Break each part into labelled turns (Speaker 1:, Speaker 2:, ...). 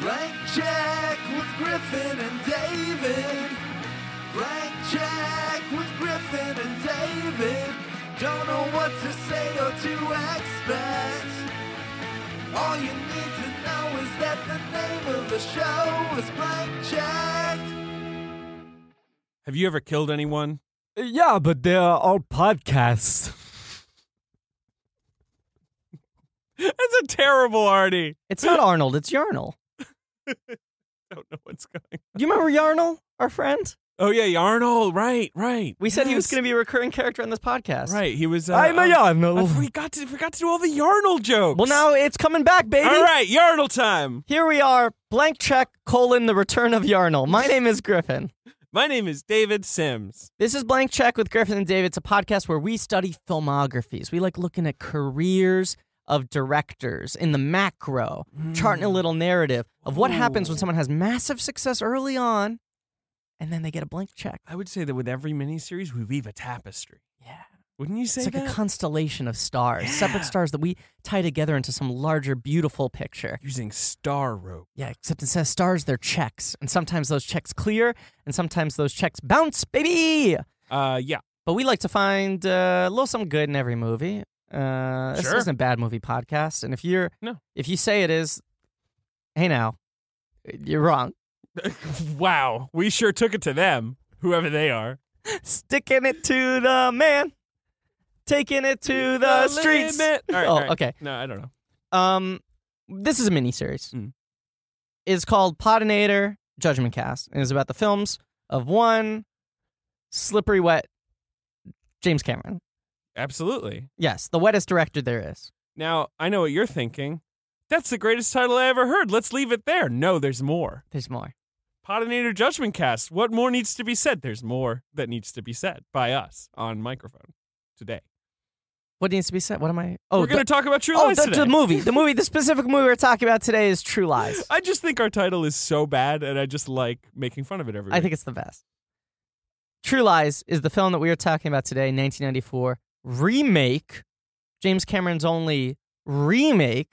Speaker 1: Blank check with Griffin and David. Blank check with Griffin and David. Don't know what to say or to expect. All you need to know is that the name of the show is Blank Check.
Speaker 2: Have you ever killed anyone?
Speaker 3: Yeah, but they are all podcasts.
Speaker 2: That's a terrible Artie.
Speaker 4: It's not Arnold, it's Yarnell.
Speaker 2: I don't know what's going.
Speaker 4: Do you remember Yarnell, our friend?
Speaker 2: Oh yeah, Arnold. Right, right.
Speaker 4: We said he was
Speaker 2: Yes.
Speaker 4: going to be a recurring character on this podcast.
Speaker 2: Right, he was. Uh,
Speaker 3: I'm a
Speaker 2: um, I
Speaker 3: Yarnell.
Speaker 2: forgot to forgot to do all the Yarnell jokes.
Speaker 4: Well, now it's coming back, baby.
Speaker 2: all right, Yarnell time.
Speaker 4: Here we are, blank check, colon, the return of Yarnell. My name is Griffin.
Speaker 2: My name is David Sims.
Speaker 4: This is Blank Check with Griffin and David. It's a podcast where we study filmographies. We like looking at careers of directors in the macro, charting a
Speaker 2: Mm.
Speaker 4: little narrative of what happens when someone has massive success early on and then they get a blank check.
Speaker 2: I would say that with every miniseries, we weave a tapestry.
Speaker 4: Yeah.
Speaker 2: Wouldn't you say
Speaker 4: It's like
Speaker 2: that?
Speaker 4: a constellation of stars, separate
Speaker 2: Yeah.
Speaker 4: stars that we tie together into some larger, beautiful picture.
Speaker 2: Using star rope.
Speaker 4: Yeah, except instead of stars, they're checks. And sometimes those checks clear, and sometimes those checks bounce, baby!
Speaker 2: Uh, yeah.
Speaker 4: But we like to find uh, a little something good in every movie. Uh, This
Speaker 2: Sure.
Speaker 4: isn't a bad movie podcast, and if you're
Speaker 2: No.
Speaker 4: if you say it is, hey now, you're wrong.
Speaker 2: wow, we sure took it to them, whoever they are.
Speaker 4: Sticking it to the man, taking it to the streets.
Speaker 2: limit. All right,
Speaker 4: Oh,
Speaker 2: all right.
Speaker 4: okay.
Speaker 2: No, I don't know.
Speaker 4: Um, this is a miniseries.
Speaker 2: Mm.
Speaker 4: It's called Potinator Judgment Cast, and it's about the films of one slippery wet James Cameron.
Speaker 2: Absolutely.
Speaker 4: Yes, the wettest director there is.
Speaker 2: Now I know what you're thinking. That's the greatest title I ever heard. Let's leave it there. No, there's more.
Speaker 4: There's more.
Speaker 2: Potinator Judgment Cast. What more needs to be said? There's more that needs to be said by us on microphone today.
Speaker 4: What needs to be said? What am I? Oh,
Speaker 2: We're going to talk about True
Speaker 4: oh,
Speaker 2: Lies
Speaker 4: the,
Speaker 2: today.
Speaker 4: the movie, the movie, the specific movie we're talking about today is True Lies.
Speaker 2: I just think our title is so bad, and I just like making fun of it every
Speaker 4: I
Speaker 2: week.
Speaker 4: think it's the best. True Lies is the film that we are talking about today, 1994 remake, James Cameron's only remake.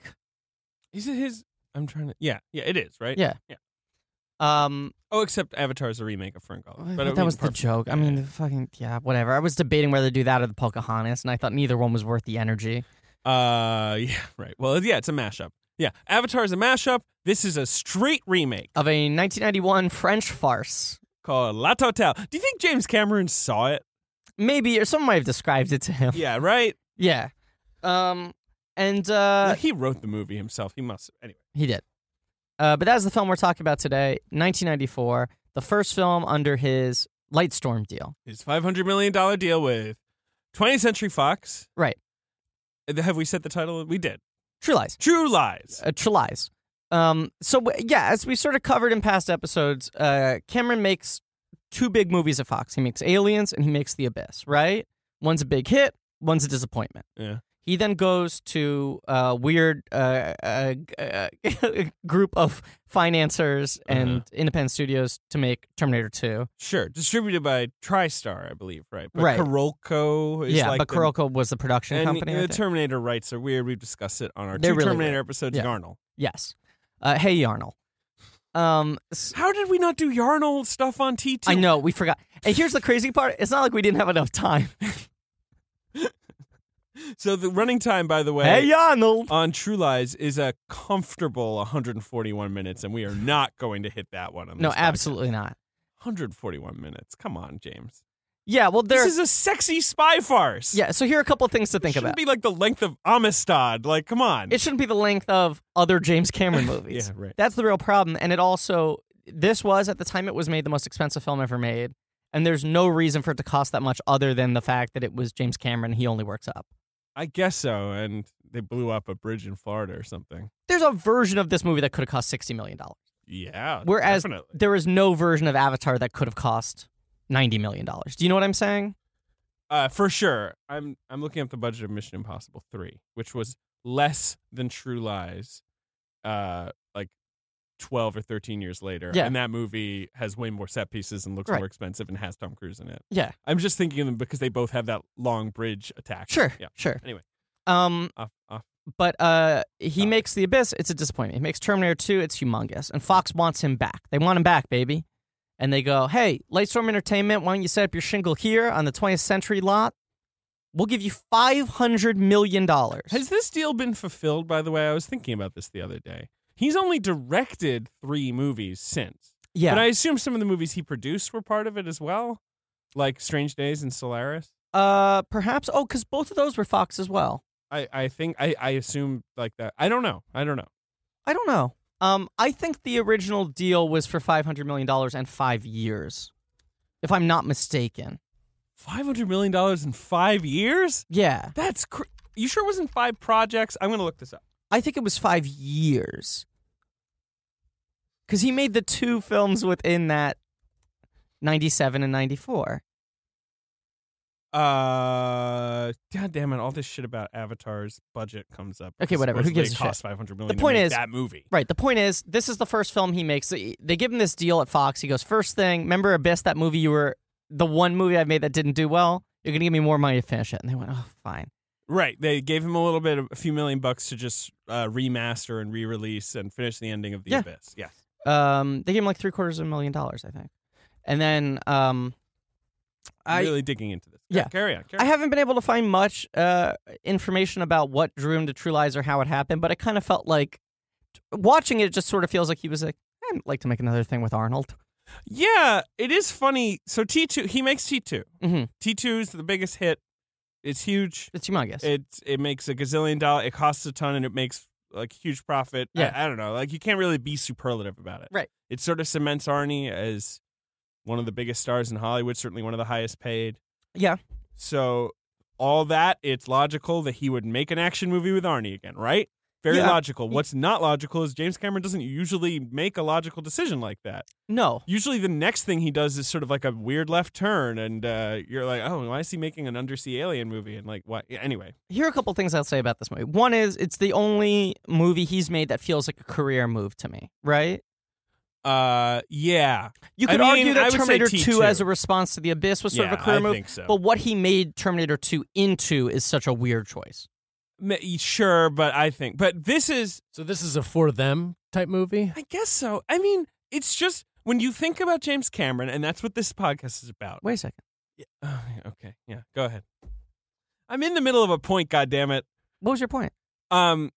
Speaker 2: is it his? I'm trying to. Yeah, yeah, it is right.
Speaker 4: Yeah.
Speaker 2: yeah.
Speaker 4: Um,
Speaker 2: Oh, except Avatar's a remake of Ferngully.
Speaker 4: Oh,
Speaker 2: But
Speaker 4: I thought
Speaker 2: I
Speaker 4: that
Speaker 2: mean,
Speaker 4: was the
Speaker 2: perfect.
Speaker 4: joke. I
Speaker 2: Yeah,
Speaker 4: mean,
Speaker 2: yeah.
Speaker 4: the fucking yeah, whatever. I was debating whether to do that or the Pocahontas, and I thought neither one was worth the energy.
Speaker 2: Uh, yeah, right. Well, yeah, it's a mashup. Yeah, Avatar's a mashup. This is a straight remake
Speaker 4: Of a 1991 French farce,
Speaker 2: called La Totale. Do you think James Cameron saw it?
Speaker 4: maybe, or someone might have described it to him.
Speaker 2: Yeah, right.
Speaker 4: Yeah. Um, and
Speaker 2: Well,
Speaker 4: uh,
Speaker 2: he wrote the movie himself. He must. Anyway.
Speaker 4: he did. Uh, but that's the film we're talking about today, 1994, the first film under his Lightstorm deal.
Speaker 2: his five hundred million dollar deal with 20th Century Fox.
Speaker 4: Right.
Speaker 2: Uh, Have we said the title? We did.
Speaker 4: True Lies.
Speaker 2: True Lies.
Speaker 4: Uh, True Lies. Um, so w- yeah, as we sort of covered in past episodes, uh, Cameron makes two big movies at Fox. He makes Aliens and he makes The Abyss. Right? One's a big hit. One's a disappointment.
Speaker 2: Yeah.
Speaker 4: He then goes to a weird uh, uh, uh, group of financiers and
Speaker 2: Uh-huh.
Speaker 4: independent studios to make Terminator 2.
Speaker 2: Sure. Distributed by TriStar, I believe. Right. But
Speaker 4: Right.
Speaker 2: Kuroko is
Speaker 4: yeah,
Speaker 2: like
Speaker 4: but
Speaker 2: the-
Speaker 4: Kuroko was the production
Speaker 2: and
Speaker 4: company. I
Speaker 2: The
Speaker 4: think.
Speaker 2: Terminator rights are weird. We've discussed it on our
Speaker 4: They're
Speaker 2: two
Speaker 4: really
Speaker 2: Terminator
Speaker 4: weird.
Speaker 2: episodes.
Speaker 4: Yeah.
Speaker 2: Yarnall.
Speaker 4: yes. Uh, hey, Yarnell. Um, s-
Speaker 2: How did we not do Yarnall stuff on TT?
Speaker 4: I know, we forgot. And here's the crazy part it's not like we didn't have enough time.
Speaker 2: So the running time, by the way,
Speaker 4: Arnold.
Speaker 2: on True Lies is a comfortable 141 minutes, and we are not going to hit that one. On
Speaker 4: No,
Speaker 2: this podcast.
Speaker 4: absolutely not.
Speaker 2: 141 minutes. Come on, James.
Speaker 4: Yeah, well, there.
Speaker 2: This is a sexy spy farce.
Speaker 4: yeah, so here are a couple of things to think
Speaker 2: it shouldn't
Speaker 4: about.
Speaker 2: be like the length of Amistad. Like, come on.
Speaker 4: it shouldn't be the length of other James Cameron movies.
Speaker 2: Yeah, right.
Speaker 4: That's the real problem. And it also, this was at the time it was made the most expensive film ever made. And there's no reason for it to cost that much other than the fact that it was James Cameron. He only works up.
Speaker 2: I guess so. And they blew up a bridge in Florida or something.
Speaker 4: There's a version of this movie that could have cost $60 million.
Speaker 2: Yeah.
Speaker 4: Whereas
Speaker 2: definitely.
Speaker 4: there is no version of Avatar that could have cost $90 million. Do you know what I'm saying?
Speaker 2: uh, for sure, I'm I'm looking up the budget of Mission Impossible Three, which was less than True Lies, uh, like twelve or thirteen years later.
Speaker 4: Yeah.
Speaker 2: And that movie has way more set pieces and looks
Speaker 4: Right.
Speaker 2: more expensive and has Tom Cruise in it.
Speaker 4: Yeah.
Speaker 2: I'm just thinking of them because they both have that long bridge attack.
Speaker 4: Sure.
Speaker 2: Yeah.
Speaker 4: Sure.
Speaker 2: Anyway.
Speaker 4: Um,
Speaker 2: Off off
Speaker 4: But uh, he
Speaker 2: Got it.
Speaker 4: makes The Abyss. It's a disappointment. He makes Terminator 2. It's humongous. And Fox wants him back. They want him back, baby. And they go, hey, Lightstorm Entertainment, why don't you set up your shingle here on the 20th Century lot? We'll give you $500 million.
Speaker 2: Has this deal been fulfilled, by the way? I was thinking about this the other day. He's only directed three movies since.
Speaker 4: yeah.
Speaker 2: But I assume some of the movies he produced were part of it as well, like Strange Days and Solaris.
Speaker 4: uh, perhaps. Oh, because both of those were Fox as well.
Speaker 2: I, I think, I, I assume like that. I don't know. I don't know.
Speaker 4: I don't know. Um, I think the original deal was for five hundred million dollars and five years, if I'm not mistaken.
Speaker 2: $500 million in five years?
Speaker 4: Yeah,
Speaker 2: That's cr- You sure it wasn't five projects? I'm going to look this up.
Speaker 4: I think it was five years, because he made the two films within that ninety-seven and ninety-four.
Speaker 2: Uh, God damn it. All this shit about Avatar's budget comes up.
Speaker 4: Okay, whatever. Who
Speaker 2: Supposedly
Speaker 4: gives a
Speaker 2: it cost
Speaker 4: shit?
Speaker 2: $500 million to
Speaker 4: point
Speaker 2: make
Speaker 4: is-
Speaker 2: that movie.
Speaker 4: Right. The point is, this is the first film he makes. They they give him this deal at Fox. He goes, first thing, remember Abyss? That movie you were the one movie I made that didn't do well. You're gonna give me more money to finish it." And they went, "Oh, fine."
Speaker 2: Right. They gave him a little bit, of, a few million bucks to just uh, remaster and re-release and finish the ending of The
Speaker 4: Yeah.
Speaker 2: Abyss. Yes.
Speaker 4: Um, they gave him like three quarters of a million dollars, I think. And then um, I
Speaker 2: really digging into this.
Speaker 4: Yeah.
Speaker 2: Carry on. Carry
Speaker 4: I
Speaker 2: on.
Speaker 4: haven't been able to find much uh, information about what drew him to True Lies or how it happened, but it kind of felt like watching it, it just sort of feels like he was like, I'd like to make another thing with Arnold.
Speaker 2: yeah, it is funny. So T2, he makes T2.
Speaker 4: Mm-hmm.
Speaker 2: T2 is the biggest hit. It's huge.
Speaker 4: It's humongous.
Speaker 2: It it makes a gazillion dollar. It costs a ton, and it makes like huge profit. I-
Speaker 4: Yeah.
Speaker 2: I, don't know. Like you can't really be superlative about it.
Speaker 4: Right.
Speaker 2: It sort of cements Arnie as one of the biggest stars in Hollywood. Certainly one of the highest paid.
Speaker 4: Yeah.
Speaker 2: So all that it's logical that he would make an action movie with Arnie again, right? Very
Speaker 4: Yeah.
Speaker 2: logical. What's not logical is James Cameron doesn't usually make a logical decision like that.
Speaker 4: no.
Speaker 2: Usually, the next thing he does is sort of like a weird left turn, and uh, you're like, "Oh, why is he making an undersea alien movie?" And like, what? Anyway,
Speaker 4: Here are a couple things I'll say about this movie. One is it's the only movie he's made that feels like a career move to me, right?
Speaker 2: Uh, yeah.
Speaker 4: You
Speaker 2: I
Speaker 4: could
Speaker 2: mean,
Speaker 4: argue
Speaker 2: I
Speaker 4: that
Speaker 2: would say
Speaker 4: Terminator 2
Speaker 2: T2.
Speaker 4: as a response to The Abyss was sort
Speaker 2: yeah,
Speaker 4: of a career
Speaker 2: I
Speaker 4: move.
Speaker 2: think so.
Speaker 4: But what he made Terminator 2 into is such a weird choice.
Speaker 2: Ma- sure, but I think, but this is,
Speaker 5: So this is a for them type movie.
Speaker 2: I guess so. I mean, it's just when you think about James Cameron, and that's what this podcast is about.
Speaker 4: Wait a second.
Speaker 2: Oh, yeah, okay, yeah, go ahead. I'm in the middle of a point. God damn it.
Speaker 4: What was your point?
Speaker 2: Um,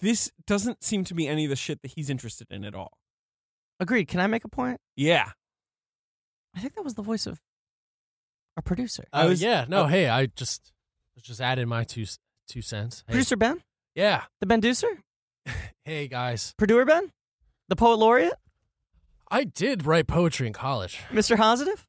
Speaker 2: this doesn't seem to be any of the shit that he's interested in at all.
Speaker 4: Agreed. Can I make a point?
Speaker 2: Yeah,
Speaker 4: I think that was the voice of our producer.
Speaker 2: I
Speaker 5: Oh
Speaker 2: was-
Speaker 5: yeah, no,
Speaker 2: oh.
Speaker 5: hey, I just was just added my two s- two cents. Hey.
Speaker 4: Producer Ben?
Speaker 5: yeah,
Speaker 4: The Ben Deucer?
Speaker 5: hey guys,
Speaker 4: Purduer Ben? The poet laureate?
Speaker 5: I did write poetry in college.
Speaker 4: Mr. Positive?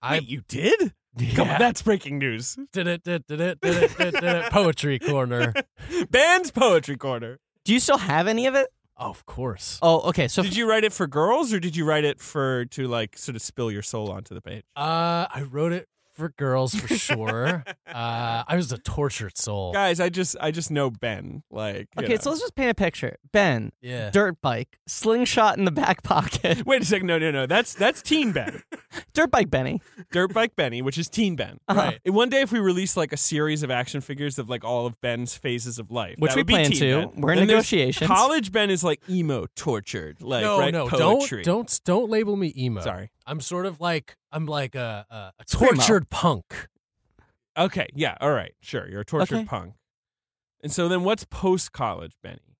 Speaker 5: I
Speaker 2: Wait, you did? Come on,
Speaker 5: Yeah.
Speaker 2: that's breaking news.
Speaker 5: did it, did it, did it, did it, did it, did it. Poetry corner.
Speaker 2: Band's poetry corner.
Speaker 4: Do you still have any of it?
Speaker 5: of course.
Speaker 4: Oh, okay. So
Speaker 2: Did you write it for girls, or did you write it for to like sort of spill your soul onto the page?
Speaker 5: Uh, I wrote it for girls for sure. uh, I was a tortured soul.
Speaker 2: guys i just i just know ben like you
Speaker 4: okay,
Speaker 2: know.
Speaker 4: so let's just paint a picture. Ben,
Speaker 5: yeah.
Speaker 4: dirt bike, slingshot in the back pocket.
Speaker 2: wait a second no no no that's that's teen ben
Speaker 4: dirt bike Benny.
Speaker 2: dirt bike benny which is teen ben
Speaker 4: Uh-huh.
Speaker 5: Right.
Speaker 2: And one day if we release like a series of action figures of like all of ben's phases of life
Speaker 4: Which
Speaker 2: that
Speaker 4: we
Speaker 2: would be
Speaker 4: plan
Speaker 2: teen
Speaker 4: to.
Speaker 2: Ben.
Speaker 4: We're in
Speaker 2: Then there's
Speaker 4: negotiations.
Speaker 2: college ben is like emo tortured like
Speaker 5: no,
Speaker 2: right
Speaker 5: no,
Speaker 2: poetry
Speaker 5: don't, don't, don't label me emo.
Speaker 2: sorry
Speaker 5: I'm sort of like I'm like a, a, a
Speaker 4: Screamo.
Speaker 5: tortured punk.
Speaker 2: okay yeah all right sure you're a tortured
Speaker 4: Okay.
Speaker 2: punk and so then what's post college benny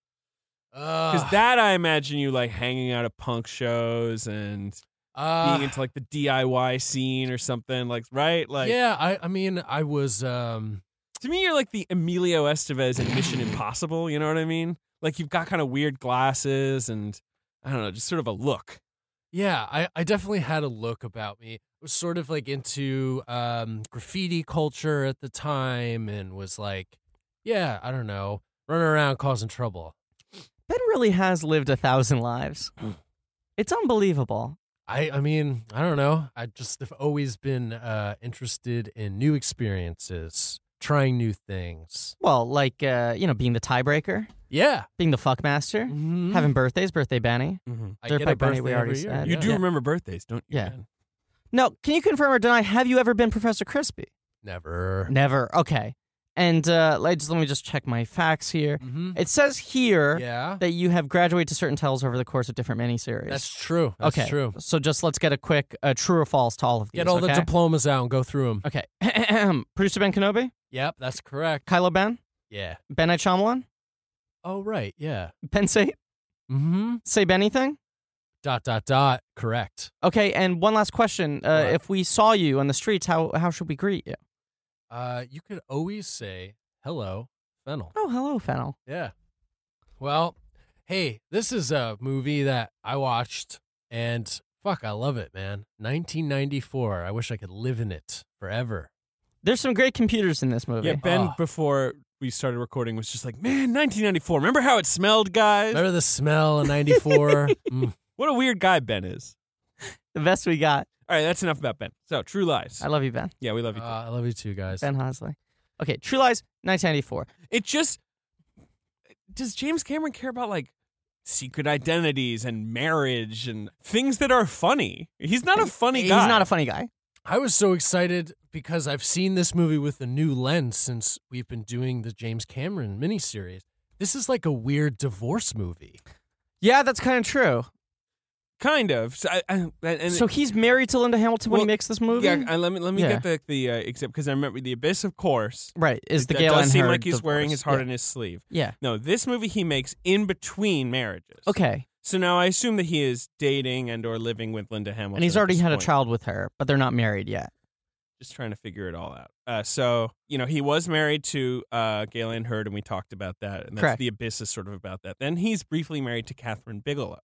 Speaker 2: because
Speaker 5: Because
Speaker 2: that i imagine you like hanging out at punk shows and
Speaker 5: Uh,
Speaker 2: being into like the diy scene or something like right like
Speaker 5: yeah, I, I mean, I was. Um,
Speaker 2: To me, you're like the Emilio Estevez in Mission Impossible. You know what I mean? Like you've got kind of weird glasses and I don't know, just sort of a look.
Speaker 5: yeah, I, I definitely had a look about me. I was sort of like into um, graffiti culture at the time, and was like, yeah, I don't know, running around causing trouble.
Speaker 4: Ben really has lived a thousand lives. It's unbelievable.
Speaker 5: I, I mean, I don't know. I just have always been uh, interested in new experiences, trying new things.
Speaker 4: Well, like uh, you know, being the tiebreaker,
Speaker 5: Yeah. Mm-hmm.
Speaker 4: being the fuckmaster, having birthdays, birthday Benny.
Speaker 5: I
Speaker 4: Dirt
Speaker 5: get
Speaker 4: Bike Bunny,
Speaker 5: a birthday
Speaker 4: we already
Speaker 5: every year.
Speaker 4: said.
Speaker 2: You
Speaker 4: uh,
Speaker 5: Mm-hmm. yeah.
Speaker 2: do
Speaker 4: Yeah.
Speaker 2: remember birthdays, don't you?
Speaker 4: Yeah.
Speaker 2: Ben?
Speaker 4: No, can you confirm or deny? Have you ever been Professor Crispy?
Speaker 5: Never.
Speaker 4: Never. Okay. And uh, like, just let me just check my facts here.
Speaker 5: Mm-hmm.
Speaker 4: It says here
Speaker 5: Yeah,
Speaker 4: that you have graduated to certain titles over the course of different miniseries.
Speaker 5: that's true. That's
Speaker 4: okay.
Speaker 5: true.
Speaker 4: So just let's get a quick uh, true or false to all of these.
Speaker 5: Get all
Speaker 4: okay?
Speaker 5: the diplomas out and go through them.
Speaker 4: Okay. Producer Ben Kenobi,
Speaker 5: Yep, that's correct.
Speaker 4: Kylo Ben,
Speaker 5: Yeah.
Speaker 4: Ben Shyamalan,
Speaker 5: Oh right. Yeah.
Speaker 4: Ben Say
Speaker 5: Mm-hmm.
Speaker 4: Say anything.
Speaker 5: Dot dot dot. Correct.
Speaker 4: Okay, and one last question: uh,
Speaker 5: What?
Speaker 4: If we saw you on the streets, how how should we greet you?
Speaker 5: Uh, you could always say hello, Fennel.
Speaker 4: Oh, hello, Fennel.
Speaker 5: Yeah. Well, hey, this is a movie that I watched and fuck, I love it, man. 1994. I wish I could live in it forever.
Speaker 4: There's some great computers in this movie.
Speaker 2: Yeah, Ben
Speaker 5: Ah.
Speaker 2: before we started recording was just like, man, 1994. Remember how it smelled, guys?
Speaker 5: Remember the smell of 94? Mm.
Speaker 2: What a weird guy Ben is.
Speaker 4: The best we got.
Speaker 2: All right, that's enough about Ben. So, True Lies.
Speaker 4: I love you, Ben.
Speaker 2: yeah, we love
Speaker 5: Uh,
Speaker 2: you. too.
Speaker 5: I love you too, guys.
Speaker 4: Ben Hosley. Okay, True Lies, 1994.
Speaker 2: it just does James Cameron care about like secret identities and marriage and things that are funny. He's not a funny
Speaker 4: He's
Speaker 2: guy.
Speaker 4: not a funny guy.
Speaker 5: I was so excited because I've seen this movie with a new lens since we've been doing the James Cameron miniseries. This is like a weird divorce movie.
Speaker 4: Yeah, that's kind of true.
Speaker 2: kind of. So, I, I, and- and
Speaker 4: so he's married to Linda Hamilton when
Speaker 2: Well,
Speaker 4: he makes this movie.
Speaker 2: yeah, I, let me let me
Speaker 4: Yeah. uh,
Speaker 2: get the the uh, except because I remember the abyss, of course.
Speaker 4: right. Is the
Speaker 2: That
Speaker 4: Gail
Speaker 2: does
Speaker 4: and
Speaker 2: seem
Speaker 4: her
Speaker 2: like he's wearing
Speaker 4: divorce.
Speaker 2: his heart on his sleeve.
Speaker 4: Yeah.
Speaker 2: No, this movie he makes in between marriages.
Speaker 4: yeah. Okay,
Speaker 2: So now I assume that he is dating and or living with Linda Hamilton.
Speaker 4: and he's
Speaker 2: at
Speaker 4: already
Speaker 2: this
Speaker 4: had a
Speaker 2: point.
Speaker 4: child with her, but they're not married yet.
Speaker 2: Just trying to figure it all out. Uh, so you know he was married to uh, Galen Hurd, and we talked about that. And that's
Speaker 4: Correct.
Speaker 2: the abyss is sort of about that. Then he's briefly married to Catherine Bigelow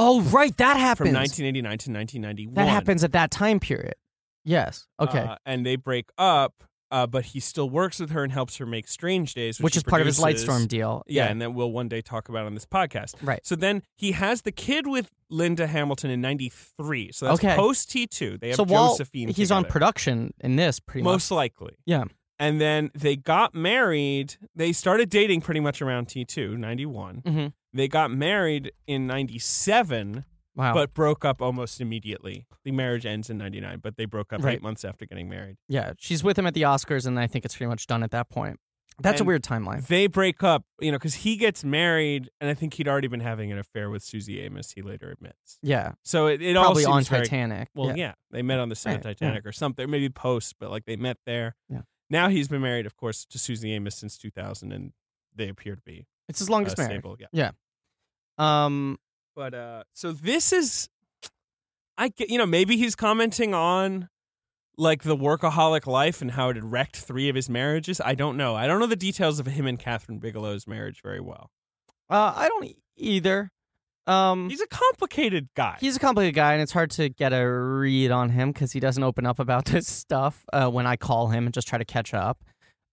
Speaker 4: Oh, right, that happens.
Speaker 2: from 1989 to 1991.
Speaker 4: that happens at that time period. Yes. Okay.
Speaker 2: Uh, and they break up, uh, but he still works with her and helps her make Strange Days, which,
Speaker 4: Which
Speaker 2: he
Speaker 4: is part of his
Speaker 2: produces.
Speaker 4: Lightstorm deal.
Speaker 2: Yeah, and that we'll one day talk about on this podcast.
Speaker 4: Right.
Speaker 2: So then he has the kid with Linda Hamilton in '93. So that's
Speaker 4: Okay.
Speaker 2: post T2. They have
Speaker 4: so while
Speaker 2: Josephine.
Speaker 4: he's on
Speaker 2: together.
Speaker 4: production in this, pretty
Speaker 2: most likely.
Speaker 4: Yeah.
Speaker 2: And then they got married. They started dating pretty much around T2, 91.
Speaker 4: much. Mhm.
Speaker 2: They got married in 97,
Speaker 4: Wow.
Speaker 2: but broke up almost immediately. The marriage ends in 99, but they broke up
Speaker 4: Right.
Speaker 2: eight months after getting married.
Speaker 4: yeah, she's with him at the Oscars, and I think it's pretty much done at that point. That's
Speaker 2: And-
Speaker 4: a weird timeline.
Speaker 2: They break up, you know, because he gets married, and I think he'd already been having an affair with Susie Amos, he later admits.
Speaker 4: Yeah,
Speaker 2: So it, it all
Speaker 4: probably
Speaker 2: seems
Speaker 4: on
Speaker 2: very
Speaker 4: Titanic.
Speaker 2: Well, yeah.
Speaker 4: yeah.
Speaker 2: they met on the set of
Speaker 4: Right,
Speaker 2: Titanic or something, maybe post, but like they met there.
Speaker 4: Yeah.
Speaker 2: Now he's been married, of course, to Susie Amos since 2000, and they appear to be
Speaker 4: it's his longest
Speaker 2: uh,
Speaker 4: marriage.
Speaker 2: stable. Yeah.
Speaker 4: Um,
Speaker 2: But uh, so this is, I get, you know, maybe he's commenting on like the workaholic life and how it had wrecked three of his marriages. I don't know. I don't know the details of him and Catherine Bigelow's marriage very well.
Speaker 4: uh, I don't e- either. Um, he's,
Speaker 2: He's a complicated guy.
Speaker 4: a complicated guy, and it's hard to get a read on him because he doesn't open up about this stuff uh, when I call him and just try to catch up.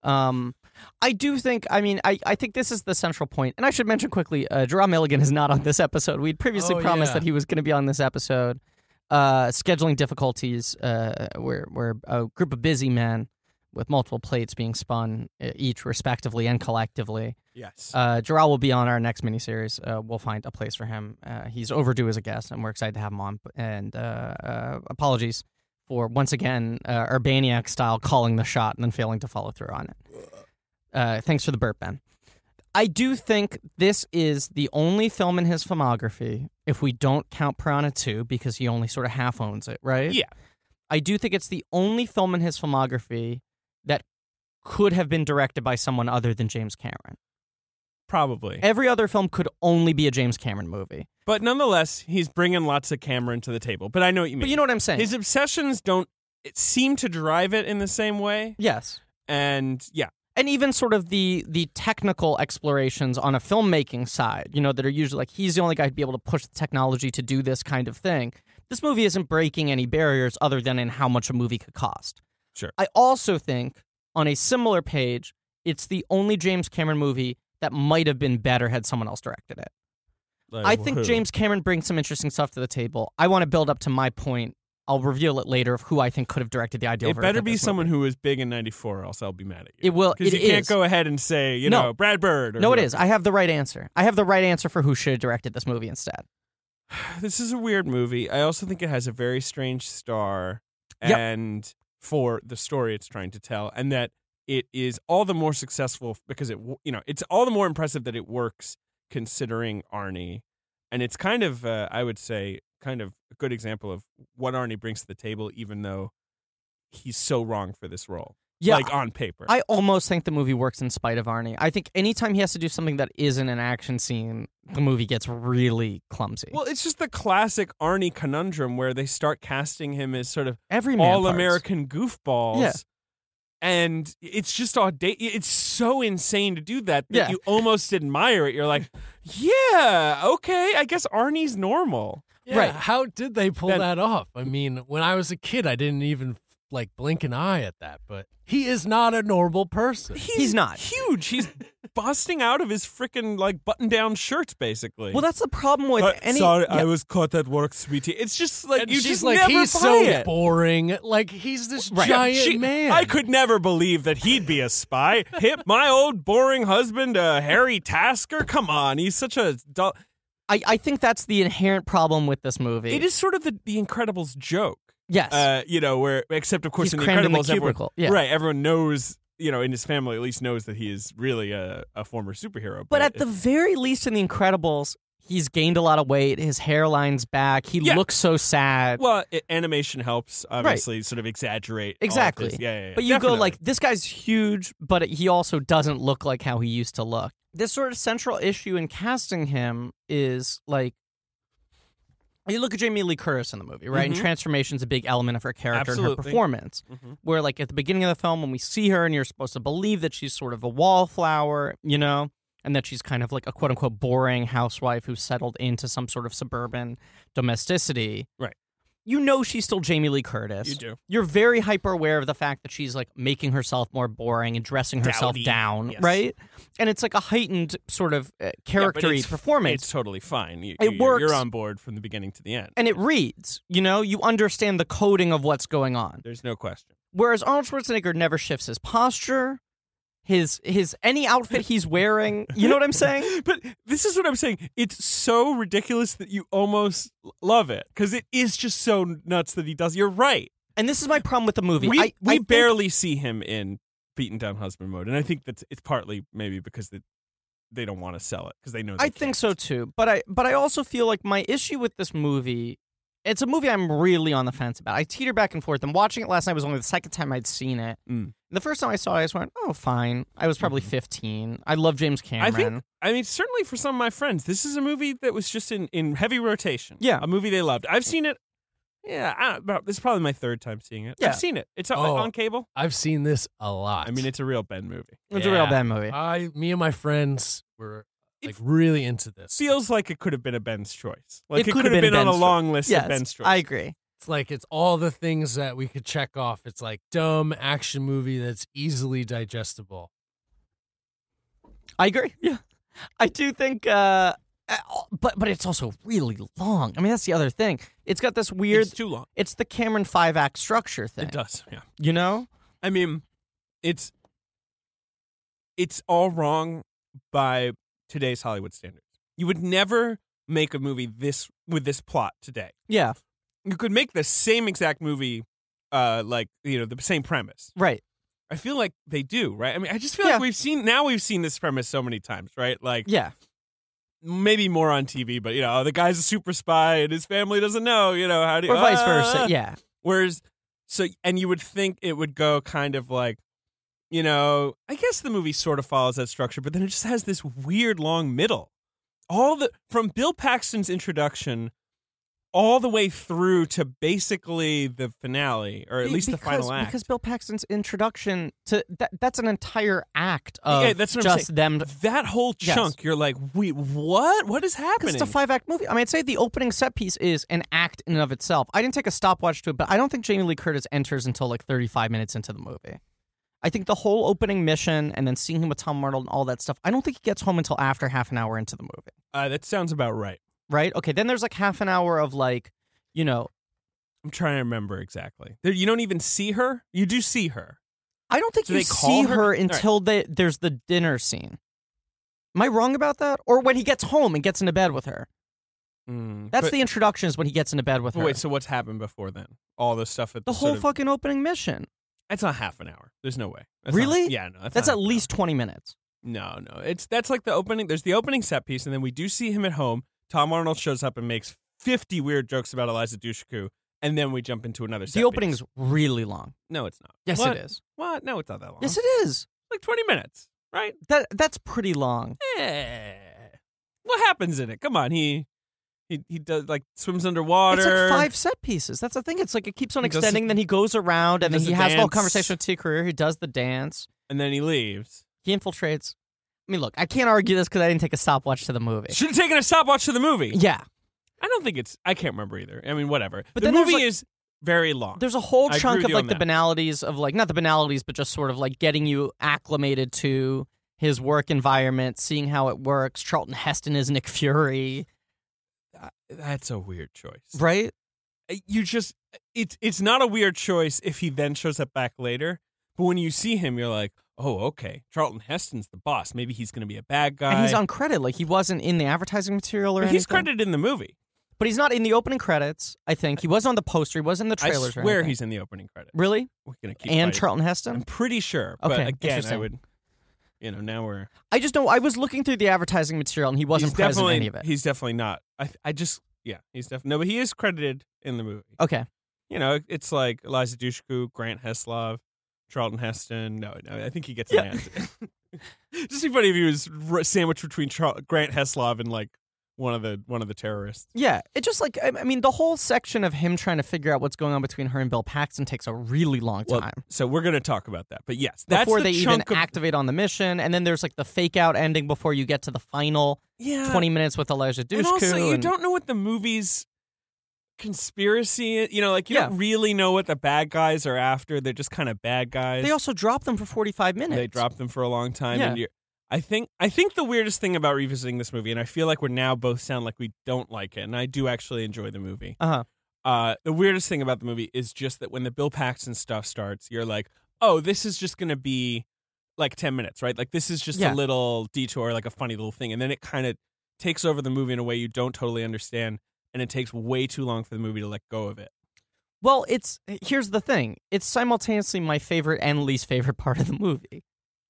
Speaker 4: Um, I do think. I mean, I, I think this is the central point, and I should mention quickly. Uh, Jerome Milligan is not on this episode. We'd previously
Speaker 5: Oh,
Speaker 4: promised
Speaker 5: yeah.
Speaker 4: that he was going to be on this episode. Uh, scheduling difficulties. Uh, where where a group of busy men with multiple plates being spun uh, each respectively and collectively.
Speaker 2: yes.
Speaker 4: Uh, Jarrell will be on our next miniseries. Uh, we'll find a place for him. Uh, he's overdue as a guest, and we're excited to have him on. And uh, uh, apologies for once again uh, Urbaniac style calling the shot and then failing to follow through on it. Uh, thanks for the burp, Ben. I do think this is the only film in his filmography, if we don't count Piranha 2, because he only sort of half owns it, right?
Speaker 2: yeah.
Speaker 4: I do think it's the only film in his filmography that could have been directed by someone other than James Cameron.
Speaker 2: Probably.
Speaker 4: Every other film could only be a James Cameron movie.
Speaker 2: But nonetheless, he's bringing lots of Cameron to the table. But I know what you mean.
Speaker 4: But you know what I'm saying?
Speaker 2: his obsessions don't it seem to drive it in the same way
Speaker 4: yes.
Speaker 2: and yeah
Speaker 4: And even sort of the the technical explorations on a filmmaking side, you know, that are usually like he's the only guy who'd be able to push the technology to do this kind of thing. This movie isn't breaking any barriers other than in how much a movie could cost.
Speaker 2: Sure.
Speaker 4: I also think on a similar page, it's the only James Cameron movie that might have been better had someone else directed it. I think James Cameron brings some interesting stuff to the table. I want to build up to my point. I'll reveal it later of who I think could have directed the ideal.
Speaker 2: it
Speaker 4: version
Speaker 2: better
Speaker 4: of
Speaker 2: be
Speaker 4: this
Speaker 2: someone
Speaker 4: movie.
Speaker 2: who was big in 94 else i'll be mad at you
Speaker 4: It will.
Speaker 2: because
Speaker 4: it
Speaker 2: you can't
Speaker 4: is.
Speaker 2: go ahead and say you
Speaker 4: No.
Speaker 2: know brad bird or
Speaker 4: No, it
Speaker 2: whoever.
Speaker 4: is. I have the right answer. I have the right answer for who should have directed this movie instead.
Speaker 2: this is a weird movie i also think it has a very strange star
Speaker 4: Yep.
Speaker 2: and for the story it's trying to tell and that it is all the more successful because it w- you know it's all the more impressive that it works considering Arnie, and it's kind of uh, I would say kind of a good example of what Arnie brings to the table, even though he's so wrong for this role.
Speaker 4: Yeah,
Speaker 2: like on paper.
Speaker 4: I almost think the movie works in spite of Arnie. I think anytime he has to do something that isn't an action scene, the movie gets really clumsy.
Speaker 2: well, it's just the classic Arnie conundrum where they start casting him as sort of
Speaker 4: every man
Speaker 2: all
Speaker 4: parts.
Speaker 2: American goofballs.
Speaker 4: Yeah.
Speaker 2: And it's just audacious. It's so insane to do that that
Speaker 4: Yeah.
Speaker 2: you almost admire it. You're like, yeah, okay, I guess Arnie's normal.
Speaker 5: Yeah,
Speaker 4: Right.
Speaker 5: How did they pull
Speaker 2: Then-
Speaker 5: that off? I mean, when I was a kid, I didn't even like blink an eye at that, but he is not a normal person.
Speaker 2: He's,
Speaker 4: not.
Speaker 2: huge. He's busting out of his freaking like button-down shirts, basically.
Speaker 4: Well, that's the problem with any. yeah.
Speaker 2: was caught at work, sweetie. It's just like
Speaker 5: And
Speaker 2: you
Speaker 5: she's
Speaker 2: just
Speaker 5: like,
Speaker 2: never
Speaker 5: he's
Speaker 2: buy
Speaker 5: so
Speaker 2: it.
Speaker 5: boring. Like, he's this
Speaker 4: Right.
Speaker 5: giant
Speaker 2: She-
Speaker 5: man.
Speaker 2: I could never believe that he'd be a spy. Hip, my old boring husband, uh, Harry Tasker. Come on, he's such a. Dull.
Speaker 4: I, I think that's the inherent problem with this movie.
Speaker 2: It is sort of the the Incredibles joke,
Speaker 4: yes.
Speaker 2: uh, you know, where except of course
Speaker 4: He's
Speaker 2: in the
Speaker 4: crammed in the
Speaker 2: Incredibles, everyone,
Speaker 4: cubicle, yeah.
Speaker 2: right? Everyone knows, you know, in his family at least knows that he is really a, a former superhero.
Speaker 4: but at the very least, in The Incredibles, he's gained a lot of weight. His hairline's back. He
Speaker 2: Yeah.
Speaker 4: looks so sad.
Speaker 2: well, it, animation helps obviously sort of exaggerate all of
Speaker 4: Exactly.
Speaker 2: this. Yeah, yeah, yeah.
Speaker 4: But you
Speaker 2: Definitely.
Speaker 4: go like this guy's huge, but he also doesn't look like how he used to look. This sort of central issue in casting him is like you look at Jamie Lee Curtis in the movie, right? And
Speaker 2: Mhm.
Speaker 4: transformation's a big element of her character and her
Speaker 2: Absolutely.
Speaker 4: performance.
Speaker 2: Mhm.
Speaker 4: Where like at the beginning of the film when we see her and you're supposed to believe that she's sort of a wallflower, you know, and that she's kind of like a quote unquote boring housewife who settled into some sort of suburban domesticity.
Speaker 2: Right.
Speaker 4: You know she's still Jamie Lee Curtis
Speaker 2: you do.
Speaker 4: you're very hyper aware of the fact that she's like making herself more boring and dressing herself
Speaker 2: Dowdy.
Speaker 4: down,
Speaker 2: Yes.
Speaker 4: right? And it's like a heightened sort of uh,
Speaker 2: Yeah, but
Speaker 4: character
Speaker 2: it's-
Speaker 4: performance.
Speaker 2: It's totally fine. You,
Speaker 4: It
Speaker 2: you- you're-
Speaker 4: works.
Speaker 2: You're on board from the beginning to the end.
Speaker 4: and it reads, you know, you understand the coding of what's going on.
Speaker 2: There's no question.
Speaker 4: Whereas Arnold Schwarzenegger never shifts his posture, his his any outfit he's wearing. You know what I'm saying?
Speaker 2: But this is what I'm saying. It's so ridiculous that you almost l- love it because it is just so nuts that he does. You're right.
Speaker 4: And this is my problem with the movie.
Speaker 2: We
Speaker 4: I,
Speaker 2: we
Speaker 4: I think-
Speaker 2: barely see him in beaten down husband mode, and I think that's it's partly maybe because that they don't want to sell it because they know. They
Speaker 4: I think so too. But I but I also feel like my issue with this movie it's a movie I'm really on the fence about. I teeter back and forth. And watching it last night was only the second time I'd seen it.
Speaker 2: Mm. Mm-hmm.
Speaker 4: The first time I saw it, I just went, "Oh, fine." I was probably 15. I love James
Speaker 2: I
Speaker 4: Cameron.
Speaker 2: think I mean certainly for some of my friends, this is a movie that was just in in heavy rotation.
Speaker 4: Yeah.
Speaker 2: a movie they loved. I've seen it. Yeah, I, about this is probably my third time seeing it.
Speaker 4: Yeah.
Speaker 2: I've seen it. It's on,
Speaker 5: Oh.
Speaker 2: on cable.
Speaker 5: I've seen this a lot.
Speaker 2: I mean, it's a real Ben movie.
Speaker 4: it's a real
Speaker 5: Yeah.
Speaker 4: bad movie.
Speaker 5: I, me and my friends were
Speaker 2: It
Speaker 5: like really into this.
Speaker 2: feels like it could have been a Ben's choice. Like
Speaker 4: It
Speaker 2: it,
Speaker 4: could
Speaker 2: could
Speaker 4: have
Speaker 2: have
Speaker 4: been
Speaker 2: been, on a
Speaker 4: Ben's choice.
Speaker 2: long list
Speaker 4: yes,
Speaker 2: of Ben's choices.
Speaker 4: I agree.
Speaker 5: It's like it's all the things that we could check off. It's like dumb action movie that's easily digestible.
Speaker 4: I agree. Yeah, I do think. uh uh, but but it's also really long. I mean, that's the other thing. It's got this weird.
Speaker 2: It's
Speaker 4: It's,
Speaker 2: too long.
Speaker 4: the Cameron five act structure thing.
Speaker 2: It does. Yeah.
Speaker 4: You know?
Speaker 2: I mean, it's it's all wrong by today's Hollywood standards. You would never make a movie this with this plot today.
Speaker 4: Yeah.
Speaker 2: You could make the same exact movie, uh, like you know the same premise.
Speaker 4: Right.
Speaker 2: I feel like they do, right? I mean, I just feel
Speaker 4: Yeah.
Speaker 2: like we've seen now we've seen this premise so many times, right? Like
Speaker 4: Yeah.
Speaker 2: maybe more on TV, but you know the guy's a super spy and his family doesn't know, you know how do you
Speaker 4: Or vice
Speaker 2: Ah!
Speaker 4: versa. Yeah.
Speaker 2: Whereas, so and you would think it would go kind of like, you know, I guess the movie sort of follows that structure, but then it just has this weird long middle. All the from Bill Paxton's introduction, all the way through to basically the finale, or at
Speaker 4: Be-
Speaker 2: least the final act.
Speaker 4: Because Bill Paxton's introduction to that, that's an entire act of
Speaker 2: Yeah, that's what I'm
Speaker 4: just them.
Speaker 2: that whole
Speaker 4: Yes.
Speaker 2: chunk, you're like, wait, what? What is
Speaker 4: Because
Speaker 2: happening?
Speaker 4: it's a five act movie. I mean, I'd say the opening set piece is an act in and of itself. I didn't take a stopwatch to it, but I don't think Jamie Lee Curtis enters until like 35 minutes into the movie. I think the whole opening mission and then seeing him with Tom Arnold and all that stuff, I don't think he gets home until after half an hour into the movie.
Speaker 2: uh, that sounds about right.
Speaker 4: Right? Okay, then there's like half an hour of like, you know,
Speaker 2: I'm trying to remember exactly. There, you don't even see her. You do see her.
Speaker 4: I don't think
Speaker 2: Do
Speaker 4: you
Speaker 2: they
Speaker 4: see
Speaker 2: call
Speaker 4: her,
Speaker 2: her- All right.
Speaker 4: until they, there's the dinner scene. Am I wrong about that? Or when he gets home and gets into bed with her.
Speaker 2: Mm,
Speaker 4: That's
Speaker 2: but-
Speaker 4: the introduction is when he gets into bed with
Speaker 2: But
Speaker 4: her.
Speaker 2: wait, so what's happened before then? All the stuff at
Speaker 4: the
Speaker 2: sort
Speaker 4: whole
Speaker 2: of-
Speaker 4: fucking opening mission.
Speaker 2: That's not half an hour. There's no way. That's
Speaker 4: Really?
Speaker 2: Not, yeah, no. That's,
Speaker 4: That's
Speaker 2: not
Speaker 4: at
Speaker 2: half an
Speaker 4: least 20 minutes.
Speaker 2: hour. no, no. It's that's like the opening. There's the opening set piece, and then we do see him at home. Tom Arnold shows up and makes 50 weird jokes about Eliza Dushku, and then we jump into another. set
Speaker 4: The opening's
Speaker 2: Piece.
Speaker 4: really long.
Speaker 2: No, it's not.
Speaker 4: Yes,
Speaker 2: What?
Speaker 4: it is.
Speaker 2: What? No, it's not that long.
Speaker 4: Yes, it is.
Speaker 2: like 20 minutes, right?
Speaker 4: That that's pretty long.
Speaker 2: Eh. What happens in it? Come on, he he he does like swims underwater.
Speaker 4: It's like five set pieces. That's the thing. It's like it keeps on
Speaker 2: He does
Speaker 4: extending.
Speaker 2: the-
Speaker 4: then he goes around, and then
Speaker 2: does
Speaker 4: he
Speaker 2: the
Speaker 4: has the whole
Speaker 2: dance.
Speaker 4: conversation with T. Career. He does the dance.
Speaker 2: and then he leaves.
Speaker 4: He infiltrates. I mean, look, I can't argue this because I didn't take a stopwatch to the movie.
Speaker 2: Should have taken a stopwatch to the movie.
Speaker 4: Yeah,
Speaker 2: I don't think it's. I can't remember either. I mean, whatever.
Speaker 4: But
Speaker 2: the
Speaker 4: then there's,
Speaker 2: movie
Speaker 4: like-
Speaker 2: is very long.
Speaker 4: there's a whole
Speaker 2: I agree
Speaker 4: chunk
Speaker 2: with
Speaker 4: of
Speaker 2: you
Speaker 4: like
Speaker 2: on
Speaker 4: the
Speaker 2: that.
Speaker 4: banalities of like not the banalities, but just sort of like getting you acclimated to his work environment, seeing how it works. Charlton Heston is Nick Fury,
Speaker 2: That's a weird choice.
Speaker 4: right?
Speaker 2: You just it's it's not a weird choice if he then shows up back later. But when you see him, you're like, oh, okay. Charlton Heston's the boss. Maybe he's going to be a bad guy.
Speaker 4: And he's on credit, like he wasn't in the advertising material or
Speaker 2: But
Speaker 4: anything.
Speaker 2: he's credited in the movie.
Speaker 4: but he's not in the opening credits. I think he wasn't on the poster. He wasn't in the
Speaker 2: I
Speaker 4: trailers. or
Speaker 2: swear
Speaker 4: anything.
Speaker 2: he's in the opening credit.
Speaker 4: really
Speaker 2: We're going to keep
Speaker 4: and
Speaker 2: fighting.
Speaker 4: Charlton
Speaker 2: I'm
Speaker 4: Heston.
Speaker 2: pretty sure.
Speaker 4: Okay,
Speaker 2: but again, I
Speaker 4: interesting.
Speaker 2: would, you know, now we're
Speaker 4: I just know I was looking through the advertising material and he wasn't
Speaker 2: he's
Speaker 4: present in
Speaker 2: definitely
Speaker 4: any of it.
Speaker 2: he's definitely not. I I just yeah, he's definitely no, but he is credited in the movie.
Speaker 4: Okay,
Speaker 2: You know, it's like Eliza Dushku, Grant Heslov, Charlton Heston. No, no, I think he gets
Speaker 4: Yeah.
Speaker 2: an answer. just be funny if he was r- sandwiched between Char- Grant Heslov and like one of the one of the terrorists.
Speaker 4: yeah, it just like I, I mean the whole section of him trying to figure out what's going on between her and Bill Paxton takes a really long
Speaker 2: Well,
Speaker 4: time.
Speaker 2: So we're gonna talk about that. But yes, that's
Speaker 4: before
Speaker 2: the
Speaker 4: they even
Speaker 2: chunk of,
Speaker 4: activate on the mission, and then there's like the fake out ending before you get to the final
Speaker 2: yeah,
Speaker 4: twenty minutes with Elijah Dushku.
Speaker 2: and also you
Speaker 4: and-
Speaker 2: don't know what the movie's conspiracy is. You know, like you
Speaker 4: Yeah.
Speaker 2: don't really know what the bad guys are after. They're just kind of bad guys.
Speaker 4: They also drop them for forty five minutes.
Speaker 2: They dropped them for a long time.
Speaker 4: Yeah.
Speaker 2: And you I think I think the weirdest thing about revisiting this movie, and I feel like we're now both sound like we don't like it, and I do actually enjoy the movie.
Speaker 4: Uh huh.
Speaker 2: Uh, the weirdest thing about the movie is just that when the Bill Paxton stuff starts, you're like, oh, this is just gonna be like ten minutes, right? Like this is just
Speaker 4: Yeah.
Speaker 2: a little detour, like a funny little thing, and then it kind of takes over the movie in a way you don't totally understand, and it takes way too long for the movie to let go of it.
Speaker 4: Well, it's here's the thing. It's simultaneously my favorite and least favorite part of the movie.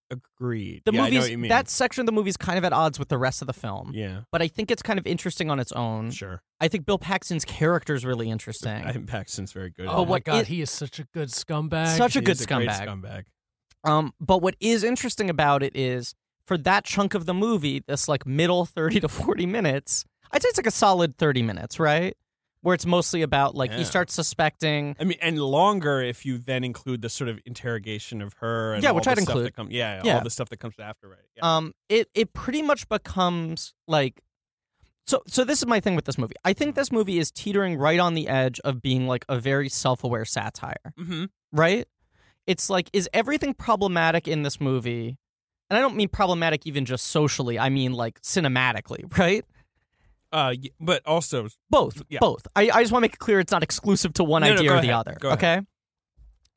Speaker 2: Agreed.
Speaker 4: The
Speaker 2: yeah, I know
Speaker 4: movie's
Speaker 2: what you mean.
Speaker 4: that section of the movie's kind of at odds with the rest of the film.
Speaker 2: yeah,
Speaker 4: But I think it's kind of interesting on its own.
Speaker 2: sure.
Speaker 4: I think Bill Paxton's character is really interesting.
Speaker 2: I think Paxton's very good.
Speaker 5: Oh
Speaker 2: at it.
Speaker 5: my
Speaker 4: what
Speaker 5: god,
Speaker 4: it-
Speaker 5: he is such a good scumbag.
Speaker 4: Such a
Speaker 2: He
Speaker 4: good
Speaker 2: is great
Speaker 4: scumbag.
Speaker 2: scumbag.
Speaker 4: Um, but what is interesting about it is for that chunk of the movie, this like middle 30 to 40 minutes, I'd say it's like a solid 30 minutes, right? Where it's mostly about like
Speaker 2: Yeah.
Speaker 4: you start suspecting.
Speaker 2: I mean, and longer if you then include the sort of interrogation of her. And
Speaker 4: Yeah,
Speaker 2: all
Speaker 4: which
Speaker 2: the
Speaker 4: I'd
Speaker 2: stuff
Speaker 4: include.
Speaker 2: That come, yeah,
Speaker 4: Yeah.
Speaker 2: all the stuff that comes after, right? Yeah.
Speaker 4: Um, it it pretty much becomes like so so this is my thing with this movie. I think this movie is teetering right on the edge of being like a very self-aware satire.
Speaker 2: mm-hmm.
Speaker 4: right? It's like, is everything problematic in this movie? And I don't mean problematic even just socially, I mean like cinematically, right?
Speaker 2: uh, y- but also,
Speaker 4: Both.
Speaker 2: Yeah.
Speaker 4: Both. I, I just want to make it clear it's not exclusive to one
Speaker 2: No, no,
Speaker 4: idea
Speaker 2: go
Speaker 4: or the
Speaker 2: ahead.
Speaker 4: other.
Speaker 2: Go
Speaker 4: okay?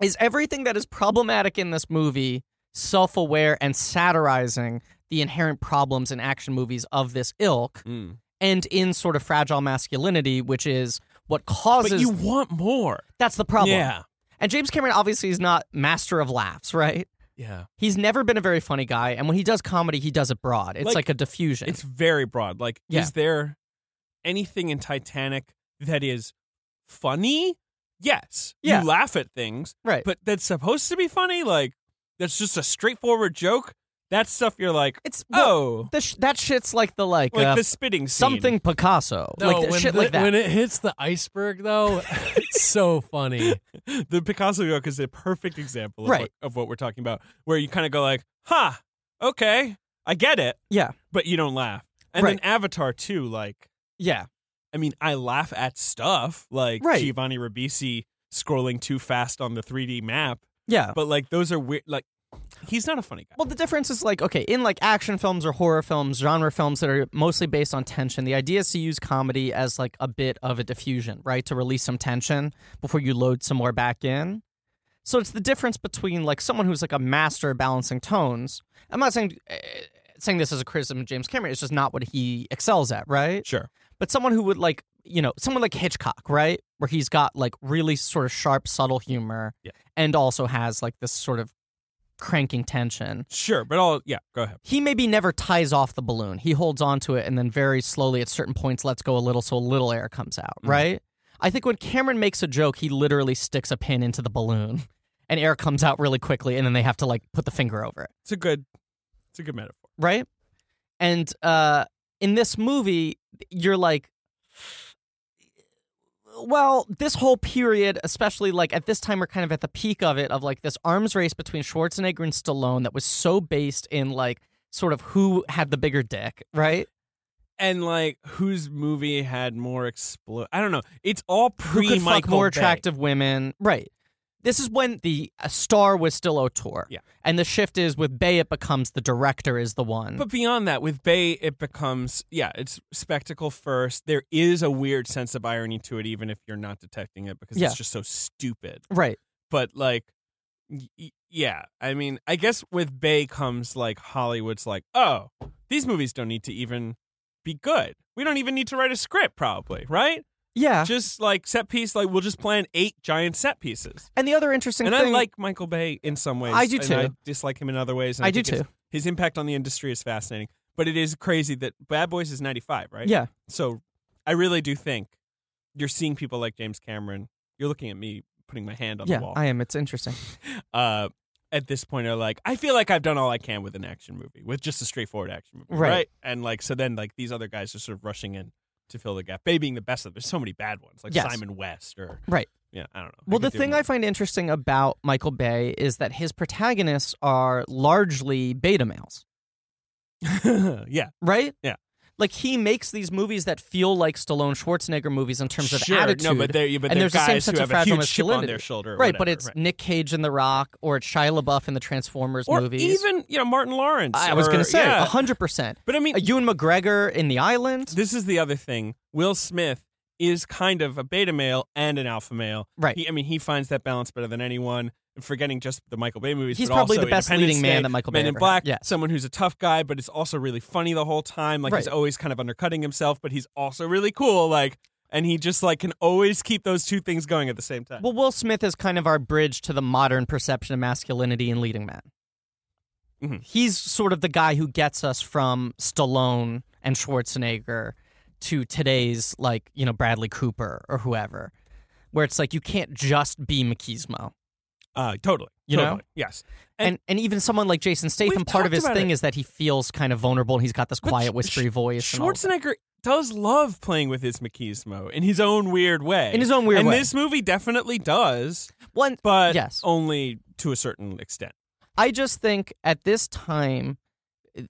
Speaker 4: Is everything that is problematic in this movie self aware and satirizing the inherent problems in action movies of this ilk
Speaker 2: Hmm.
Speaker 4: and in sort of fragile masculinity, which is what
Speaker 2: but
Speaker 4: causes
Speaker 2: you want more.
Speaker 4: that's the problem.
Speaker 2: Yeah,
Speaker 4: And James Cameron obviously is not master of laughs, right?
Speaker 2: yeah.
Speaker 4: He's never been a very funny guy, and when he does comedy, he does it broad. It's like,
Speaker 2: Like,
Speaker 4: a diffusion.
Speaker 2: It's very broad. Like,
Speaker 4: Yeah.
Speaker 2: is there anything in Titanic that is funny? Yes.
Speaker 4: Yeah.
Speaker 2: You laugh at things,
Speaker 4: right.
Speaker 2: but that's supposed to be funny. Like, that's just a straightforward joke. That stuff you're like,
Speaker 4: it's well,
Speaker 2: oh,
Speaker 4: the sh- that shit's like the like,
Speaker 2: like
Speaker 4: uh,
Speaker 2: the spitting scene.
Speaker 4: something Picasso,
Speaker 5: No,
Speaker 4: like the
Speaker 5: when
Speaker 4: shit
Speaker 5: the-
Speaker 4: like that.
Speaker 5: When it hits the iceberg, though, it's so funny.
Speaker 2: the Picasso joke is a perfect example of,
Speaker 4: Right.
Speaker 2: what, of what we're talking about, where you kind of go like, "Huh, okay, I get it,"
Speaker 4: yeah,
Speaker 2: but you don't laugh. And then
Speaker 4: Right.
Speaker 2: Avatar too, like,
Speaker 4: yeah,
Speaker 2: I mean, I laugh at stuff like
Speaker 4: Right.
Speaker 2: Giovanni Ribisi scrolling too fast on the 3D map,
Speaker 4: yeah.
Speaker 2: but like those are weird. Like, he's not a funny guy.
Speaker 4: Well, the difference is like okay, in like action films or horror films, genre films that are mostly based on tension, the idea is to use comedy as like a bit of a diffusion, right, to release some tension before you load some more back in. So it's the difference between like someone who's like a master at balancing tones. I'm not saying eh, saying this as a criticism of James Cameron. It's just not what he excels at, right?
Speaker 2: sure,
Speaker 4: But someone who would like you know someone like Hitchcock, right, where he's got like really sort of sharp, subtle humor,
Speaker 2: Yeah.
Speaker 4: and also has like this sort of cranking tension.
Speaker 2: Sure, but all yeah, go ahead.
Speaker 4: He maybe never ties off the balloon. He holds onto it and then very slowly at certain points lets go a little so a little air comes out, right? I think when Cameron makes a joke, he literally sticks a pin into the balloon and air comes out really quickly and then they have to like put the finger over it,
Speaker 2: It's a good it's a good metaphor.
Speaker 4: right? And uh in this movie, you're like well, this whole period, especially like at this time, we're kind of at the peak of it of like this arms race between Schwarzenegger and Stallone that was so based in like sort of who had the bigger dick, right?
Speaker 2: And like whose movie had more explode I don't know. It's all pre
Speaker 4: who could
Speaker 2: Michael
Speaker 4: fuck more
Speaker 2: Bay.
Speaker 4: attractive women, right? This is when the uh, star was still O'Toole,
Speaker 2: Yeah.
Speaker 4: and the shift is with Bay, it becomes the director is the one.
Speaker 2: But beyond that, with Bay, it becomes yeah, it's spectacle first. There is a weird sense of irony to it, even if you're not detecting it, because
Speaker 4: Yeah.
Speaker 2: it's just so stupid.
Speaker 4: right,
Speaker 2: But like, y- y- yeah, I mean, I guess with Bay comes like Hollywood's like, oh, these movies don't need to even be good. We don't even need to write a script, probably, right?
Speaker 4: yeah.
Speaker 2: Just like set piece, like we'll just plan eight giant set pieces.
Speaker 4: And the other interesting
Speaker 2: And
Speaker 4: thing,
Speaker 2: I like Michael Bay in some ways.
Speaker 4: I do
Speaker 2: and
Speaker 4: too.
Speaker 2: I dislike him in other ways. And
Speaker 4: I do
Speaker 2: think it's-
Speaker 4: too.
Speaker 2: his impact on the industry is fascinating. But it is crazy that Bad Boys is 95, right?
Speaker 4: yeah,
Speaker 2: So I really do think you're seeing people like James Cameron. You're looking at me putting my hand on
Speaker 4: yeah,
Speaker 2: the wall.
Speaker 4: I am. It's interesting.
Speaker 2: uh, at this point, are like, I feel like I've done all I can with an action movie, with just a straightforward action movie,
Speaker 4: Right.
Speaker 2: right? And like, so then like these other guys are sort of rushing in to fill the gap. Bay being the best of. There's so many bad ones, like
Speaker 4: Yes.
Speaker 2: Simon West or
Speaker 4: Right.
Speaker 2: Yeah, I don't know.
Speaker 4: Well,
Speaker 2: could
Speaker 4: the
Speaker 2: do
Speaker 4: thing
Speaker 2: more.
Speaker 4: I find interesting about Michael Bay is that his protagonists are largely beta males,
Speaker 2: yeah,
Speaker 4: right?
Speaker 2: Yeah.
Speaker 4: Like he makes these movies that feel like Stallone Schwarzenegger movies in terms of
Speaker 2: sure,
Speaker 4: attitude.
Speaker 2: No, but they're, but
Speaker 4: and
Speaker 2: they're
Speaker 4: there's the same
Speaker 2: guys
Speaker 4: sense
Speaker 2: who
Speaker 4: of
Speaker 2: have a
Speaker 4: fragile
Speaker 2: huge chip on
Speaker 4: masculinity.
Speaker 2: their shoulder, or
Speaker 4: right, but
Speaker 2: whatever,
Speaker 4: it's
Speaker 2: right.
Speaker 4: Nick Cage in The Rock or it's Shia LaBeouf in the Transformers
Speaker 2: or
Speaker 4: movies.
Speaker 2: even you know Martin Lawrence.
Speaker 4: I was
Speaker 2: or-
Speaker 4: going to say
Speaker 2: yeah.
Speaker 4: hundred percent.
Speaker 2: but I mean,
Speaker 4: Ewan McGregor in The Island.
Speaker 2: this is the other thing. Will Smith is kind of a beta male and an alpha male.
Speaker 4: Right.
Speaker 2: He, I mean, he finds that balance better than anyone. Forgetting just the Michael Bay movies,
Speaker 4: He's
Speaker 2: but
Speaker 4: probably
Speaker 2: also
Speaker 4: the best
Speaker 2: Independence
Speaker 4: leading man
Speaker 2: Day,
Speaker 4: that Michael
Speaker 2: Men
Speaker 4: Bay
Speaker 2: in
Speaker 4: ever had.
Speaker 2: Black,
Speaker 4: Yes.
Speaker 2: someone who's a tough guy, but is also really funny the whole time. Like he's
Speaker 4: Right.
Speaker 2: always kind of undercutting himself, but he's also really cool. Like, and he just like can always keep those two things going at the same time.
Speaker 4: Well, Will Smith is kind of our bridge to the modern perception of masculinity in leading men.
Speaker 2: Mhm.
Speaker 4: He's sort of the guy who gets us from Stallone and Schwarzenegger to today's like you know Bradley Cooper or whoever, where it's like you can't just be machismo.
Speaker 2: uh, totally.
Speaker 4: You know?
Speaker 2: Totally. Yes.
Speaker 4: And, and even someone like Jason Statham,
Speaker 2: We've
Speaker 4: part of
Speaker 2: talked
Speaker 4: his
Speaker 2: about
Speaker 4: thing
Speaker 2: it.
Speaker 4: is that he feels kind of vulnerable and he's got this
Speaker 2: But
Speaker 4: quiet,
Speaker 2: Sch-
Speaker 4: whispery
Speaker 2: Sch-
Speaker 4: voice. and all of that.
Speaker 2: Schwarzenegger does love playing with his machismo in his own weird way.
Speaker 4: In his own weird
Speaker 2: and
Speaker 4: way.
Speaker 2: this movie definitely does,
Speaker 4: One,
Speaker 2: but
Speaker 4: Yes.
Speaker 2: only to a certain extent.
Speaker 4: I just think at this time,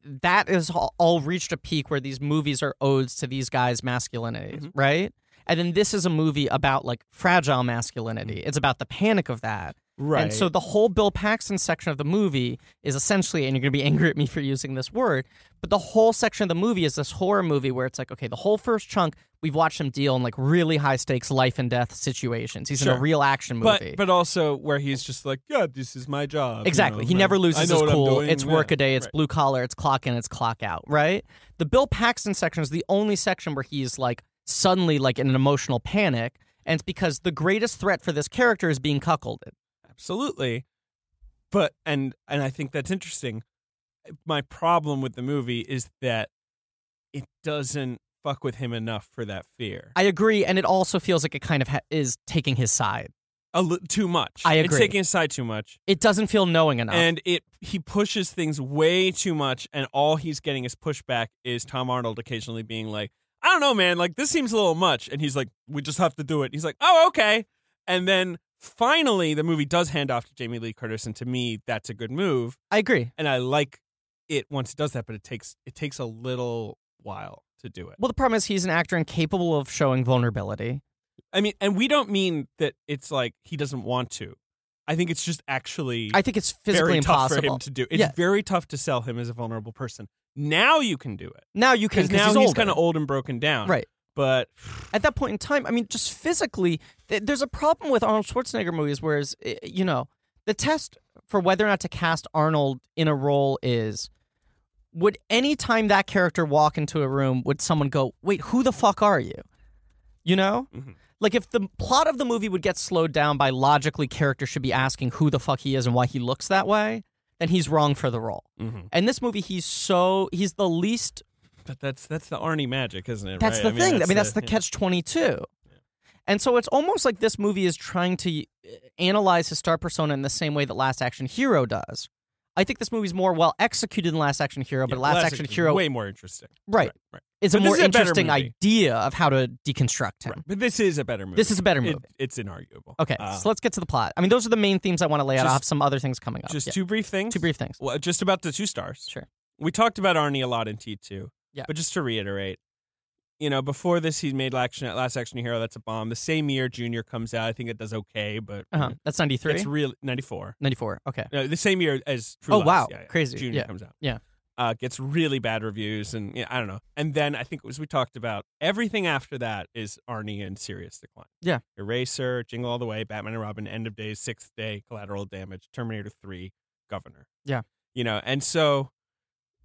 Speaker 4: that is all, all reached a peak where these movies are odes to these guys' masculinities,
Speaker 2: Mm-hmm.
Speaker 4: right? And then this is a movie about like fragile masculinity. It's about the panic of that.
Speaker 2: Mm-hmm. Right.
Speaker 4: And so the whole Bill Paxton section of the movie is essentially, and you're going to be angry at me for using this word, but the whole section of the movie is this horror movie where it's like, okay, the whole first chunk, we've watched him deal in like really high stakes life and death situations. He's in a
Speaker 2: Sure.
Speaker 4: real action movie.
Speaker 2: but but also where he's just like, yeah, this is my job. you
Speaker 4: Exactly.
Speaker 2: know,
Speaker 4: he
Speaker 2: man.
Speaker 4: never
Speaker 2: I
Speaker 4: loses
Speaker 2: know
Speaker 4: his
Speaker 2: what I'm
Speaker 4: cool.
Speaker 2: doing,
Speaker 4: It's
Speaker 2: yeah.
Speaker 4: work a day. It's
Speaker 2: Right.
Speaker 4: blue collar. It's clock in. It's clock out. Right. The Bill Paxton section is the only section where he's like suddenly like in an emotional panic, and it's because the greatest threat for this character is being cuckolded.
Speaker 2: Absolutely. But and and I think that's interesting. My problem with the movie is that it doesn't fuck with him enough for that fear.
Speaker 4: I agree, and it also feels like it kind of ha- is taking his side.
Speaker 2: A li- too much.
Speaker 4: I
Speaker 2: It's
Speaker 4: agree.
Speaker 2: taking his side too much.
Speaker 4: It doesn't feel knowing enough.
Speaker 2: and it he pushes things way too much and all he's getting is pushback is tom arnold occasionally being like i don't know man like this seems a little much and he's like we just have to do it he's like oh okay and then finally the movie does hand off to jamie lee curtis and to me that's a good move
Speaker 4: I agree.
Speaker 2: and i like it once it does that but it takes it takes a little while to do it
Speaker 4: Well, the problem is he's an actor incapable of showing vulnerability.
Speaker 2: i mean and we don't mean that it's like he doesn't want to i think it's just actually
Speaker 4: I think it's physically
Speaker 2: very tough
Speaker 4: impossible.
Speaker 2: for him to do. It's
Speaker 4: Yeah.
Speaker 2: very tough to sell him as a vulnerable person. Now you can do it
Speaker 4: now you can
Speaker 2: because now
Speaker 4: he's,
Speaker 2: he's,
Speaker 4: older.
Speaker 2: kind of old and broken down.
Speaker 4: right.
Speaker 2: But
Speaker 4: at that point in time, I mean, just physically, th- there's a problem with Arnold Schwarzenegger movies. Whereas, i- you know, the test for whether or not to cast Arnold in a role is would any time that character walk into a room, would someone go, wait, who the fuck are you? You know? Like if the plot of the movie would get slowed down by logically character should be asking who the fuck he is and why he looks that way, then he's wrong for the role.
Speaker 2: Mhm.
Speaker 4: And this movie, he's so he's the least.
Speaker 2: But that's that's the Arnie magic, isn't it?
Speaker 4: That's
Speaker 2: right?
Speaker 4: the
Speaker 2: I mean,
Speaker 4: thing. I mean, that's the
Speaker 2: yeah.
Speaker 4: catch twenty two. And so it's almost like this movie is trying to uh, analyze his star persona in the same way that Last Action Hero does. I think this movie's more well executed than Last Action Hero,
Speaker 2: Yeah,
Speaker 4: but Last, Action
Speaker 2: Action's
Speaker 4: Hero,
Speaker 2: way more interesting.
Speaker 4: right,
Speaker 2: right.
Speaker 4: is
Speaker 2: But
Speaker 4: a
Speaker 2: this
Speaker 4: more
Speaker 2: is a better
Speaker 4: interesting
Speaker 2: movie.
Speaker 4: idea of how to deconstruct him.
Speaker 2: Right. But this is a better movie.
Speaker 4: This is a better
Speaker 2: It-
Speaker 4: movie.
Speaker 2: it's inarguable.
Speaker 4: Okay,
Speaker 2: Uh,
Speaker 4: so let's get to the plot. I mean, those are the main themes I want to lay out. I
Speaker 2: just-
Speaker 4: have some other things coming up.
Speaker 2: just
Speaker 4: Yeah.
Speaker 2: two brief things.
Speaker 4: two brief things.
Speaker 2: Well, just about the two stars.
Speaker 4: Sure.
Speaker 2: We talked about Arnie a lot in T two.
Speaker 4: Yeah.
Speaker 2: But just to reiterate, you know, before this, he made Last Action, Last Action Hero. That's a bomb. The same year, Junior comes out. I think it does okay, but you
Speaker 4: Uh-huh.
Speaker 2: know,
Speaker 4: That's 93?
Speaker 2: Mm-hmm. it's really ninety four.
Speaker 4: 94. Okay.
Speaker 2: No, the same year as True
Speaker 4: Oh,
Speaker 2: Lies.
Speaker 4: wow.
Speaker 2: Yeah, yeah.
Speaker 4: Crazy.
Speaker 2: Junior
Speaker 4: Yeah.
Speaker 2: comes out.
Speaker 4: Yeah.
Speaker 2: Uh, gets really bad reviews, and yeah, I don't know. And then I think it was we talked about everything after that is Arnie in serious decline.
Speaker 4: Yeah.
Speaker 2: Eraser, Jingle All the Way, Batman and Robin, End of Days, Sixth Day, Collateral Damage, Terminator Three, Governor.
Speaker 4: Yeah.
Speaker 2: you know, and so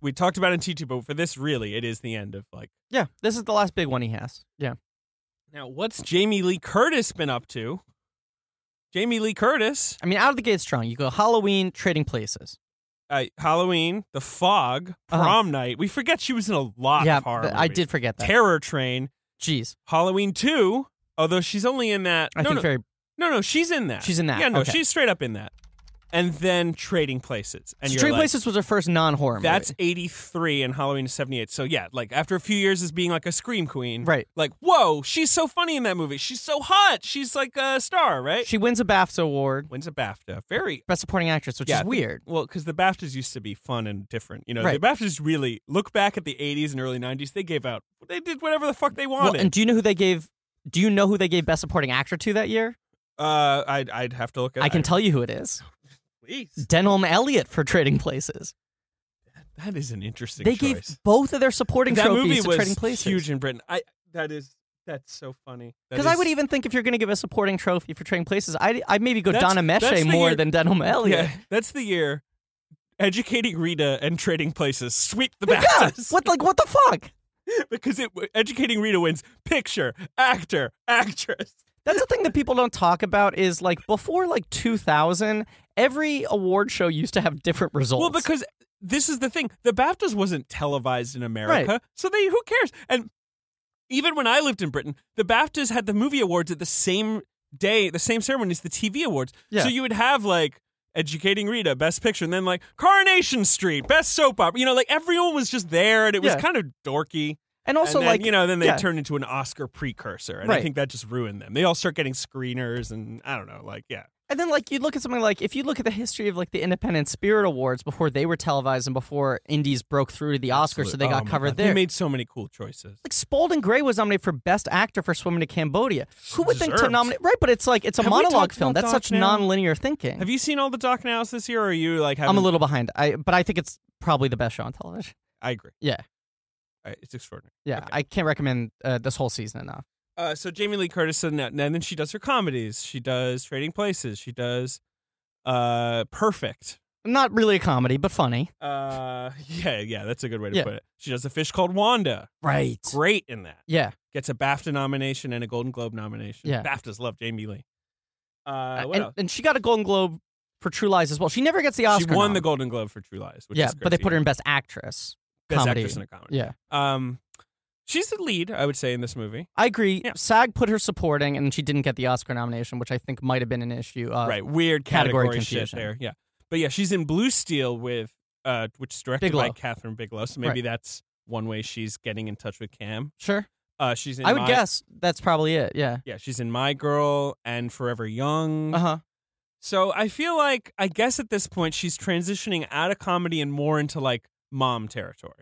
Speaker 2: we talked about it in T two, but for this, really, it is the end of like.
Speaker 4: Yeah, this is the last big one he has. Yeah.
Speaker 2: Now, what's Jamie Lee Curtis been up to? Jamie Lee Curtis,
Speaker 4: I mean, out of the gate strong. You go Halloween, Trading Places.
Speaker 2: uh, Halloween, The Fog,
Speaker 4: Uh-huh.
Speaker 2: Prom Night. We forget she was in a lot
Speaker 4: yeah,
Speaker 2: of horror.
Speaker 4: th- I
Speaker 2: movies.
Speaker 4: did forget that.
Speaker 2: Terror Train,
Speaker 4: Jeez.
Speaker 2: Halloween 2, although she's only in that.
Speaker 4: I
Speaker 2: no,
Speaker 4: think
Speaker 2: no,
Speaker 4: very.
Speaker 2: no, no, she's in that.
Speaker 4: She's in that.
Speaker 2: Yeah, no,
Speaker 4: Okay.
Speaker 2: she's straight up in that. And then Trading Places. And
Speaker 4: So
Speaker 2: you're
Speaker 4: Trading
Speaker 2: like,
Speaker 4: Places was her first non horror movie.
Speaker 2: That's 83 and Halloween is 78. So yeah, like after a few years as being like a scream queen.
Speaker 4: Right.
Speaker 2: Like, whoa, she's so funny in that movie. She's so hot. She's like a star, right?
Speaker 4: She wins a BAFTA award,
Speaker 2: wins a BAFTA. Very
Speaker 4: Best Supporting Actress, which
Speaker 2: Yeah, I
Speaker 4: is
Speaker 2: think-
Speaker 4: weird.
Speaker 2: Well, because the BAFTAs used to be fun and different. You know,
Speaker 4: Right.
Speaker 2: the BAFTAs really look back at the '80s and early '90s. They gave out. They did whatever the fuck they
Speaker 4: Well,
Speaker 2: wanted.
Speaker 4: and do you know who they gave. Do you know who they gave Best Supporting Actor to that year?
Speaker 2: uh, I'd I'd have to look at.
Speaker 4: I can tell you who it is.
Speaker 2: Please.
Speaker 4: Denholm Elliott for Trading Places.
Speaker 2: That is an interesting.
Speaker 4: They
Speaker 2: choice.
Speaker 4: gave both of their supporting
Speaker 2: that
Speaker 4: trophies
Speaker 2: movie
Speaker 4: to
Speaker 2: was
Speaker 4: Trading Places.
Speaker 2: huge in Britain. I that is that's so funny. That
Speaker 4: Because I
Speaker 2: is-
Speaker 4: would even think if you're going to give a supporting trophy for Trading Places, I I maybe go
Speaker 2: That's-
Speaker 4: Donna
Speaker 2: that's
Speaker 4: Meche
Speaker 2: the
Speaker 4: more
Speaker 2: year-
Speaker 4: than Denholm Elliott.
Speaker 2: Yeah, that's the year. Educating Rita and Trading Places sweep the
Speaker 4: Yeah,
Speaker 2: BAFTAs
Speaker 4: What like what the fuck?
Speaker 2: because it Educating Rita wins picture, actor, actress.
Speaker 4: That's the thing that people don't talk about is like before like 2000, every award show used to have different results.
Speaker 2: Well, because this is the thing. The BAFTAs wasn't televised in America. So they who cares? And even when I lived in Britain, the BAFTAs had the movie awards at the same day, the same ceremony as the TV awards.
Speaker 4: Yeah.
Speaker 2: So you would have like Educating Rita, Best Picture, and then like Coronation Street, Best Soap Opera. You know, like everyone was just there and it was
Speaker 4: Yeah.
Speaker 2: kind of dorky.
Speaker 4: and also
Speaker 2: and then,
Speaker 4: like
Speaker 2: you know, then they
Speaker 4: yeah.
Speaker 2: turned into an Oscar precursor. And I
Speaker 4: Right.
Speaker 2: think that just ruined them. They all start getting screeners and I don't know, like, yeah.
Speaker 4: and then like you look at something like if you look at the history of like the Independent Spirit Awards before they were televised and before indies broke through to the Oscars, so
Speaker 2: Absolute-
Speaker 4: they
Speaker 2: oh
Speaker 4: got
Speaker 2: my
Speaker 4: covered
Speaker 2: God.
Speaker 4: there.
Speaker 2: They made so many cool choices.
Speaker 4: like Spalding Gray was nominated for Best Actor for Swimming to Cambodia. Who would think to
Speaker 2: Deserved.
Speaker 4: nominate? Right, but it's like it's a
Speaker 2: Have we
Speaker 4: monologue
Speaker 2: talked
Speaker 4: film.
Speaker 2: about
Speaker 4: That's
Speaker 2: Doc
Speaker 4: such
Speaker 2: now?
Speaker 4: non-linear thinking.
Speaker 2: Have you seen all the doc nows this year? Or are you like? Having,
Speaker 4: I'm a little behind. I but I think it's probably the best show on television.
Speaker 2: I agree.
Speaker 4: Yeah.
Speaker 2: I- it's extraordinary.
Speaker 4: Yeah,
Speaker 2: Okay.
Speaker 4: I can't recommend uh, this whole season enough.
Speaker 2: Uh, so Jamie Lee Curtis, and, and then she does her comedies. She does Trading Places. She does uh, Perfect.
Speaker 4: Not really a comedy, but funny.
Speaker 2: Uh, yeah, yeah, that's a good way to
Speaker 4: Yeah.
Speaker 2: put it. She does a fish called Wanda.
Speaker 4: Right.
Speaker 2: Great in that.
Speaker 4: Yeah.
Speaker 2: Gets a BAFTA nomination and a Golden Globe nomination.
Speaker 4: Yeah.
Speaker 2: BAFTAs love Jamie Lee. Uh, what
Speaker 4: and,
Speaker 2: else?
Speaker 4: and she got a Golden Globe for True Lies as well. She never gets the
Speaker 2: she
Speaker 4: Oscar.
Speaker 2: won
Speaker 4: nom.
Speaker 2: the Golden Globe for True Lies. Which
Speaker 4: Yeah,
Speaker 2: is
Speaker 4: but they
Speaker 2: crazy.
Speaker 4: put her in Best Actress.
Speaker 2: Best
Speaker 4: comedy.
Speaker 2: actress in a comedy.
Speaker 4: Yeah,
Speaker 2: Um, she's the lead, I would say, in this movie.
Speaker 4: I agree.
Speaker 2: Yeah.
Speaker 4: SAG put her supporting, and she didn't get the Oscar nomination, which I think might have been an issue. Uh,
Speaker 2: right weird
Speaker 4: category
Speaker 2: category,
Speaker 4: confusion.
Speaker 2: shit there yeah but yeah she's in blue steel with uh which is directed by
Speaker 4: Bigelow.
Speaker 2: catherine bigelow so maybe that's one way she's getting in touch with cam
Speaker 4: Sure.
Speaker 2: uh she's in
Speaker 4: I would
Speaker 2: My- Mm-hmm.
Speaker 4: guess that's probably it. Yeah.
Speaker 2: yeah she's in my girl and forever young
Speaker 4: Uh huh.
Speaker 2: so i feel like i guess at this point she's transitioning out of comedy and more into like mom territory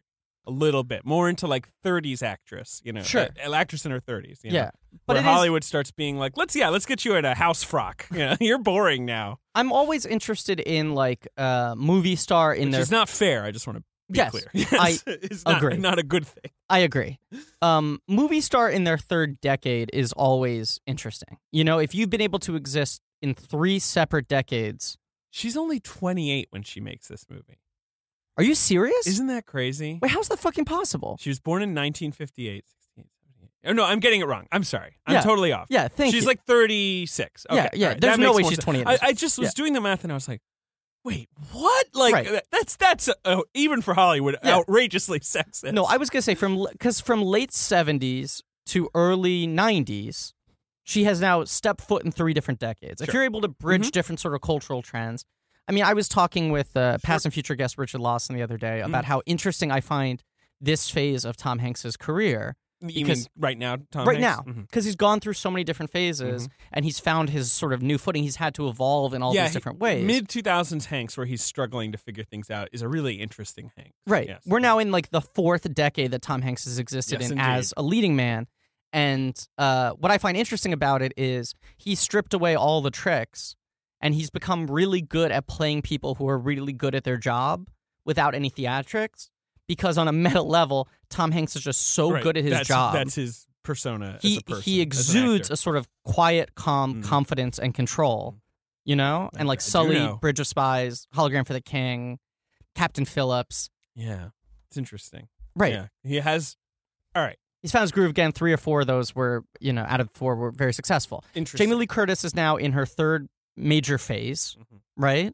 Speaker 2: a little bit more into like 30s actress you know
Speaker 4: Sure.
Speaker 2: uh, actress in her 30s you know,
Speaker 4: Yeah. But
Speaker 2: where
Speaker 4: it is-
Speaker 2: hollywood starts being like let's yeah let's get you in a house frock you know, you're boring now
Speaker 4: I'm always interested in like uh, movie star in
Speaker 2: Which
Speaker 4: their
Speaker 2: is not fair. I just want to be
Speaker 4: Yes,
Speaker 2: clear.
Speaker 4: I
Speaker 2: it's not,
Speaker 4: agree.
Speaker 2: Not a good thing.
Speaker 4: I agree. Um, movie star in their third decade is always interesting. You know, if you've been able to exist in three separate decades,
Speaker 2: She's only 28 when she makes this movie.
Speaker 4: are you serious?
Speaker 2: Isn't that crazy?
Speaker 4: Wait, how's that fucking possible?
Speaker 2: She was born in 1958. 68, 78. Oh, no, I'm getting it wrong. I'm sorry. I'm
Speaker 4: Yeah.
Speaker 2: totally off.
Speaker 4: Yeah, thank
Speaker 2: she's
Speaker 4: you.
Speaker 2: like 36. Okay,
Speaker 4: Yeah, yeah,
Speaker 2: all right.
Speaker 4: there's
Speaker 2: That
Speaker 4: no
Speaker 2: makes
Speaker 4: way
Speaker 2: more
Speaker 4: she's
Speaker 2: sense.
Speaker 4: 28.
Speaker 2: I, I just was doing the math and I was like, wait, what? Like,
Speaker 4: Right.
Speaker 2: uh, that's, that's uh, oh, even for Hollywood,
Speaker 4: Yeah.
Speaker 2: outrageously sexist.
Speaker 4: No, I was gonna say from because from late seventies to early nineties, she has now stepped foot in three different decades.
Speaker 2: Sure.
Speaker 4: If
Speaker 2: Mm-hmm.
Speaker 4: you're able to bridge different sort of cultural trends, I mean, I was talking with uh, past and future guest Richard Lawson the other day
Speaker 2: Mm-hmm.
Speaker 4: about how interesting I find this phase of Tom Hanks's career
Speaker 2: You mean
Speaker 4: because-
Speaker 2: right now, Tom
Speaker 4: right
Speaker 2: Hanks?
Speaker 4: now
Speaker 2: Mhm.
Speaker 4: because he's gone through so many different phases and he's found his sort of new footing. He's had to evolve in all
Speaker 2: Mm-hmm. yeah,
Speaker 4: these different ways.
Speaker 2: Mid 2000s Hanks, where he's struggling to figure things out, is a really interesting Hanks.
Speaker 4: Right.
Speaker 2: Yes.
Speaker 4: We're now in like the fourth decade that Tom Hanks has existed
Speaker 2: Yes,
Speaker 4: in
Speaker 2: indeed.
Speaker 4: as a leading man. And uh, what I find interesting about it is he stripped away all the tricks and he's become really good at playing people who are really good at their job without any theatrics. Because on a meta level, Tom Hanks is just so
Speaker 2: Right.
Speaker 4: good at his
Speaker 2: that's,
Speaker 4: job.
Speaker 2: That's his persona. as
Speaker 4: he,
Speaker 2: a person,
Speaker 4: he
Speaker 2: as an
Speaker 4: exudes
Speaker 2: actor.
Speaker 4: a sort of quiet, calm
Speaker 2: Mm.
Speaker 4: confidence and control, you know? And like
Speaker 2: I do
Speaker 4: Sully,
Speaker 2: know.
Speaker 4: Bridge of Spies, Hologram for the King, Captain Phillips.
Speaker 2: yeah, it's interesting.
Speaker 4: Right.
Speaker 2: Yeah. He has. All right.
Speaker 4: he's found his groove again. Three or four of those were, you know, out of four were very successful.
Speaker 2: Interesting.
Speaker 4: Jamie Lee Curtis is now in her third major phase,
Speaker 2: Mhm.
Speaker 4: right?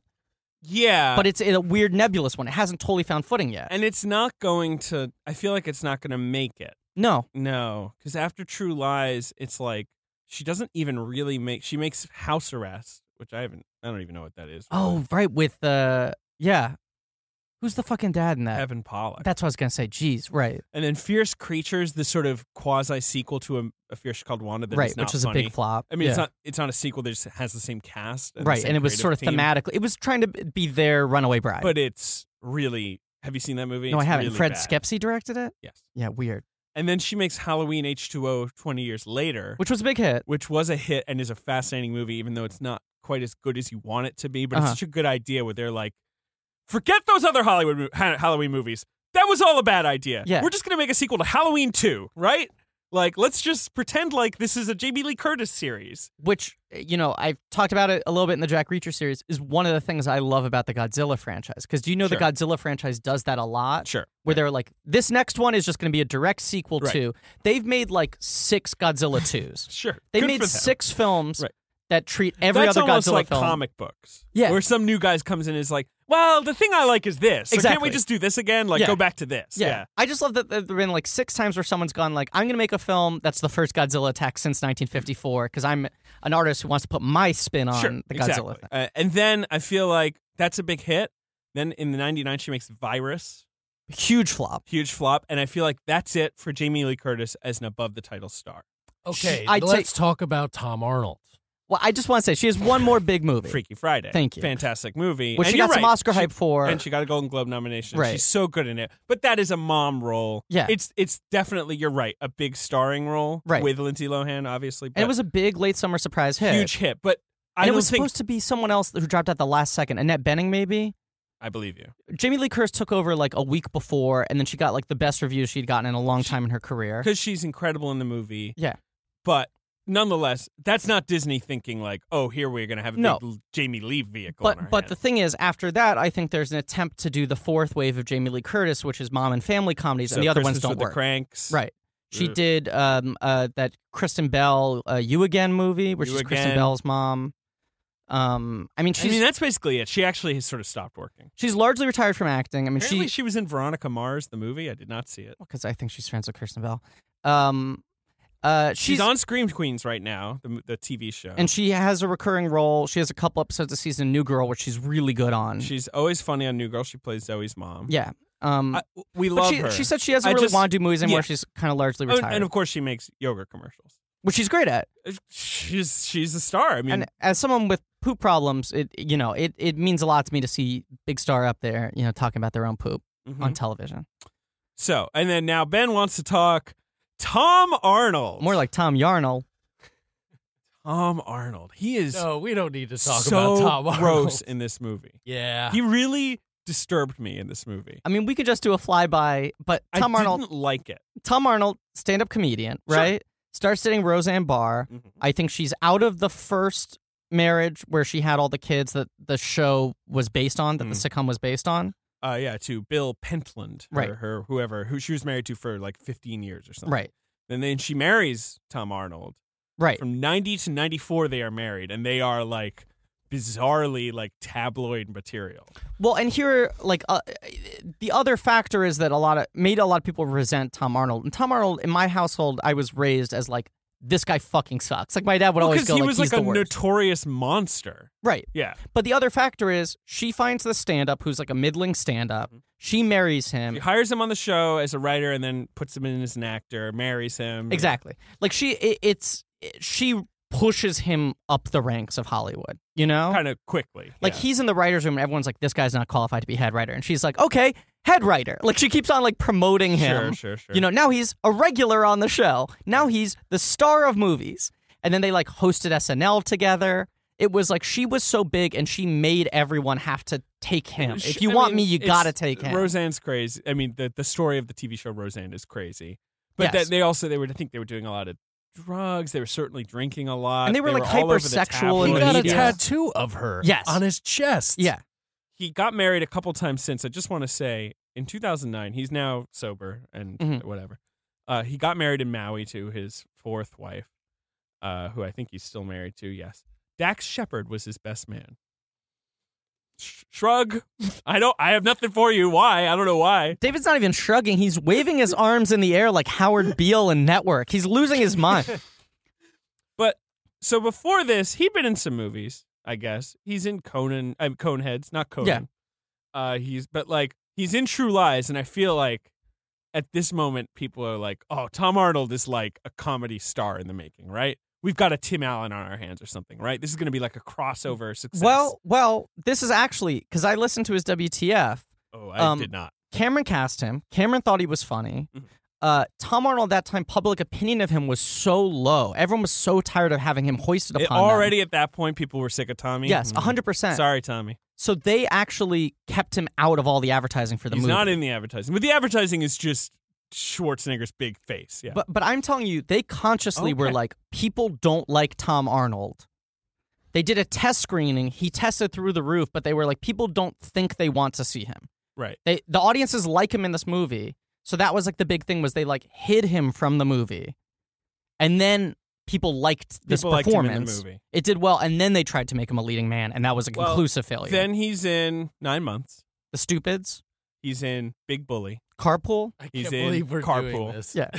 Speaker 2: Yeah.
Speaker 4: but it's in a weird nebulous one. It hasn't totally found footing yet.
Speaker 2: Uh, and it's not going to. I feel like it's not going to make it.
Speaker 4: no,
Speaker 2: No, because after True Lies, it's like she doesn't even really make. She makes House Arrest, which I haven't. I don't even know what that is.
Speaker 4: oh right, with uh, yeah, who's the fucking dad in that?
Speaker 2: Evan Pollock.
Speaker 4: That's what I was gonna say. Jeez, right,
Speaker 2: and then Fierce Creatures, the sort of quasi sequel to a, a Fierce called Wanda. That is
Speaker 4: right,
Speaker 2: not
Speaker 4: which was
Speaker 2: funny.
Speaker 4: a big flop.
Speaker 2: I mean, it's
Speaker 4: Yeah.
Speaker 2: not. It's not a sequel. that just has the same cast. And the
Speaker 4: right,
Speaker 2: same
Speaker 4: and it was
Speaker 2: creative
Speaker 4: sort of
Speaker 2: team,
Speaker 4: thematically. It was trying to be their Runaway Bride.
Speaker 2: But it's really. Have you seen that movie?
Speaker 4: no, I
Speaker 2: It's
Speaker 4: haven't.
Speaker 2: really
Speaker 4: Fred
Speaker 2: bad.
Speaker 4: Skepsi directed it.
Speaker 2: Yes.
Speaker 4: Yeah, weird.
Speaker 2: And then she makes Halloween H2O 20 years later, which,
Speaker 4: Which was a big hit.
Speaker 2: was a hit and is a fascinating movie, even though it's not quite as good as you want it to be. But
Speaker 4: Uh-huh.
Speaker 2: it's such a good idea where they're like, forget those other Hollywood mo- Ha- Halloween movies. That was all a bad idea.
Speaker 4: Yeah.
Speaker 2: We're just going to make a sequel to Halloween 2, right? Like, let's just pretend like this is a J.B. Lee Curtis series.
Speaker 4: which you know I've talked about it a little bit in the Jack Reacher series is one of the things I love about the Godzilla franchise because do you know the
Speaker 2: Sure.
Speaker 4: Godzilla franchise does that a lot
Speaker 2: Sure.
Speaker 4: Uh, where they're like this next one is just going to be a direct sequel
Speaker 2: Right.
Speaker 4: to they've made like six Godzilla twos
Speaker 2: Sure.
Speaker 4: they
Speaker 2: Good
Speaker 4: made
Speaker 2: for them.
Speaker 4: six films
Speaker 2: Right.
Speaker 4: that treat every
Speaker 2: That's
Speaker 4: other
Speaker 2: almost
Speaker 4: Godzilla
Speaker 2: like
Speaker 4: film
Speaker 2: comic books.
Speaker 4: Yeah.
Speaker 2: Where some new guy comes in and is like, well, the thing I like is this. So can't
Speaker 4: Exactly.
Speaker 2: we just do this again? Like,
Speaker 4: Yeah.
Speaker 2: go back to this.
Speaker 4: yeah. I just love that there've been like six times where someone's gone like I'm going to make a film that's the first Godzilla attack since 1954 because I'm an artist who wants to put my spin on
Speaker 2: sure,
Speaker 4: the Godzilla
Speaker 2: exactly.
Speaker 4: thing
Speaker 2: Uh, and then I feel like that's a big hit. Then in the 99, she makes Virus,
Speaker 4: huge flop
Speaker 2: huge flop. And I feel like that's it for Jamie Lee Curtis as an above the title star.
Speaker 5: Okay,
Speaker 4: I'd
Speaker 5: let's talk about Tom Arnold.
Speaker 4: well I just want to say she has one more big movie
Speaker 2: Freaky Friday.
Speaker 4: Thank you.
Speaker 2: Fantastic movie.
Speaker 4: which
Speaker 2: and
Speaker 4: she
Speaker 2: you're
Speaker 4: got some
Speaker 2: right.
Speaker 4: Oscar
Speaker 2: She-
Speaker 4: hype for
Speaker 2: And she got a Golden Globe nomination.
Speaker 4: Right.
Speaker 2: She's so good in it. But that is a mom role.
Speaker 4: Yeah.
Speaker 2: It's it's definitely, you're right, a big starring role
Speaker 4: Right.
Speaker 2: with Lindsay Lohan, obviously. But
Speaker 4: And it was a big late summer surprise hit.
Speaker 2: huge hit. But I
Speaker 4: And it
Speaker 2: don't
Speaker 4: was
Speaker 2: think.
Speaker 4: supposed to be someone else who dropped out the last second. Annette Benning, maybe?
Speaker 2: I believe you.
Speaker 4: Jamie Lee Curtis took over like a week before, and then she got like the best reviews she'd gotten in a long time in her career.
Speaker 2: Because she's incredible in the movie.
Speaker 4: Yeah.
Speaker 2: But nonetheless, that's not Disney thinking like, oh, here we're going to have a
Speaker 4: No.
Speaker 2: big l- Jamie Lee vehicle. in our
Speaker 4: But but the
Speaker 2: hand.
Speaker 4: thing is, after that, I think there's an attempt to do the fourth wave of Jamie Lee Curtis, which is mom and family comedies,
Speaker 2: So
Speaker 4: and the other ones
Speaker 2: Christmas
Speaker 4: don't
Speaker 2: with
Speaker 4: work.
Speaker 2: The cranks.
Speaker 4: Right. She
Speaker 2: Ugh.
Speaker 4: did um, uh, that Kristen Bell uh, "You Again" movie, which
Speaker 2: You
Speaker 4: is Kristen
Speaker 2: Again.
Speaker 4: Bell's mom. Um, I mean,
Speaker 2: I
Speaker 4: she's
Speaker 2: mean, that's basically it. She actually has sort of stopped working.
Speaker 4: she's largely retired from acting. I mean,
Speaker 2: Apparently,
Speaker 4: she
Speaker 2: she was in Veronica Mars, the movie. I did not see it.
Speaker 4: because I think she's friends with Kirsten Bell. Um, uh, she's,
Speaker 2: She's, on Scream Queens right now, the, m- the TV show.
Speaker 4: and she has a recurring role. She has a couple episodes a season of New Girl, which she's really good on.
Speaker 2: she's always funny on New Girl. She plays Zoe's mom.
Speaker 4: yeah. Um,
Speaker 2: I- we
Speaker 4: but
Speaker 2: love
Speaker 4: she,
Speaker 2: her.
Speaker 4: she said she doesn't
Speaker 2: I
Speaker 4: really
Speaker 2: just-
Speaker 4: want to do movies anymore.
Speaker 2: yeah.
Speaker 4: She's kind of largely
Speaker 2: Oh, and-
Speaker 4: retired,
Speaker 2: and of course, she makes yoga commercials.
Speaker 4: which she's great at.
Speaker 2: She's she's a star. I mean,
Speaker 4: and as someone with poop problems, it you know it, it means a lot to me to see big star up there, you know, talking about their own poop
Speaker 2: mhm.
Speaker 4: on television.
Speaker 2: So, and then now Ben wants to talk Tom Arnold.
Speaker 4: More like Tom Yarnell.
Speaker 2: Tom Arnold. He is
Speaker 5: No, we don't need to talk
Speaker 2: so
Speaker 5: about Tom Arnold.
Speaker 2: gross in this movie.
Speaker 5: yeah.
Speaker 2: He really disturbed me in this movie.
Speaker 4: I mean, we could just do a flyby, but Tom
Speaker 2: I
Speaker 4: Arnold,
Speaker 2: didn't like it.
Speaker 4: Tom Arnold, stand-up comedian,
Speaker 2: Sure.
Speaker 4: right? Starts dating Roseanne Barr.
Speaker 2: Mhm.
Speaker 4: I think she's out of the first marriage where she had all the kids that the show was based on, that the
Speaker 2: Mm.
Speaker 4: sitcom was based on.
Speaker 2: Uh, yeah, to Bill Pentland, her,
Speaker 4: Right.
Speaker 2: her whoever who she was married to for like 15 years or something.
Speaker 4: Right.
Speaker 2: And then she marries Tom Arnold.
Speaker 4: Right.
Speaker 2: From 90 to 94, they are married, and they are like bizarrely like tabloid material.
Speaker 4: Well, and here, like uh, the other factor is that a lot of made a lot of people resent Tom Arnold. And Tom Arnold, in my household, I was raised as like this guy fucking sucks. Like my dad would always
Speaker 2: Because
Speaker 4: go
Speaker 2: he
Speaker 4: like
Speaker 2: was
Speaker 4: he's
Speaker 2: like a
Speaker 4: the worst.
Speaker 2: notorious monster.
Speaker 4: right.
Speaker 2: Yeah.
Speaker 4: But the other factor is she finds the stand up who's like a middling stand up. She marries him.
Speaker 2: He Mm-hmm. hires him on the show as a writer and then puts him in as an actor, marries him.
Speaker 4: Exactly. Like she it, it's it- she pushes him up the ranks of Hollywood, you know?
Speaker 2: Kind of quickly.
Speaker 4: Like
Speaker 2: yeah.
Speaker 4: he's in the writers room and everyone's like this guy's not qualified to be head writer and she's like, "Okay, head writer." Like she keeps on like promoting him.
Speaker 2: Sure, sure, sure.
Speaker 4: You know, now he's a regular on the show. Now he's the star of movies. And then they like hosted SNL together. It was like she was so big and she made everyone have to take him.
Speaker 2: Sh-
Speaker 4: If you
Speaker 2: I
Speaker 4: want
Speaker 2: mean,
Speaker 4: me, you
Speaker 2: it's-
Speaker 4: gotta take him.
Speaker 2: Roseanne's crazy. I mean, the the story of the TV show Roseanne is crazy. But
Speaker 4: Yes.
Speaker 2: that they also they were I think they were doing a lot of drugs. They were certainly drinking a lot.
Speaker 4: And they were, like,
Speaker 2: all over the
Speaker 4: hypersexual and
Speaker 2: tabloids.
Speaker 5: He got a
Speaker 4: media.
Speaker 5: tattoo of her
Speaker 4: Yes.
Speaker 5: on his chest.
Speaker 4: yeah.
Speaker 2: he got married a couple times since. I just want to say in 2009, he's now sober and
Speaker 4: Mhm.
Speaker 2: whatever. Uh, he got married in Maui to his fourth wife, uh, who I think he's still married to. Yes, Dax Shepard was his best man. Sh- shrug. I don't. I have nothing for you. Why? I don't know why.
Speaker 4: David's not even shrugging. He's waving his arms in the air like Howard Beale in Network. He's losing his mind.
Speaker 2: But so before this, he'd been in some movies, I guess. He's in Conan, I'm Coneheads, not Conan.
Speaker 4: Yeah.
Speaker 2: Uh, he's but like he's in True Lies, and I feel like at this moment people are like, "Oh, Tom Arnold is like a comedy star in the making, right? We've got a Tim Allen on our hands or something, right? This is going to be like a crossover success."
Speaker 4: Well, well, this is actually because I listened to his WTF.
Speaker 2: oh, I
Speaker 4: um,
Speaker 2: did not.
Speaker 4: Cameron cast him. Cameron thought he was funny.
Speaker 2: Mhm.
Speaker 4: Uh, Tom Arnold, at that time, public opinion of him was so low. Everyone was so tired of having him hoisted
Speaker 2: It
Speaker 4: upon them.
Speaker 2: already at that point people were sick of Tommy.
Speaker 4: Yes,
Speaker 2: Mhm.
Speaker 4: 100%.
Speaker 2: Sorry, Tommy.
Speaker 4: So they actually kept him out of all the advertising for the
Speaker 2: He's
Speaker 4: movie.
Speaker 2: not in the advertising, but the advertising is just Schwarzenegger's big face. Yeah.
Speaker 4: But but I'm telling you, they consciously were
Speaker 2: Okay.
Speaker 4: like, people don't like Tom Arnold. They did a test screening. He tested through the roof, but they were like, people don't think they want to see him.
Speaker 2: right.
Speaker 4: They the audiences like him in this movie. So that was like the big thing was they like hid him from the movie, and then people liked this
Speaker 2: People liked him in the
Speaker 4: performance.
Speaker 2: movie.
Speaker 4: It did well, and then they tried to make him a leading man, and that was a
Speaker 2: Well,
Speaker 4: conclusive failure.
Speaker 2: Then he's in nine months.
Speaker 4: the stupids,
Speaker 2: He's in Big Bully.
Speaker 4: carpool,
Speaker 5: I can't
Speaker 2: He's in
Speaker 5: believe we're
Speaker 2: Carpool.
Speaker 5: doing this.
Speaker 4: yeah,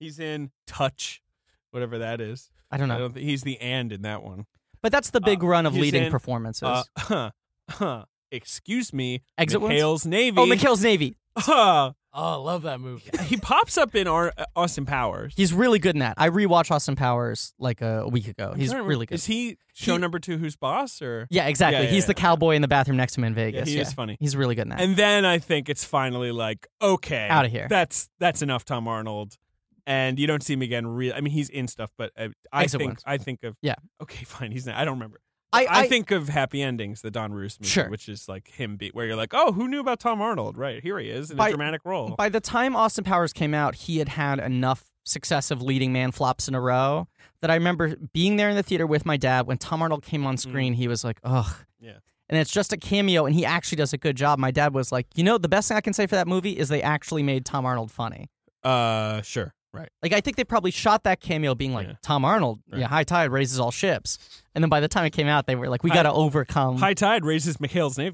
Speaker 2: He's in Touch, whatever that is.
Speaker 4: I don't
Speaker 2: I
Speaker 4: know,
Speaker 2: don't think he's the and in that one.
Speaker 4: but that's the big
Speaker 2: Uh,
Speaker 4: run of
Speaker 2: he's
Speaker 4: leading
Speaker 2: in,
Speaker 4: performances.
Speaker 2: Uh, excuse me.
Speaker 4: Exit wounds?
Speaker 2: McHale's Navy.
Speaker 4: oh, McHale's Navy,
Speaker 2: Uh,
Speaker 5: Oh, I love that movie.
Speaker 2: he pops up in our, uh, Austin Powers.
Speaker 4: He's really good in that. I rewatched Austin Powers like a, a week ago.
Speaker 2: I'm
Speaker 4: He's
Speaker 2: trying to remember-
Speaker 4: really good.
Speaker 2: Is he show
Speaker 4: He-
Speaker 2: number two? Who's boss? Or
Speaker 4: yeah, exactly.
Speaker 2: Yeah, yeah,
Speaker 4: He's the
Speaker 2: yeah.
Speaker 4: cowboy in the bathroom next to him in Vegas.
Speaker 2: he
Speaker 4: yeah.
Speaker 2: is funny.
Speaker 4: He's really good in that.
Speaker 2: And then I think it's finally like okay,
Speaker 4: Outta here.
Speaker 2: That's that's enough, Tom Arnold. And you don't see him again. Real, I mean, he's in stuff, but uh, I
Speaker 4: Exit
Speaker 2: think
Speaker 4: wounds.
Speaker 2: I think of
Speaker 4: Yeah.
Speaker 2: Okay, fine. He's not. I don't remember.
Speaker 4: I,
Speaker 2: I, think of Happy Endings, the Don Roos movie,
Speaker 4: Sure.
Speaker 2: which is like him be- where you're like, oh, who knew about Tom Arnold? Right here he is in
Speaker 4: By-
Speaker 2: a dramatic role.
Speaker 4: by the time Austin Powers came out, he had had enough successive leading man flops in a row that I remember being there in the theater with my dad when Tom Arnold came on screen. He was like, ugh.
Speaker 2: Mm. Yeah.
Speaker 4: And it's just a cameo, and he actually does a good job. My dad was like, you know, the best thing I can say for that movie is they actually made Tom Arnold funny.
Speaker 2: uh, sure, right.
Speaker 4: Like I think they probably shot that cameo being like
Speaker 2: Yeah.
Speaker 4: Tom Arnold, yeah,
Speaker 2: Right.
Speaker 4: high tide raises all ships. And then by the time it came out, they were like, we
Speaker 2: High-
Speaker 4: got to overcome.
Speaker 2: High Tide raises McHale's name.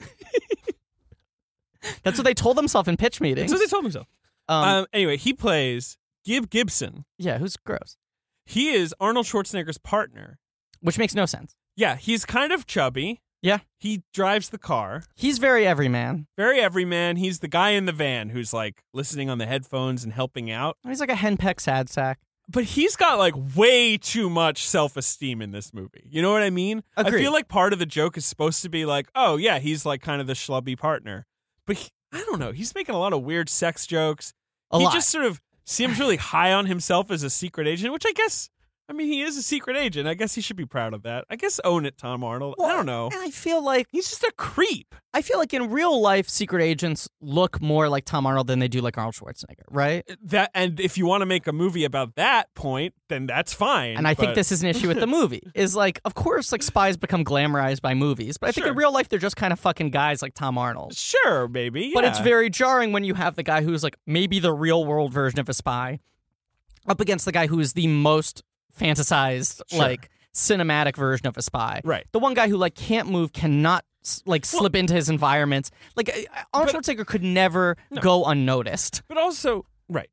Speaker 4: That's what they told themselves in pitch
Speaker 2: That's
Speaker 4: meetings.
Speaker 2: what they told himself.
Speaker 4: um,
Speaker 2: Um, anyway, he plays Gib Gibson.
Speaker 4: yeah, who's gross?
Speaker 2: He is Arnold Schwarzenegger's partner.
Speaker 4: Which makes no sense.
Speaker 2: Yeah, he's kind of chubby.
Speaker 4: Yeah.
Speaker 2: He drives the car.
Speaker 4: He's very everyman.
Speaker 2: Very everyman. He's the guy in the van who's like listening on the headphones and helping out.
Speaker 4: He's like a henpeck sad sack.
Speaker 2: but he's got like way too much self-esteem in this movie. You know what I mean? I
Speaker 4: Agreed.
Speaker 2: feel like part of the joke is supposed to be like, oh yeah, he's like kind of the schlubby partner, but he, I don't know. He's making a lot of weird sex jokes.
Speaker 4: A
Speaker 2: he
Speaker 4: lot.
Speaker 2: just sort of seems really high on himself as a secret agent, which I guess. I mean, he is a secret agent. I guess he should be proud of that. I guess own it, Tom Arnold. I don't know.
Speaker 4: And I feel like
Speaker 2: He's just a creep.
Speaker 4: I feel like in real life, secret agents look more like Tom Arnold than they do like Arnold Schwarzenegger, right?
Speaker 2: That and if you want to make a movie about that point, then that's fine.
Speaker 4: And I think
Speaker 2: but-
Speaker 4: this is an issue with the movie. Is like, of course, like spies become glamorized by movies, but I think in
Speaker 2: Sure.
Speaker 4: real life they're just kind of fucking guys like Tom Arnold.
Speaker 2: sure, maybe,
Speaker 4: But it's
Speaker 2: yeah.
Speaker 4: very jarring when you have the guy who's like maybe the real world version of a spy, up against the guy who is the most fantasized,
Speaker 2: Sure.
Speaker 4: like cinematic version of a spy.
Speaker 2: Right.
Speaker 4: The one guy who like can't move, cannot s- like slip into his environments. Like uh, Arnold
Speaker 2: But-
Speaker 4: Schwarzenegger could never
Speaker 2: No.
Speaker 4: go unnoticed.
Speaker 2: But also, right.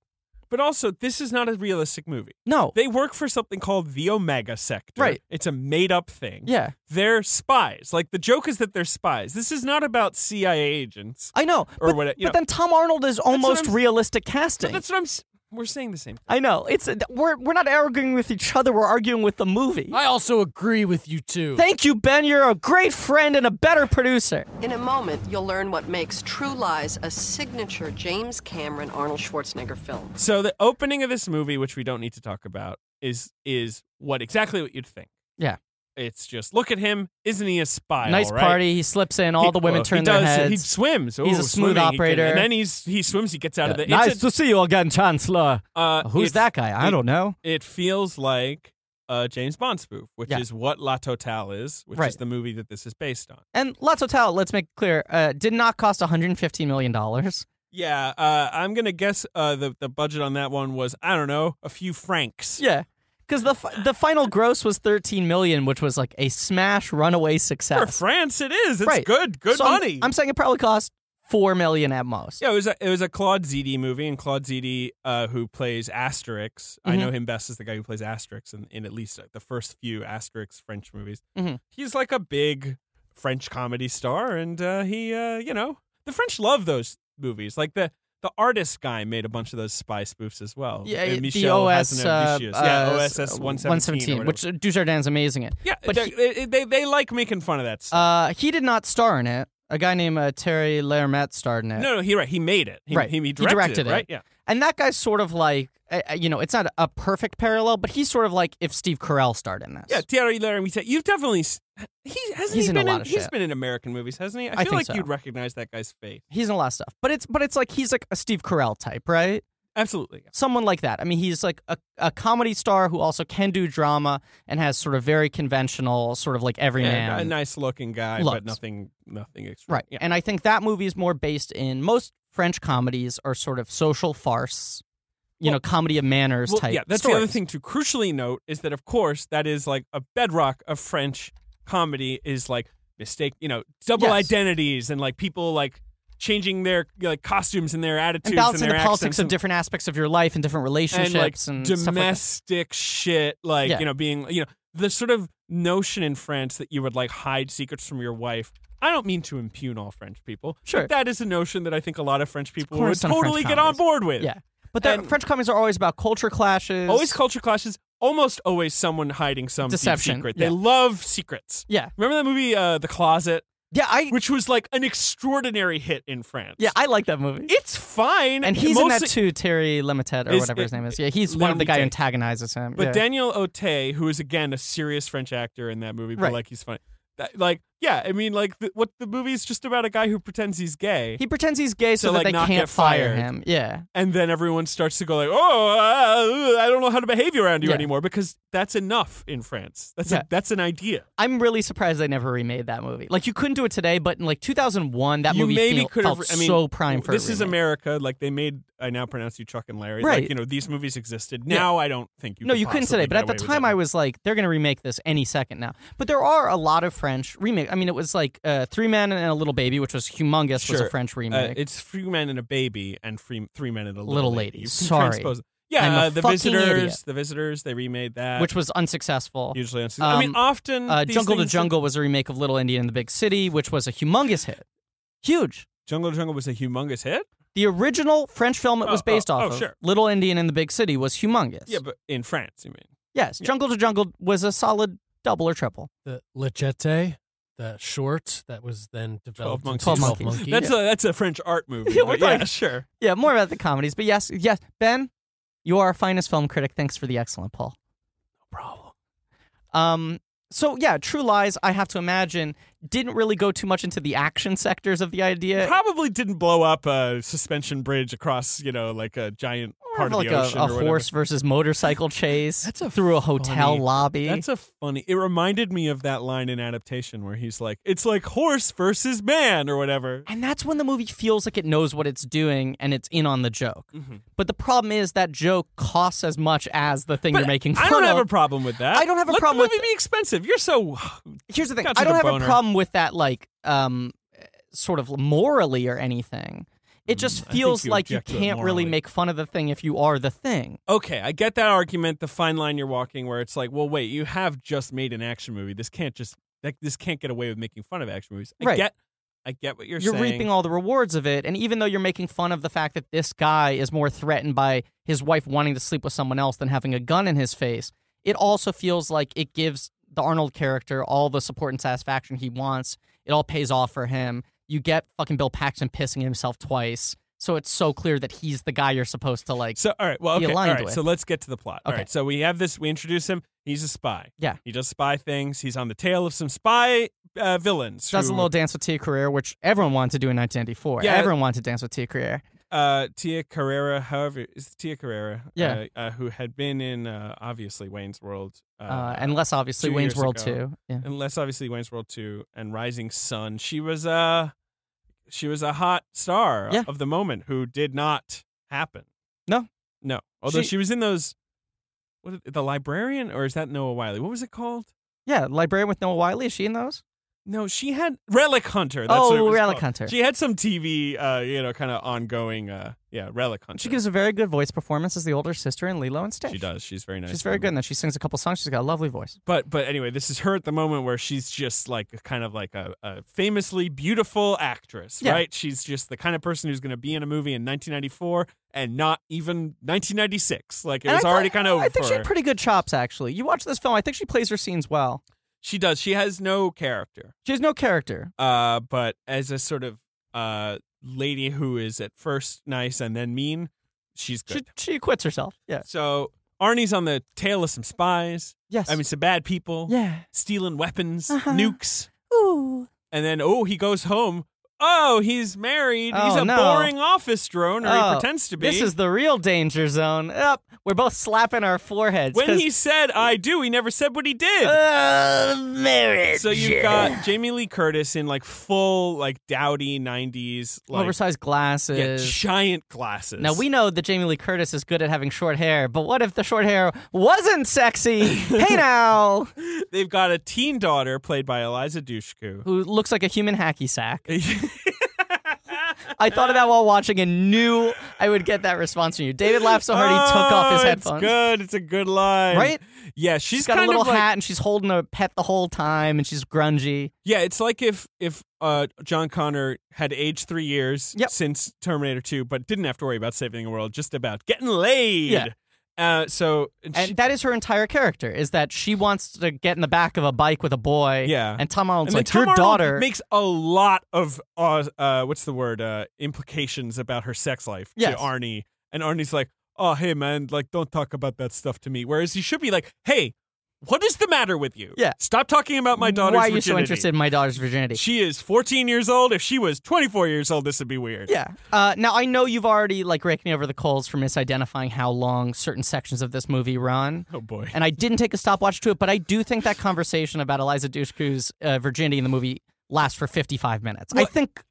Speaker 2: But also, this is not a realistic movie.
Speaker 4: No.
Speaker 2: They work for something called the Omega Sector.
Speaker 4: Right.
Speaker 2: It's a made up thing.
Speaker 4: yeah.
Speaker 2: They're spies. Like, the joke is that they're spies. This is not about CIA agents.
Speaker 4: I know.
Speaker 2: Or
Speaker 4: but,
Speaker 2: what- you
Speaker 4: but
Speaker 2: know.
Speaker 4: then Tom Arnold is almost
Speaker 2: I'm-
Speaker 4: realistic casting.
Speaker 2: That's what I'm. s- We're saying the same.
Speaker 4: I know. It's uh, we're we're not arguing with each other. We're arguing with the movie.
Speaker 5: I also agree with you too.
Speaker 4: Thank you, Ben. You're a great friend and a better producer.
Speaker 6: In a moment, you'll learn what makes True Lies a signature James Cameron Arnold Schwarzenegger film.
Speaker 2: So the opening of this movie, which we don't need to talk about, is is what exactly what you'd think.
Speaker 4: Yeah.
Speaker 2: It's just look at him. Isn't he a spy?
Speaker 4: nice
Speaker 2: all right?
Speaker 4: party. He slips in. All
Speaker 2: He-
Speaker 4: the women
Speaker 2: well,
Speaker 4: turn
Speaker 2: he
Speaker 4: their
Speaker 2: does,
Speaker 4: heads.
Speaker 2: He swims. Ooh,
Speaker 4: He's a smooth
Speaker 2: swimming, he can-
Speaker 4: operator.
Speaker 2: and then he's he swims. He gets out of the.
Speaker 3: nice
Speaker 2: it's a-
Speaker 3: to see you again, Chancellor.
Speaker 2: uh,
Speaker 4: Who's
Speaker 2: it's-
Speaker 4: that guy? I
Speaker 2: it-
Speaker 4: don't know.
Speaker 2: It feels like a James Bond spoof, which
Speaker 4: Yeah.
Speaker 2: is what La Totale is, which
Speaker 4: Right.
Speaker 2: is the movie that this is based on.
Speaker 4: And La Total, let's make it clear, uh, did not cost 115 million dollars.
Speaker 2: Yeah, uh, I'm gonna guess uh, the the budget on that one was I don't know a few francs.
Speaker 4: Yeah, because the fi- the final gross was 13 million, which was like a smash runaway success.
Speaker 2: For France, it is. It's
Speaker 4: Right.
Speaker 2: good, good
Speaker 4: So I'm-
Speaker 2: money.
Speaker 4: I'm, saying it probably cost four million at most.
Speaker 2: Yeah, it was a it was a Claude Zidi movie, and Claude Zidi, uh, who plays Asterix, I
Speaker 4: Mm-hmm.
Speaker 2: know him best as the guy who plays Asterix in, in at least the first few Asterix French movies.
Speaker 4: Mhm.
Speaker 2: He's like a big French comedy star, and uh, he, uh, you know, the French love those movies. Like the the artist guy made a bunch of those spy spoofs as well.
Speaker 4: Yeah,
Speaker 2: Uh,
Speaker 4: it- the
Speaker 2: Michel
Speaker 4: OS, uh,
Speaker 2: Hazanavicius. yeah,
Speaker 4: uh,
Speaker 2: OSS one seventeen,
Speaker 4: 117, which uh, Dujardin's amazing in.
Speaker 2: yeah,
Speaker 4: but
Speaker 2: but they, they they like making fun of that stuff.
Speaker 4: Uh, he did not star in it. A guy named uh, Terry Lermet starred in it.
Speaker 2: no, no, he right, he made it. He,
Speaker 4: Uh, right.
Speaker 2: he,
Speaker 4: He
Speaker 2: directed,
Speaker 4: directed it.
Speaker 2: it, right? Yeah.
Speaker 4: And that guy's sort of like, uh, uh, you know, it's not a perfect parallel, but he's sort of like if Steve Carell starred in this.
Speaker 2: Yeah, Thierry Laramita. You've definitely s- he hasn't
Speaker 4: He's
Speaker 2: he
Speaker 4: in
Speaker 2: been
Speaker 4: a lot of
Speaker 2: he's
Speaker 4: shit.
Speaker 2: been in American movies, hasn't he? I feel
Speaker 4: think
Speaker 2: like
Speaker 4: so.
Speaker 2: you'd recognize that guy's face.
Speaker 4: He's in a lot of stuff, but it's but it's like he's like a Steve Carell type, right?
Speaker 2: Absolutely.
Speaker 4: Someone like that. I mean, he's like a, a comedy star who also can do drama and has sort of very conventional, sort of like everyman.
Speaker 2: Yeah, a nice looking guy,
Speaker 4: Looks.
Speaker 2: but nothing nothing extra.
Speaker 4: Right.
Speaker 2: Yeah.
Speaker 4: And I think that movie is more based in most French comedies are sort of social farce, you
Speaker 2: Well-
Speaker 4: know, comedy of manners
Speaker 2: Well,
Speaker 4: type.
Speaker 2: yeah, that's the other
Speaker 4: stories.
Speaker 2: thing to crucially note is that of course that is like a bedrock of French comedy is like mistake, you know, double
Speaker 4: Yes.
Speaker 2: identities and like people like changing their like costumes and their attitudes
Speaker 4: And
Speaker 2: and,
Speaker 4: balancing
Speaker 2: their
Speaker 4: the politics
Speaker 2: accents
Speaker 4: of
Speaker 2: and-
Speaker 4: different aspects of your life and different relationships
Speaker 2: and
Speaker 4: and,
Speaker 2: like
Speaker 4: stuff like that.
Speaker 2: domestic shit, like
Speaker 4: Yeah.
Speaker 2: you know, being you know the sort of notion in France that you would like hide secrets from your wife. I don't mean to impugn all French people.
Speaker 4: Sure.
Speaker 2: but that is a notion that I think a lot of French people would
Speaker 4: cornerstone of French
Speaker 2: totally get on
Speaker 4: comedies.
Speaker 2: board with.
Speaker 4: Yeah. But the
Speaker 2: And-
Speaker 4: French comedies are always about culture clashes.
Speaker 2: always culture clashes. Almost always someone hiding some deep
Speaker 4: Deception,
Speaker 2: secret.
Speaker 4: yeah.
Speaker 2: They love secrets.
Speaker 4: Yeah.
Speaker 2: Remember that movie, uh, The Closet,
Speaker 4: Yeah, I
Speaker 2: which was like an extraordinary hit in France.
Speaker 4: yeah, I like that movie.
Speaker 2: it's fine.
Speaker 4: and he's in that
Speaker 2: Mostly-
Speaker 4: too, Terry Limited or
Speaker 2: Is-
Speaker 4: whatever his
Speaker 2: it-
Speaker 4: name is. Yeah, he's one of the guy who
Speaker 2: Lemite.
Speaker 4: antagonizes him.
Speaker 2: But
Speaker 4: yeah.
Speaker 2: Daniel Ote, who is again a serious French actor in that movie, but
Speaker 4: Right.
Speaker 2: like he's funny. That, like, yeah, I mean, like, the, what the movie is just about a guy who pretends he's gay,
Speaker 4: he pretends he's gay so,
Speaker 2: So,
Speaker 4: that
Speaker 2: like,
Speaker 4: they
Speaker 2: not
Speaker 4: can't
Speaker 2: get
Speaker 4: fire
Speaker 2: fired.
Speaker 4: him. Yeah.
Speaker 2: and then everyone starts to go like, "Oh, uh, I don't know how to behave around you
Speaker 4: Yeah.
Speaker 2: anymore," because that's enough in France. That's
Speaker 4: Yeah.
Speaker 2: a, that's an idea.
Speaker 4: I'm really surprised they never remade that movie. Like you couldn't do it today, but in like 2001, that
Speaker 2: you
Speaker 4: movie
Speaker 2: maybe
Speaker 4: feel-
Speaker 2: could have.
Speaker 4: felt
Speaker 2: I mean,
Speaker 4: so prime for a
Speaker 2: this is
Speaker 4: remake.
Speaker 2: America. Like they made. I now pronounce you Chuck and Larry.
Speaker 4: Right.
Speaker 2: Like you know these movies existed.
Speaker 4: Yeah.
Speaker 2: Now I don't think you.
Speaker 4: no,
Speaker 2: could
Speaker 4: you couldn't
Speaker 2: possibly
Speaker 4: today, but
Speaker 2: get
Speaker 4: at the
Speaker 2: away with
Speaker 4: time
Speaker 2: that.
Speaker 4: I was like, they're going to remake this any second now. But there are a lot of French remake. I mean, it was like uh, Three Men and a Little Baby, which was humongous, was a
Speaker 2: Sure.
Speaker 4: French
Speaker 2: Uh,
Speaker 4: remake.
Speaker 2: it's three men and a baby and three three men and a little,
Speaker 4: Little lady.
Speaker 2: You can
Speaker 4: Sorry.
Speaker 2: transpose it.
Speaker 4: I'm a
Speaker 2: Yeah, uh, the
Speaker 4: fucking
Speaker 2: visitors.
Speaker 4: idiot.
Speaker 2: The visitors. They remade that,
Speaker 4: which was unsuccessful.
Speaker 2: usually on. I
Speaker 4: um,
Speaker 2: mean, often
Speaker 4: Uh,
Speaker 2: these
Speaker 4: Jungle to
Speaker 2: things-
Speaker 4: Jungle was a remake of Little Indian in the Big City, which was a humongous hit. Huge.
Speaker 2: Jungle to Jungle was a humongous hit.
Speaker 4: The original French film it
Speaker 2: Oh,
Speaker 4: was based
Speaker 2: oh,
Speaker 4: off
Speaker 2: oh,
Speaker 4: of,
Speaker 2: sure.
Speaker 4: Little Indian in the Big City, was humongous.
Speaker 2: Yeah, but in France, you mean?
Speaker 4: yes,
Speaker 2: yeah.
Speaker 4: Jungle to Jungle was a solid double or triple.
Speaker 5: The Le Jete, the short that was then developed. into
Speaker 2: Monkeys.
Speaker 5: 12
Speaker 4: Twelve
Speaker 5: Monkeys.
Speaker 4: Monkeys.
Speaker 2: That's a that's a French art movie.
Speaker 4: Yeah,
Speaker 2: but
Speaker 4: we're
Speaker 2: yeah,
Speaker 4: talking-
Speaker 2: sure.
Speaker 4: Yeah, more about the comedies, but yes, yes, Ben, you are our finest film critic. Thanks for the excellent poll.
Speaker 5: problem.
Speaker 4: Um, so yeah, True Lies. I have to imagine didn't really go too much into the action sectors of the idea.
Speaker 2: Probably didn't blow up a suspension bridge across, you know, like a giant
Speaker 4: More
Speaker 2: part of
Speaker 4: of like
Speaker 2: the
Speaker 4: a,
Speaker 2: ocean
Speaker 4: a
Speaker 2: or whatever.
Speaker 4: horse versus motorcycle chase
Speaker 5: That's a
Speaker 4: through a hotel
Speaker 5: funny-
Speaker 4: lobby.
Speaker 2: That's a funny. It reminded me of that line in adaptation where he's like, "It's like horse versus man" or whatever.
Speaker 4: and that's when the movie feels like it knows what it's doing and it's in on the joke. But the problem is that joke costs as much as the thing you're making fun
Speaker 2: I don't have
Speaker 4: of.
Speaker 2: a problem with that.
Speaker 4: I don't have a
Speaker 2: Let
Speaker 4: problem
Speaker 2: the
Speaker 4: with
Speaker 2: movie be expensive. You're so
Speaker 4: Here's the thing.
Speaker 2: Got
Speaker 4: I
Speaker 2: to
Speaker 4: don't
Speaker 2: the
Speaker 4: have
Speaker 2: boner.
Speaker 4: a problem with that, like, um, sort of morally or anything. It just
Speaker 2: I think
Speaker 4: feels
Speaker 2: you
Speaker 4: like Mm, you
Speaker 2: object to it
Speaker 4: can't really
Speaker 2: morally.
Speaker 4: make fun of the thing if you are the thing.
Speaker 2: okay. I get that argument. The fine line you're walking, where it's like, "Well, wait, you have just made an action movie. This can't just that, this can't get away with making fun of action movies." I
Speaker 4: Right.
Speaker 2: get, I get what you're,
Speaker 4: You're
Speaker 2: saying.
Speaker 4: reaping all the rewards of it, and even though you're making fun of the fact that this guy is more threatened by his wife wanting to sleep with someone else than having a gun in his face, it also feels like it gives the Arnold character all the support and satisfaction he wants. It all pays off for him. You get fucking Bill Paxton pissing himself twice, so it's so clear that he's the guy you're supposed to like.
Speaker 2: So all right, well,
Speaker 4: be
Speaker 2: okay, all
Speaker 4: aligned
Speaker 2: right.
Speaker 4: with.
Speaker 2: So let's get to the plot. All
Speaker 4: Okay.
Speaker 2: right, so we have this. We introduce him. He's a spy.
Speaker 4: Yeah.
Speaker 2: he does spy things. He's on the tail of some spy uh, villains.
Speaker 4: does a
Speaker 2: who,
Speaker 4: little dance with Tia Carrere, which everyone wanted to do in 1994.
Speaker 2: Yeah.
Speaker 4: everyone wanted to dance with Tia Carrere.
Speaker 2: uh, Tia Carrera, however, is Tia Carrera?
Speaker 4: Yeah.
Speaker 2: uh, uh, who had been in uh, obviously Wayne's World, uh,
Speaker 4: Uh, and less obviously
Speaker 2: two
Speaker 4: Wayne's
Speaker 2: years
Speaker 4: World
Speaker 2: ago.
Speaker 4: too. Yeah.
Speaker 2: unless obviously Wayne's World two and Rising Sun. She was uh she was a hot star
Speaker 4: Yeah.
Speaker 2: of the moment who did not happen.
Speaker 4: No.
Speaker 2: no. Although
Speaker 4: She-
Speaker 2: she, was in those. What is- the librarian or is that Noah Wiley? What was it called?
Speaker 4: Yeah, librarian with Noah Wiley. Is she in those?
Speaker 2: No, she had Relic Hunter. That's
Speaker 4: Oh,
Speaker 2: what it was
Speaker 4: Relic
Speaker 2: called.
Speaker 4: Hunter.
Speaker 2: She had some TV, uh, you know, kind of ongoing. Uh, yeah, Relic Hunter.
Speaker 4: She gives a very good voice performance as the older sister in Lilo and Stitch.
Speaker 2: She does. She's very nice.
Speaker 4: She's very
Speaker 2: woman.
Speaker 4: good, and then she sings a couple songs. She's got a lovely voice.
Speaker 2: But but anyway, this is her at the moment where she's just like kind of like a, a famously beautiful actress,
Speaker 4: Yeah.
Speaker 2: right? She's just the kind of person who's going to be in a movie in 1994 and not even 1996. Like it
Speaker 4: And
Speaker 2: was
Speaker 4: I thought-
Speaker 2: already kind of over
Speaker 4: I think
Speaker 2: for
Speaker 4: she
Speaker 2: her.
Speaker 4: had pretty good chops, actually. You watch this film, I think she plays her scenes well.
Speaker 2: she does. She has no character.
Speaker 4: She has no character.
Speaker 2: uh, but as a sort of uh, lady who is at first nice and then mean, she's
Speaker 4: She,
Speaker 2: good.
Speaker 4: she acquits herself. Yeah.
Speaker 2: So Arnie's on the tail of some spies.
Speaker 4: Yes.
Speaker 2: I mean, some bad people
Speaker 4: yeah.
Speaker 2: stealing weapons,
Speaker 4: Uh-huh.
Speaker 2: nukes,
Speaker 4: Ooh.
Speaker 2: and then oh, he goes home. Oh, he's married. he's
Speaker 4: Oh,
Speaker 2: a
Speaker 4: no.
Speaker 2: boring office drone, or
Speaker 4: Oh,
Speaker 2: he pretends to be.
Speaker 4: This is the real danger zone. Up. We're both slapping our foreheads.
Speaker 2: when
Speaker 4: 'cause-
Speaker 2: he said "I do," he never said what he did.
Speaker 4: Uh, marriage.
Speaker 2: so you've got Jamie Lee Curtis in like full, like dowdy '90s, like
Speaker 4: oversized
Speaker 2: yeah,
Speaker 4: glasses.
Speaker 2: giant glasses.
Speaker 4: now we know that Jamie Lee Curtis is good at having short hair, but what if the short hair wasn't sexy? hey now,
Speaker 2: They've got a teen daughter played by Eliza Dushku.
Speaker 4: who looks like a human hacky sack. I thought of that while watching and knew I would get that response from you. David laughed so hard he took off his
Speaker 2: Oh,
Speaker 4: headphones.
Speaker 2: It's good. It's a good line,
Speaker 4: Right?
Speaker 2: Yeah, she's,
Speaker 4: she's got a
Speaker 2: kind
Speaker 4: little
Speaker 2: of like,
Speaker 4: hat and she's holding a pet the whole time and she's grungy.
Speaker 2: Yeah, it's like if if uh, John Connor had aged three years
Speaker 4: Yep.
Speaker 2: since Terminator Two, but didn't have to worry about saving the world, just about getting laid.
Speaker 4: Yeah.
Speaker 2: Uh, so
Speaker 4: And
Speaker 2: she-
Speaker 4: that is her entire character, is that she wants to get in the back of a bike with a boy.
Speaker 2: Yeah.
Speaker 4: And Tom Arnold's
Speaker 2: and then
Speaker 4: like,
Speaker 2: Tom
Speaker 4: Your
Speaker 2: Arnold
Speaker 4: daughter
Speaker 2: makes a lot of uh, uh, what's the word uh, implications about her sex life
Speaker 4: Yes.
Speaker 2: to Arnie, and Arnie's like, "Oh, hey man, like don't talk about that stuff to me." Whereas he should be like, "Hey, what is the matter with you?
Speaker 4: Yeah.
Speaker 2: stop talking about my daughter's
Speaker 4: Why are you so
Speaker 2: virginity.
Speaker 4: interested in my daughter's virginity?
Speaker 2: She is 14 years old. If she was 24 years old, this would be weird."
Speaker 4: yeah. Uh, now I know you've already like raked me over the coals for misidentifying how long certain sections of this movie run,
Speaker 2: Oh boy.
Speaker 4: and I didn't take a stopwatch to it, but I do think that conversation about Eliza Dushku's uh, virginity in the movie lasts for fifty-five minutes. I
Speaker 2: Well,
Speaker 4: think,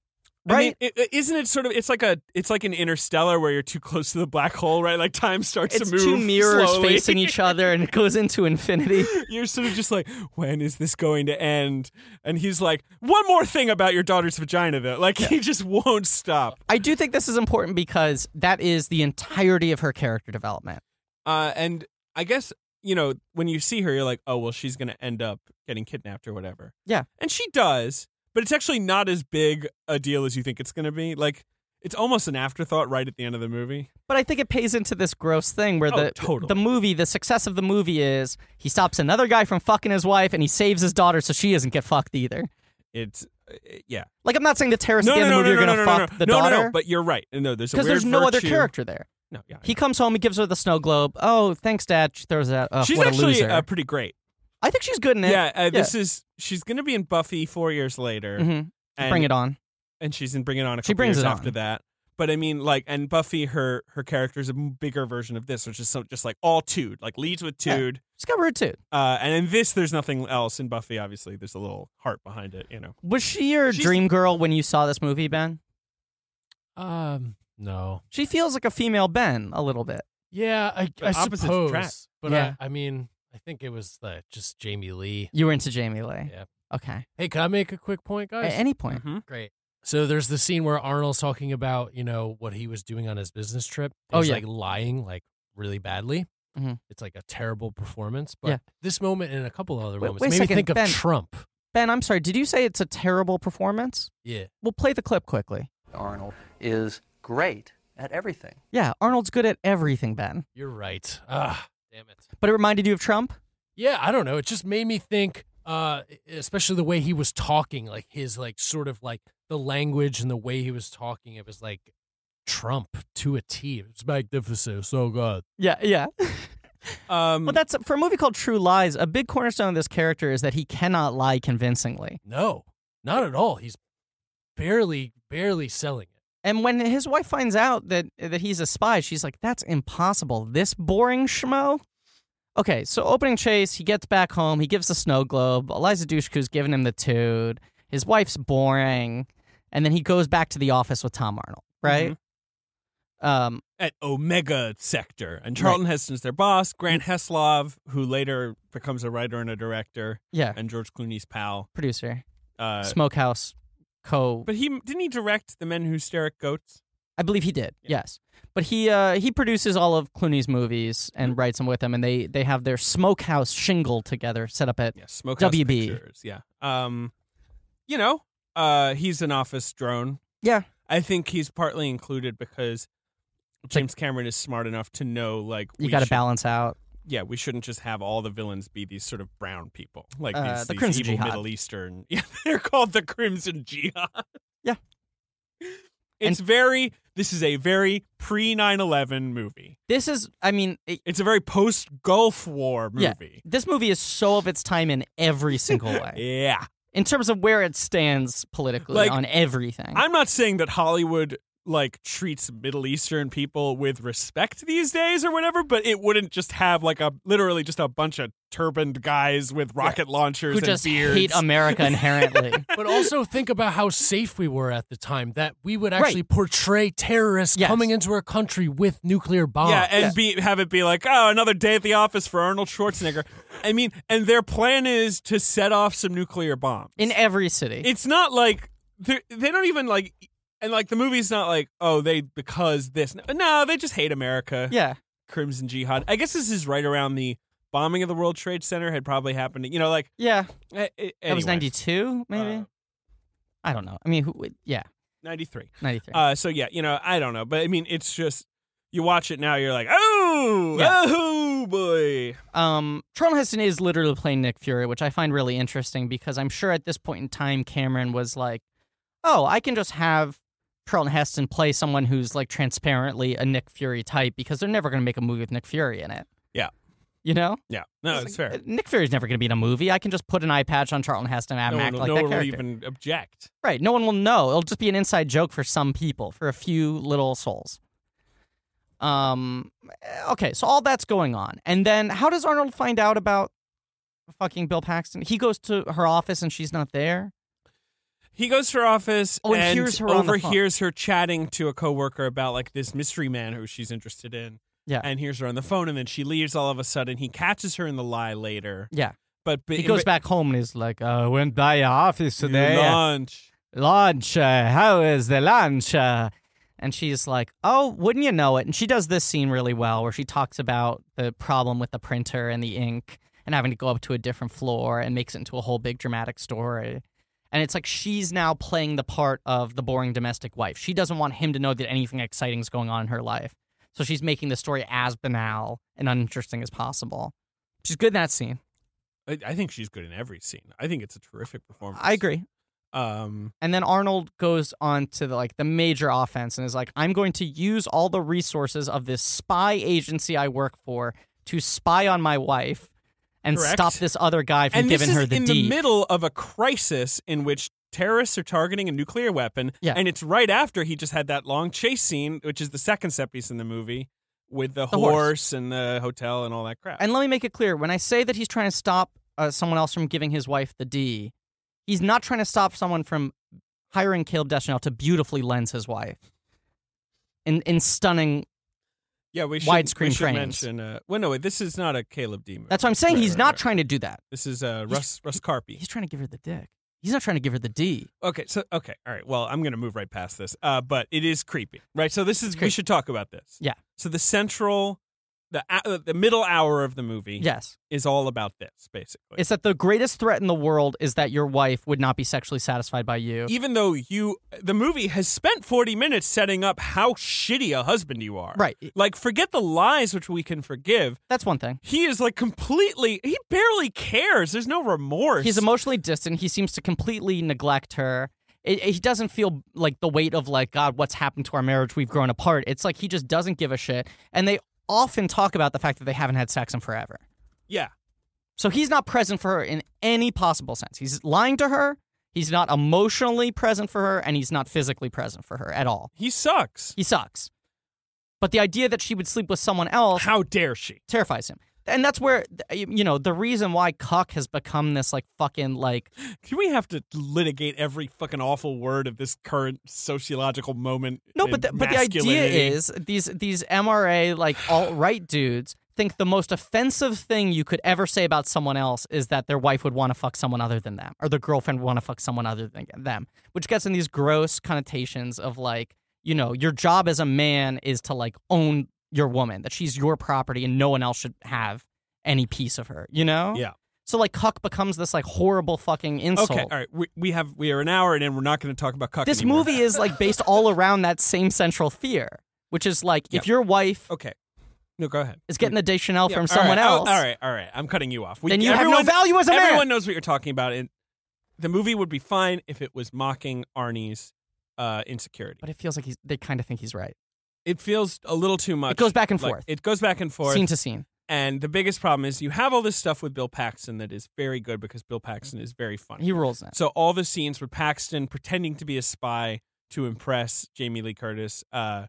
Speaker 2: I
Speaker 4: right?
Speaker 2: mean, i- i- isn't it sort of? It's like a. It's like an interstellar where you're too close to the black hole, right? Like time starts
Speaker 4: it's
Speaker 2: to move.
Speaker 4: two mirrors
Speaker 2: slowly.
Speaker 4: facing each other, and it goes into infinity.
Speaker 2: You're sort of just like, when is this going to end? And he's like, one more thing about your daughter's vagina, though. Like he just won't stop.
Speaker 4: I do think this is important because that is the entirety of her character development.
Speaker 2: Uh, and I guess you know when you see her, you're like, oh well, she's going to end up getting kidnapped or whatever.
Speaker 4: Yeah.
Speaker 2: and she does, but it's actually not as big a deal as you think it's going to be. Like it's almost an afterthought right at the end of the movie.
Speaker 4: But I think it pays into this gross thing where
Speaker 2: Oh,
Speaker 4: the
Speaker 2: totally.
Speaker 4: the movie, the success of the movie is he stops another guy from fucking his wife and he saves his daughter so she doesn't get fucked either.
Speaker 2: It's uh, yeah.
Speaker 4: Like I'm not saying the terrorists at the end of the movie are gonna fuck the
Speaker 2: no,
Speaker 4: daughter.
Speaker 2: No, no, but you're right. No, there's a
Speaker 4: because
Speaker 2: weird
Speaker 4: there's no other
Speaker 2: virtue-
Speaker 4: character there.
Speaker 2: No, yeah, I
Speaker 4: He comes home, he gives her the snow globe. Oh, thanks, Dad. She throws it out. Ugh,
Speaker 2: She's
Speaker 4: what a
Speaker 2: actually
Speaker 4: loser.
Speaker 2: uh, pretty great.
Speaker 4: I think she's good in it.
Speaker 2: yeah, uh, this is she's going to be in Buffy four years later.
Speaker 4: Mhm.
Speaker 2: And,
Speaker 4: Bring it on.
Speaker 2: and she's in Bring It On. A
Speaker 4: She
Speaker 2: couple
Speaker 4: brings
Speaker 2: years
Speaker 4: it
Speaker 2: after
Speaker 4: on.
Speaker 2: that. But I mean, like, and Buffy, her her character is a m- bigger version of this, which is so, just like all Tude, like leads with
Speaker 4: Yeah.
Speaker 2: Tude.
Speaker 4: She's got rude too.
Speaker 2: Uh, and in this, there's nothing else. In Buffy, obviously, there's a little heart behind it, you know.
Speaker 4: Was she your
Speaker 2: She's-
Speaker 4: dream girl when you saw this movie, Ben?
Speaker 5: Um, no.
Speaker 4: She feels like a female Ben a little bit.
Speaker 5: Yeah, I,
Speaker 2: But
Speaker 5: I
Speaker 2: opposites
Speaker 5: suppose.
Speaker 2: attract.
Speaker 5: But
Speaker 4: Yeah.
Speaker 5: I, I mean, I think it was the, just Jamie Lee.
Speaker 4: You were into Jamie Lee.
Speaker 5: Yep.
Speaker 4: Okay.
Speaker 5: Hey, can I make a quick point, guys?
Speaker 4: At any point.
Speaker 2: Mhm.
Speaker 5: Great. So there's the scene where Arnold's talking about, you know, what he was doing on his business trip.
Speaker 4: Oh,
Speaker 5: He's
Speaker 4: yeah.
Speaker 5: like lying like really badly.
Speaker 4: Mhm.
Speaker 5: It's like a terrible performance. But
Speaker 4: Yeah.
Speaker 5: this moment and a couple other
Speaker 4: Wait-
Speaker 5: moments
Speaker 4: wait a
Speaker 5: made me
Speaker 4: second,
Speaker 5: think of
Speaker 4: Ben.
Speaker 5: Trump.
Speaker 4: Ben, I'm sorry. Did you say it's a terrible performance?
Speaker 5: Yeah.
Speaker 4: We'll play the clip quickly.
Speaker 7: Arnold is great at everything.
Speaker 4: Yeah, Arnold's good at everything, Ben.
Speaker 5: You're right. Ah, damn it.
Speaker 4: But it reminded you of Trump?
Speaker 5: Yeah, I don't know. It just made me think, uh, especially the way he was talking, like his like sort of like the language and the way he was talking. It was like Trump to a T. It was magnificent. So good.
Speaker 4: Yeah, yeah.
Speaker 2: Um,
Speaker 4: Well, that's for a movie called True Lies. A big cornerstone of this character is that he cannot lie convincingly.
Speaker 5: No, not at all. He's barely, barely selling it.
Speaker 4: And when his wife finds out that that he's a spy, she's like, "That's impossible. This boring schmo." Okay, so opening chase, he gets back home. He gives the snow globe. Eliza Dushku's giving him the tood. His wife's boring, and then he goes back to the office with Tom Arnold. Right. Um.
Speaker 2: at Omega Sector, and Charlton Heston's their boss. Grant Heslov, who later becomes a writer and a director,
Speaker 4: Yeah.
Speaker 2: and George Clooney's pal.
Speaker 4: Producer.
Speaker 2: Uh,
Speaker 4: Smokehouse. Co.
Speaker 2: but he didn't he direct the Men Who Stare at Goats.
Speaker 4: I believe he did.
Speaker 2: Yeah.
Speaker 4: Yes, but he uh, he produces all of Clooney's movies
Speaker 2: Mm-hmm.
Speaker 4: and writes them with him, and they they have their smokehouse shingle together set up at.
Speaker 2: Yeah, Smokehouse
Speaker 4: WB.
Speaker 2: Pictures. Yeah. Um, you know, uh, he's an office drone.
Speaker 4: Yeah.
Speaker 2: I think he's partly included because James Cameron is smart enough to know, like,
Speaker 4: You
Speaker 2: we
Speaker 4: got to
Speaker 2: should-
Speaker 4: balance out.
Speaker 2: Yeah, we shouldn't just have all the villains be these sort of brown people, like
Speaker 4: Uh,
Speaker 2: these,
Speaker 4: the
Speaker 2: these
Speaker 4: Crimson
Speaker 2: evil
Speaker 4: Jihad.
Speaker 2: Middle Eastern. Yeah, they're called the Crimson Jihad.
Speaker 4: Yeah.
Speaker 2: It's very. This is a very pre 9/11 movie.
Speaker 4: This is, I mean, it-
Speaker 2: It's a very post Gulf War
Speaker 4: Yeah.
Speaker 2: movie.
Speaker 4: this movie is so of its time in every single way,
Speaker 2: yeah.
Speaker 4: in terms of where it stands politically
Speaker 2: Like,
Speaker 4: on everything.
Speaker 2: I'm not saying that Hollywood like treats Middle Eastern people with respect these days or whatever, but it wouldn't just have like a literally just a bunch of turbaned guys with rocket launchers
Speaker 4: who
Speaker 2: and
Speaker 4: just
Speaker 2: beards.
Speaker 4: hate America inherently.
Speaker 5: But also think about how safe we were at the time that we would
Speaker 4: Right.
Speaker 5: actually portray terrorists
Speaker 4: Yes.
Speaker 5: coming into our country with nuclear
Speaker 4: Oh,
Speaker 5: bombs.
Speaker 2: yeah, and be have it be like, oh, another day at the office for Arnold Schwarzenegger. I mean, and their plan is to set off some nuclear bombs
Speaker 4: in every city.
Speaker 2: It's not like they're- they don't even like, and like the movie's not like, oh, they because this. No, they just hate America.
Speaker 4: yeah,
Speaker 2: Crimson Jihad. I guess this is right around the bombing of the World Trade Center had probably happened. You know, like
Speaker 4: yeah.
Speaker 2: eh, eh,
Speaker 4: That was
Speaker 2: anyway.
Speaker 4: 92, maybe.
Speaker 2: Uh,
Speaker 4: I don't know. I mean, who? would- Yeah,
Speaker 2: 93.
Speaker 4: 93.
Speaker 2: Uh, so yeah, you know, I don't know, but I mean, it's just you watch it now, you're like, oh,
Speaker 4: Yeah.
Speaker 2: oh boy.
Speaker 4: Um, Charlton Heston is literally playing Nick Fury, which I find really interesting because I'm sure at this point in time, Cameron was like, "Oh, I can just have Charlton Heston play someone who's like transparently a Nick Fury type because they're never going to make a movie with Nick Fury in it."
Speaker 2: Yeah.
Speaker 4: you know,
Speaker 2: Yeah, no, it's fair.
Speaker 4: Uh, Nick Fury's never going to be in a movie. I can just put an eye patch on Charlton Heston and
Speaker 2: no
Speaker 4: act
Speaker 2: one,
Speaker 4: like
Speaker 2: no
Speaker 4: that
Speaker 2: one will
Speaker 4: character.
Speaker 2: even object.
Speaker 4: Right. No one will know. It'll just be an inside joke for some people, for a few little souls. Um okay, so all that's going on. And then how does Arnold find out about fucking Bill Paxton? He goes to her office and she's not there.
Speaker 2: He goes to her office
Speaker 4: Oh, and
Speaker 2: and
Speaker 4: hears her on the phone.
Speaker 2: overhears her chatting to a coworker about like this mystery man who she's interested in.
Speaker 4: Yeah.
Speaker 2: and hears her on the phone, and then she leaves. All of a sudden, he catches her in the lie later.
Speaker 4: Yeah.
Speaker 2: But
Speaker 4: He goes back home and he's like, uh, went by your office
Speaker 2: to
Speaker 4: today.
Speaker 2: lunch.
Speaker 4: lunch. Uh, how is the lunch? Uh, and she's like, oh, wouldn't you know it? And she does this scene really well where she talks about the problem with the printer and the ink and having to go up to a different floor and makes it into a whole big dramatic story. And it's like she's now playing the part of the boring domestic wife. She doesn't want him to know that anything exciting is going on in her life. So she's making the story as banal and uninteresting as possible. She's good in that scene.
Speaker 2: I, I think she's good in every scene. I think it's a terrific performance.
Speaker 4: I agree.
Speaker 2: Um,
Speaker 4: And then Arnold goes on to the, like the major offense and is like, "I'm going to use all the resources of this spy agency I work for to spy on my wife." and
Speaker 2: Correct.
Speaker 4: stop this other guy from
Speaker 2: and
Speaker 4: giving
Speaker 2: this is
Speaker 4: her the
Speaker 2: in
Speaker 4: D.
Speaker 2: the middle of a crisis in which terrorists are targeting a nuclear weapon
Speaker 4: Yeah.
Speaker 2: and it's right after he just had that long chase scene which is the second set piece in the movie with the,
Speaker 4: The horse.
Speaker 2: horse. and the hotel and all that crap
Speaker 4: And let me make it clear: when I say that he's trying to stop uh, someone else from giving his wife the D, he's not trying to stop someone from hiring Caleb Deschanel to beautifully lens his wife in in stunning.
Speaker 2: yeah we should,
Speaker 4: widescreen
Speaker 2: we should
Speaker 4: frames.
Speaker 2: mention uh, well no wait, this is not a caleb d movie.
Speaker 4: That's what I'm saying.
Speaker 2: Right,
Speaker 4: he's
Speaker 2: right,
Speaker 4: not
Speaker 2: right.
Speaker 4: trying to do that.
Speaker 2: this is uh,
Speaker 4: He's-
Speaker 2: russ russ carpy
Speaker 4: He's trying to give her the dick. He's not trying to give her the D.
Speaker 2: Okay, so okay, all right. Well, I'm gonna move right past this, uh, but it is creepy, right? So this is we
Speaker 4: creepy.
Speaker 2: should talk about this.
Speaker 4: Yeah.
Speaker 2: So the central, the uh, the middle hour of the movie,
Speaker 4: Yes,
Speaker 2: is all about this basically.
Speaker 4: it's that the greatest threat in the world is that your wife would not be sexually satisfied by you.
Speaker 2: even though you, the movie has spent 40 minutes setting up how shitty a husband you are.
Speaker 4: Right.
Speaker 2: Like, forget the lies which we can forgive.
Speaker 4: That's one thing.
Speaker 2: He is like completely. He barely cares. There's no remorse.
Speaker 4: He's emotionally distant. He seems to completely neglect her. It, it- he doesn't feel like the weight of like God, what's happened to our marriage? We've grown apart. It's like he just doesn't give a shit. And they often talk about the fact that they haven't had sex in forever.
Speaker 2: yeah.
Speaker 4: So he's not present for her in any possible sense. He's lying to her. He's not emotionally present for her, and he's not physically present for her at all.
Speaker 2: He sucks.
Speaker 4: He sucks. But the idea that she would sleep with someone else
Speaker 2: How dare she?
Speaker 4: terrifies him. And that's where, you know, the reason why cuck has become this like fucking like
Speaker 2: Do we have to litigate every fucking awful word of this current sociological moment?
Speaker 4: No,
Speaker 2: in
Speaker 4: but the, but the idea
Speaker 2: masculinity?
Speaker 4: is these these MRA like alt right dudes think the most offensive thing you could ever say about someone else is that their wife would want to fuck someone other than them, or their girlfriend would want to fuck someone other than them, which gets in these gross connotations of like you know your job as a man is to like own your woman that she's your property and no one else should have any piece of her, you know?
Speaker 2: Yeah.
Speaker 4: So like cuck becomes this like horrible fucking insult.
Speaker 2: okay. All right, we, we have we are an hour in, and we're not going to talk about cuck.
Speaker 4: This
Speaker 2: anymore.
Speaker 4: movie is like based all around that same central fear, which is like if
Speaker 2: Yeah.
Speaker 4: your wife
Speaker 2: okay. No, go ahead.
Speaker 4: is getting a Deschanel
Speaker 2: Yeah,
Speaker 4: from
Speaker 2: all
Speaker 4: someone
Speaker 2: right, oh,
Speaker 4: else,
Speaker 2: All right, all right. I'm cutting you off. We,
Speaker 4: then you have no
Speaker 2: everyone-
Speaker 4: value as a man.
Speaker 2: Everyone knows what you're talking about. And the movie would be fine if it was mocking Arnie's uh, insecurity.
Speaker 4: But it feels like he's, they kind of think he's right,
Speaker 2: It feels a little too much.
Speaker 4: goes back and
Speaker 2: like,
Speaker 4: forth.
Speaker 2: It goes back and forth.
Speaker 4: scene to scene.
Speaker 2: and the biggest problem is you have all this stuff with Bill Paxton that is very good because Bill Paxton is very funny.
Speaker 4: He rules it.
Speaker 2: So all the scenes with Paxton pretending to be a spy to impress Jamie Lee Curtis uh,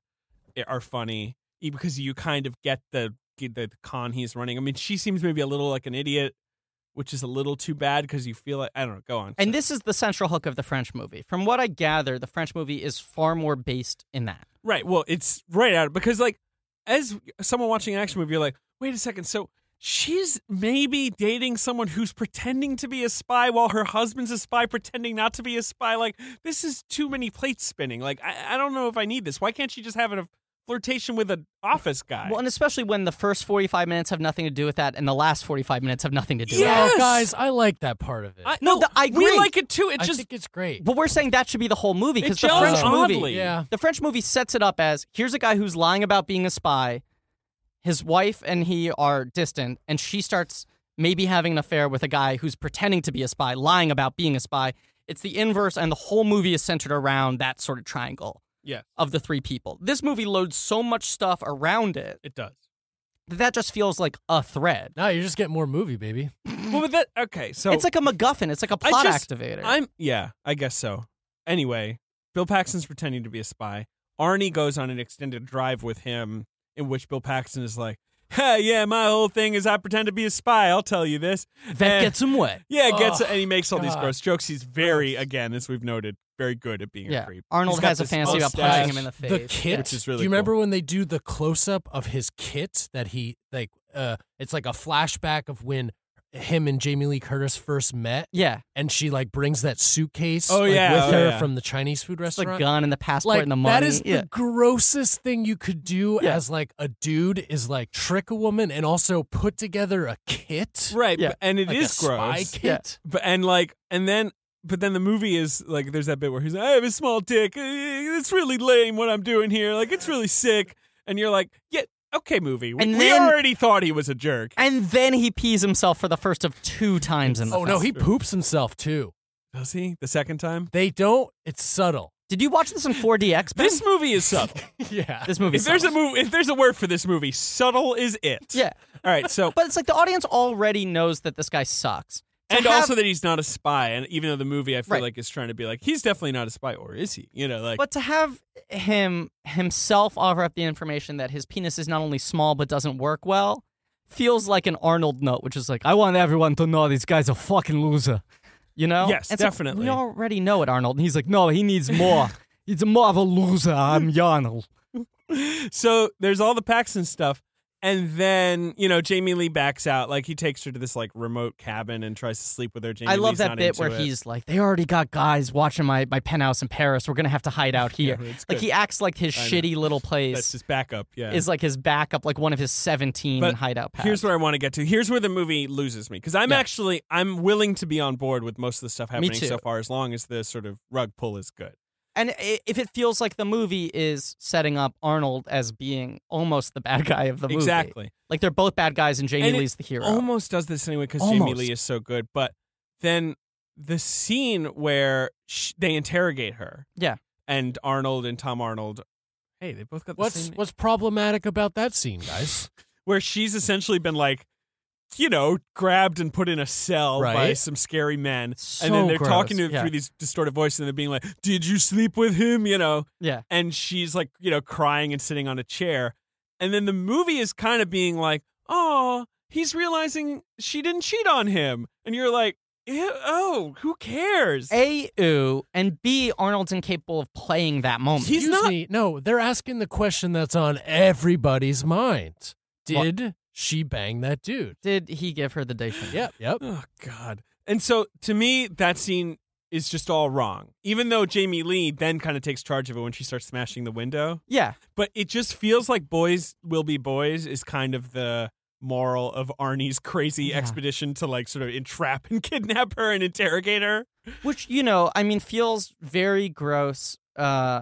Speaker 2: are funny e- because you kind of get the the con he's running. I mean, she seems maybe a little like an idiot, which is a little too bad because you feel like I don't know. Go on.
Speaker 4: And this is the central hook of the French movie. From what I gather, the French movie is far more based in that.
Speaker 2: Right. Well, it's right out because like as someone watching an action movie, you're like, wait a second, so she's maybe dating someone who's pretending to be a spy while her husband's a spy pretending not to be a spy. Like this is too many plates spinning. Like I, I don't know if I need this. Why can't she just have a flirtation with an office guy?
Speaker 4: Well, and especially when the first 45 minutes have nothing to do with that and the last 45 minutes have nothing to do
Speaker 2: Yeah.
Speaker 4: with
Speaker 5: Oh,
Speaker 2: Yes!
Speaker 5: guys, I like that part of it.
Speaker 2: I,
Speaker 4: no, the- I
Speaker 2: we
Speaker 4: agree.
Speaker 2: like it too. It
Speaker 5: I
Speaker 2: just
Speaker 5: think it's great.
Speaker 4: it. But we're saying that should be the whole movie
Speaker 2: it
Speaker 4: because the
Speaker 2: gels
Speaker 4: French
Speaker 2: oddly.
Speaker 4: movie.
Speaker 5: Yeah.
Speaker 4: The French movie sets it up as here's a guy who's lying about being a spy. His wife and he are distant, and she starts maybe having an affair with a guy who's pretending to be a spy, lying about being a spy. It's the inverse, and the whole movie is centered around that sort of triangle
Speaker 2: Yeah.
Speaker 4: of the three people. This movie loads so much stuff around it
Speaker 2: It does.
Speaker 4: that that just feels like a thread.
Speaker 5: No, you're just getting more movie, baby.
Speaker 2: Well, but that okay. So
Speaker 4: it's like a MacGuffin. It's like a
Speaker 2: I
Speaker 4: plot
Speaker 2: just-
Speaker 4: activator.
Speaker 2: I'm yeah, I guess so. Anyway, Bill Paxton's pretending to be a spy. Arnie goes on an extended drive with him, in which Bill Paxton is like, "Hey, yeah, my whole thing is I pretend to be a spy. I'll tell you this."
Speaker 4: that
Speaker 2: And-
Speaker 4: gets him wet.
Speaker 2: yeah, it gets
Speaker 5: Ugh,
Speaker 2: and he makes all these
Speaker 5: God.
Speaker 2: gross jokes. He's very, again, as we've noted, very good at being a
Speaker 4: Yeah.
Speaker 2: creep.
Speaker 4: Arnold
Speaker 2: He's got
Speaker 4: has a
Speaker 2: this
Speaker 4: fantasy about
Speaker 2: mustache.
Speaker 4: punching him in the face.
Speaker 5: The kit,
Speaker 2: Which is really
Speaker 5: Do you remember when they do the close up of his kit that he like? Uh, it's like a flashback of when him and Jamie Lee Curtis first met,
Speaker 4: Yeah.
Speaker 5: and she like brings that suitcase.
Speaker 2: Oh,
Speaker 5: like,
Speaker 2: yeah,
Speaker 5: with
Speaker 2: oh,
Speaker 5: her
Speaker 2: yeah.
Speaker 5: from the Chinese food
Speaker 4: It's the
Speaker 5: restaurant.
Speaker 4: gun and the passport
Speaker 5: like
Speaker 4: and the money.
Speaker 5: that is
Speaker 4: yeah.
Speaker 5: the grossest thing you could do
Speaker 4: Yeah.
Speaker 5: as like a dude is like trick a woman and also put together a kit.
Speaker 2: right?
Speaker 4: Yeah.
Speaker 2: but- and it
Speaker 5: Like
Speaker 2: is
Speaker 5: a spy
Speaker 2: gross.
Speaker 5: kit.
Speaker 4: Yeah.
Speaker 2: But and like and then but then the movie is like there's that bit where he's like, I have a small dick. Eh, It's really lame what I'm doing here. Like it's really sick. And you're like, yeah, okay, movie. We,
Speaker 4: And
Speaker 2: we
Speaker 4: then-
Speaker 2: already thought he was a jerk.
Speaker 4: And then he pees himself for the first of two times in the
Speaker 5: Oh no,
Speaker 4: film.
Speaker 5: he poops himself too.
Speaker 2: Does he? The second time?
Speaker 5: They don't. It's subtle.
Speaker 4: Did you watch this in 4DX? Ben?
Speaker 2: This movie is subtle.
Speaker 5: yeah.
Speaker 4: this movie.
Speaker 2: if there's a
Speaker 4: sucks.
Speaker 2: move, if there's a word for this movie, subtle is it.
Speaker 4: yeah,
Speaker 2: All right. So
Speaker 4: but it's like the audience already knows that this guy sucks. To
Speaker 2: and
Speaker 4: have-
Speaker 2: also that he's not a spy. And even though the movie, I feel
Speaker 4: Right.
Speaker 2: like is trying to be like he's definitely not a spy, or is he? You know, like
Speaker 4: but to have him himself offer up the information that his penis is not only small but doesn't work well feels like an Arnold note, which is like,
Speaker 3: I want everyone to know this guy's a fucking loser.
Speaker 4: you know,
Speaker 2: Yes,
Speaker 4: It's like,
Speaker 2: definitely.
Speaker 4: we already know it, Arnold.
Speaker 3: And he's like, no, he needs more. He's more of a loser. I'm Yarnell.
Speaker 2: so there's all the Paxton stuff. And then, you know, Jamie Lee backs out. Like, he takes her to this, like, remote cabin and tries to sleep with her. Jamie
Speaker 4: I love
Speaker 2: Lee's
Speaker 4: that
Speaker 2: not
Speaker 4: bit where
Speaker 2: into it.
Speaker 4: he's like, they already got guys watching my, my penthouse in Paris. We're going to have to hide out here.
Speaker 2: it's
Speaker 4: like,
Speaker 2: good.
Speaker 4: he acts like his
Speaker 2: I know.
Speaker 4: shitty little
Speaker 2: That's
Speaker 4: place
Speaker 2: his backup. Yeah.
Speaker 4: is like his backup, like one of his 17
Speaker 2: But
Speaker 4: hideout pads.
Speaker 2: Here's where I want to get to. Here's where the movie loses me because I'm
Speaker 4: Yeah.
Speaker 2: actually I'm willing to be on board with most of the stuff happening so
Speaker 4: too.
Speaker 2: far as long as the sort of rug pull is good.
Speaker 4: And i- if it feels like the movie is setting up Arnold as being almost the bad guy of the movie.
Speaker 2: Exactly.
Speaker 4: Like they're both bad guys and Jamie
Speaker 2: And it oh
Speaker 4: Lee's the hero.
Speaker 2: Almost does this anyway because Jamie
Speaker 4: Almost.
Speaker 2: Lee is so good. But then the scene where sh- they interrogate her.
Speaker 4: Yeah.
Speaker 2: And Arnold and Tom Arnold. Hey, they both got the
Speaker 5: What's
Speaker 2: same.
Speaker 5: what's problematic about that scene, guys?
Speaker 2: where she's essentially been like, you know, grabbed and put in a cell by
Speaker 5: Right.
Speaker 2: some scary men.
Speaker 4: So
Speaker 2: and then they're
Speaker 4: gross.
Speaker 2: talking to him
Speaker 4: Yeah.
Speaker 2: through these distorted voices and they're being like, Did you sleep with him? You know?
Speaker 4: Yeah.
Speaker 2: And she's like, you know, crying and sitting on a chair. And then the movie is kind of being like, Oh, he's realizing she didn't cheat on him. And you're like, "Ew, Oh, who cares?
Speaker 4: A ooh and B Arnold's incapable of playing that moment.
Speaker 2: He's
Speaker 5: Excuse
Speaker 2: not-
Speaker 5: me. No, they're asking the question that's on everybody's mind. Did she bang that dude?
Speaker 4: Did he give her the date?
Speaker 5: Yep. Yep.
Speaker 2: Oh God! And so to me, that scene is just all wrong. Even though Jamie Lee then kind of takes charge of it when she starts smashing the window,
Speaker 4: Yeah.
Speaker 2: but it just feels like boys will be boys is kind of the moral of Arnie's crazy
Speaker 4: Yeah.
Speaker 2: expedition to like sort of entrap and kidnap her and interrogate her.
Speaker 4: Which, you know, I mean feels very gross, uh,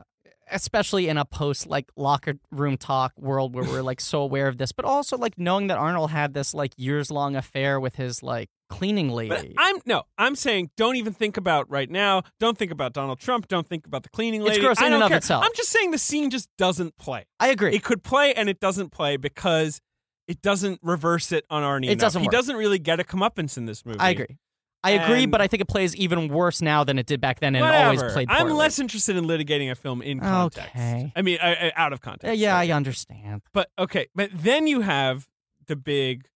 Speaker 4: especially in a post like locker room talk world where we're like so aware of this, but also like knowing that Arnold had this like years long affair with his like cleaning
Speaker 2: But
Speaker 4: lady.
Speaker 2: I'm no, I'm saying don't even think about right now. Don't think about Donald Trump. Don't think about the cleaning
Speaker 4: It's
Speaker 2: lady.
Speaker 4: gross
Speaker 2: I
Speaker 4: in and
Speaker 2: don't
Speaker 4: of
Speaker 2: care.
Speaker 4: itself.
Speaker 2: I'm just saying the scene just doesn't play.
Speaker 4: I agree.
Speaker 2: It could play and it doesn't play because it doesn't reverse it on Arnie.
Speaker 4: It
Speaker 2: enough.
Speaker 4: doesn't
Speaker 2: He
Speaker 4: work.
Speaker 2: doesn't really get a comeuppance in this movie.
Speaker 4: I agree. I agree,
Speaker 2: And-
Speaker 4: but I think it plays even worse now than it did back then, and it
Speaker 2: Whatever.
Speaker 4: always played.
Speaker 2: I'm
Speaker 4: poorly.
Speaker 2: less interested in litigating a film in context.
Speaker 4: Okay.
Speaker 2: I mean, I, I- out of
Speaker 4: Uh,
Speaker 2: context.
Speaker 4: yeah,
Speaker 2: sorry.
Speaker 4: I understand.
Speaker 2: But okay, but then you have the big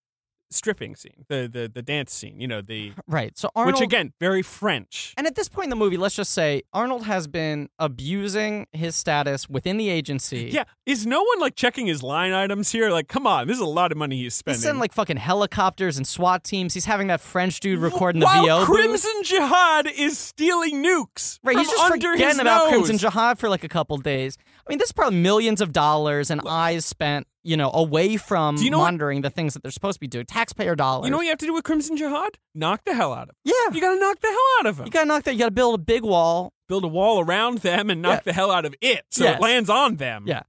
Speaker 2: stripping scene, the the, the dance scene. You know, the
Speaker 4: Right. So Arnold,
Speaker 2: which again very French.
Speaker 4: and at this point in the movie, let's just say Arnold has been abusing his status within the agency.
Speaker 2: Yeah, is no one like checking his line items here? Like, come on, this is a lot of money he's
Speaker 4: He's
Speaker 2: spending.
Speaker 4: sending like fucking helicopters and SWAT teams. He's having that French dude recording the
Speaker 2: While
Speaker 4: VO. booth.
Speaker 2: Crimson Jihad is stealing nukes
Speaker 4: Right,
Speaker 2: from
Speaker 4: he's just
Speaker 2: under his
Speaker 4: forgetting about
Speaker 2: nose.
Speaker 4: Crimson Jihad for like a couple days. I mean, this is probably millions of dollars and eyes spent, you know, away from
Speaker 2: Do you know what-
Speaker 4: monitoring the things that they're supposed to be doing, taxpayer dollars.
Speaker 2: You know what you have to do with Crimson Jihad? Knock the hell out of
Speaker 4: yeah,
Speaker 2: them. You gotta knock the hell out of them.
Speaker 4: You gotta knock that. You gotta build a big wall.
Speaker 2: Build a wall around them and knock the hell out of it so
Speaker 4: Yes.
Speaker 2: it lands on them.
Speaker 4: Yeah.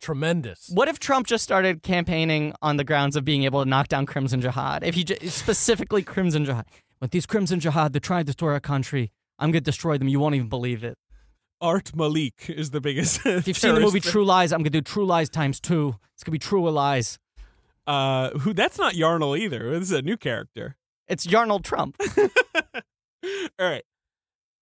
Speaker 5: Tremendous.
Speaker 4: What if Trump just started campaigning on the grounds of being able to knock down Crimson Jihad? If you ju- specifically Crimson Jihad,
Speaker 3: With these Crimson Jihad, they're trying to destroy our country.
Speaker 4: I'm gonna destroy them. You won't even believe it.
Speaker 2: Art Malik is the biggest.
Speaker 4: If you've seen the movie True Lies, I'm gonna do True Lies times two. It's gonna be True Lies.
Speaker 2: uh, who that's not Yarnall either. This is a new character.
Speaker 4: It's Yarnold Trump.
Speaker 2: All right.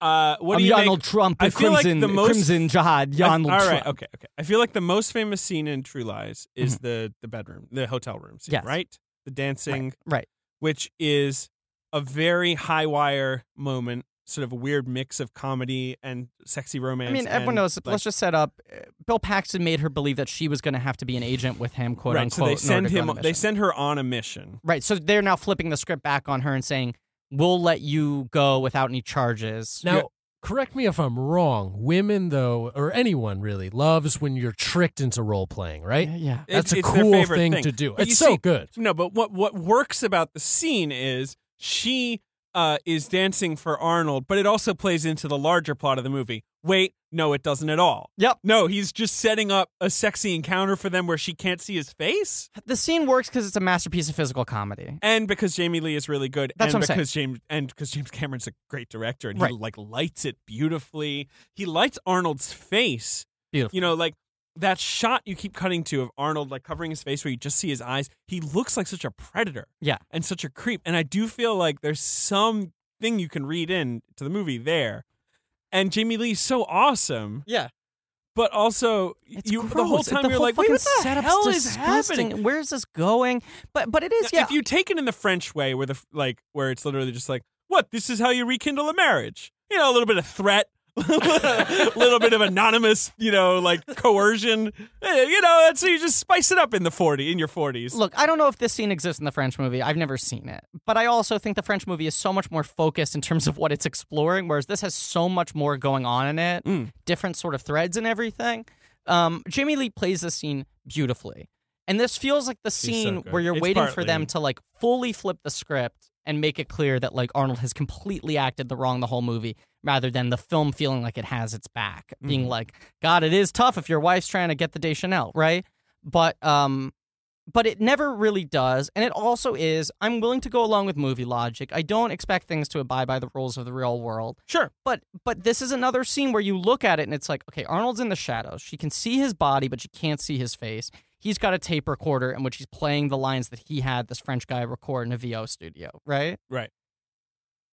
Speaker 2: Uh, what
Speaker 3: I'm
Speaker 2: do you
Speaker 3: Yarnell
Speaker 2: make?
Speaker 3: Trump,
Speaker 2: I
Speaker 3: the
Speaker 2: feel like
Speaker 3: Crimson,
Speaker 2: the most-
Speaker 3: Crimson Jihad,
Speaker 2: I-
Speaker 3: Yarnell
Speaker 2: all right,
Speaker 3: Trump.
Speaker 2: okay, okay. I feel like the most famous scene in True Lies is the the bedroom, the hotel room scene,
Speaker 4: Mm-hmm. Yes.
Speaker 2: right? The dancing,
Speaker 4: right.
Speaker 2: which is a very high wire moment, sort of a weird mix of comedy and sexy romance.
Speaker 4: I mean, everyone
Speaker 2: and,
Speaker 4: knows.
Speaker 2: like-
Speaker 4: let's just set up. uh, Bill Paxton made her believe that she was gonna have to be an agent with him, quote
Speaker 2: right.
Speaker 4: unquote.
Speaker 2: so they
Speaker 4: in
Speaker 2: send
Speaker 4: order to go on
Speaker 2: him.
Speaker 4: the
Speaker 2: They
Speaker 4: mission.
Speaker 2: send her on a mission.
Speaker 4: Right. So they're now flipping the script back on her and saying, "We'll let you go without any charges."
Speaker 5: Now,
Speaker 2: Yeah.
Speaker 5: correct me if I'm wrong. Women, though, or anyone really, loves when you're tricked into role playing, right?
Speaker 4: Yeah, yeah.
Speaker 2: It-
Speaker 5: That's a
Speaker 2: it's their
Speaker 5: cool
Speaker 2: favorite
Speaker 5: thing,
Speaker 2: thing.
Speaker 5: to do.
Speaker 2: But you
Speaker 5: it's so
Speaker 2: see-
Speaker 5: good.
Speaker 2: No, but what what works about the scene is she uh, is dancing for Arnold, but it also plays into the larger plot of the movie. Wait, no, it doesn't at all.
Speaker 4: Yep.
Speaker 2: No, he's just setting up a sexy encounter for them where she can't see his face,
Speaker 4: The scene works because it's a masterpiece of physical comedy.
Speaker 2: and because Jamie Lee is really good,
Speaker 4: That's
Speaker 2: and
Speaker 4: what I'm
Speaker 2: because James and because James Cameron's a great director, and
Speaker 4: Right.
Speaker 2: he like lights it beautifully. He lights Arnold's face.
Speaker 5: Beautiful.
Speaker 2: You know, like that shot you keep cutting to of Arnold like covering his face where you just see his eyes. He looks like such a predator.
Speaker 4: Yeah.
Speaker 2: and such a creep. And I do feel like there's something you can read in to the movie there. And Jamie Lee's so awesome,
Speaker 4: Yeah.
Speaker 2: but also
Speaker 4: It's
Speaker 2: you the
Speaker 4: gross.
Speaker 2: whole
Speaker 4: It-
Speaker 2: time
Speaker 4: the
Speaker 2: you're
Speaker 4: whole
Speaker 2: like, wait,
Speaker 4: fucking
Speaker 2: what the
Speaker 4: setup's
Speaker 2: hell is
Speaker 4: disgusting.
Speaker 2: happening?
Speaker 4: Where is this going? But but it is.
Speaker 2: Now,
Speaker 4: Yeah.
Speaker 2: If you take it in the French way, where the f- like where it's literally just like, what? This is how you rekindle a marriage. You know, a little bit of threat. a little bit of anonymous, you know, like coercion. Eh, You know, and so you just spice it up in the forty, in your forties.
Speaker 4: Look, I don't know if this scene exists in the French movie. I've never seen it. But I also think the French movie is so much more focused in terms of what it's exploring, whereas this has so much more going on in it,
Speaker 2: Mm.
Speaker 4: different sort of threads and everything. Um, Jamie Lee plays this scene beautifully. And this feels like the
Speaker 2: so
Speaker 4: scene
Speaker 2: good.
Speaker 4: where you're
Speaker 2: It's
Speaker 4: waiting for
Speaker 2: partly-
Speaker 4: them to like fully flip the script and make it clear that like Arnold has completely acted the wrong the whole movie rather than the film feeling like it has its back, being
Speaker 2: Mm-hmm.
Speaker 4: like, God, it is tough if your wife's trying to get the Deschanel, right? But um but it never really does. And it also is, I'm willing to go along with movie logic. I don't expect things to abide by the rules of the real world.
Speaker 2: Sure.
Speaker 4: But but this is another scene where you look at it and it's like, okay, Arnold's in the shadows. She can see his body, but she can't see his face. He's got a tape recorder in which he's playing the lines that he had this French guy record in a VO studio, right?
Speaker 2: Right.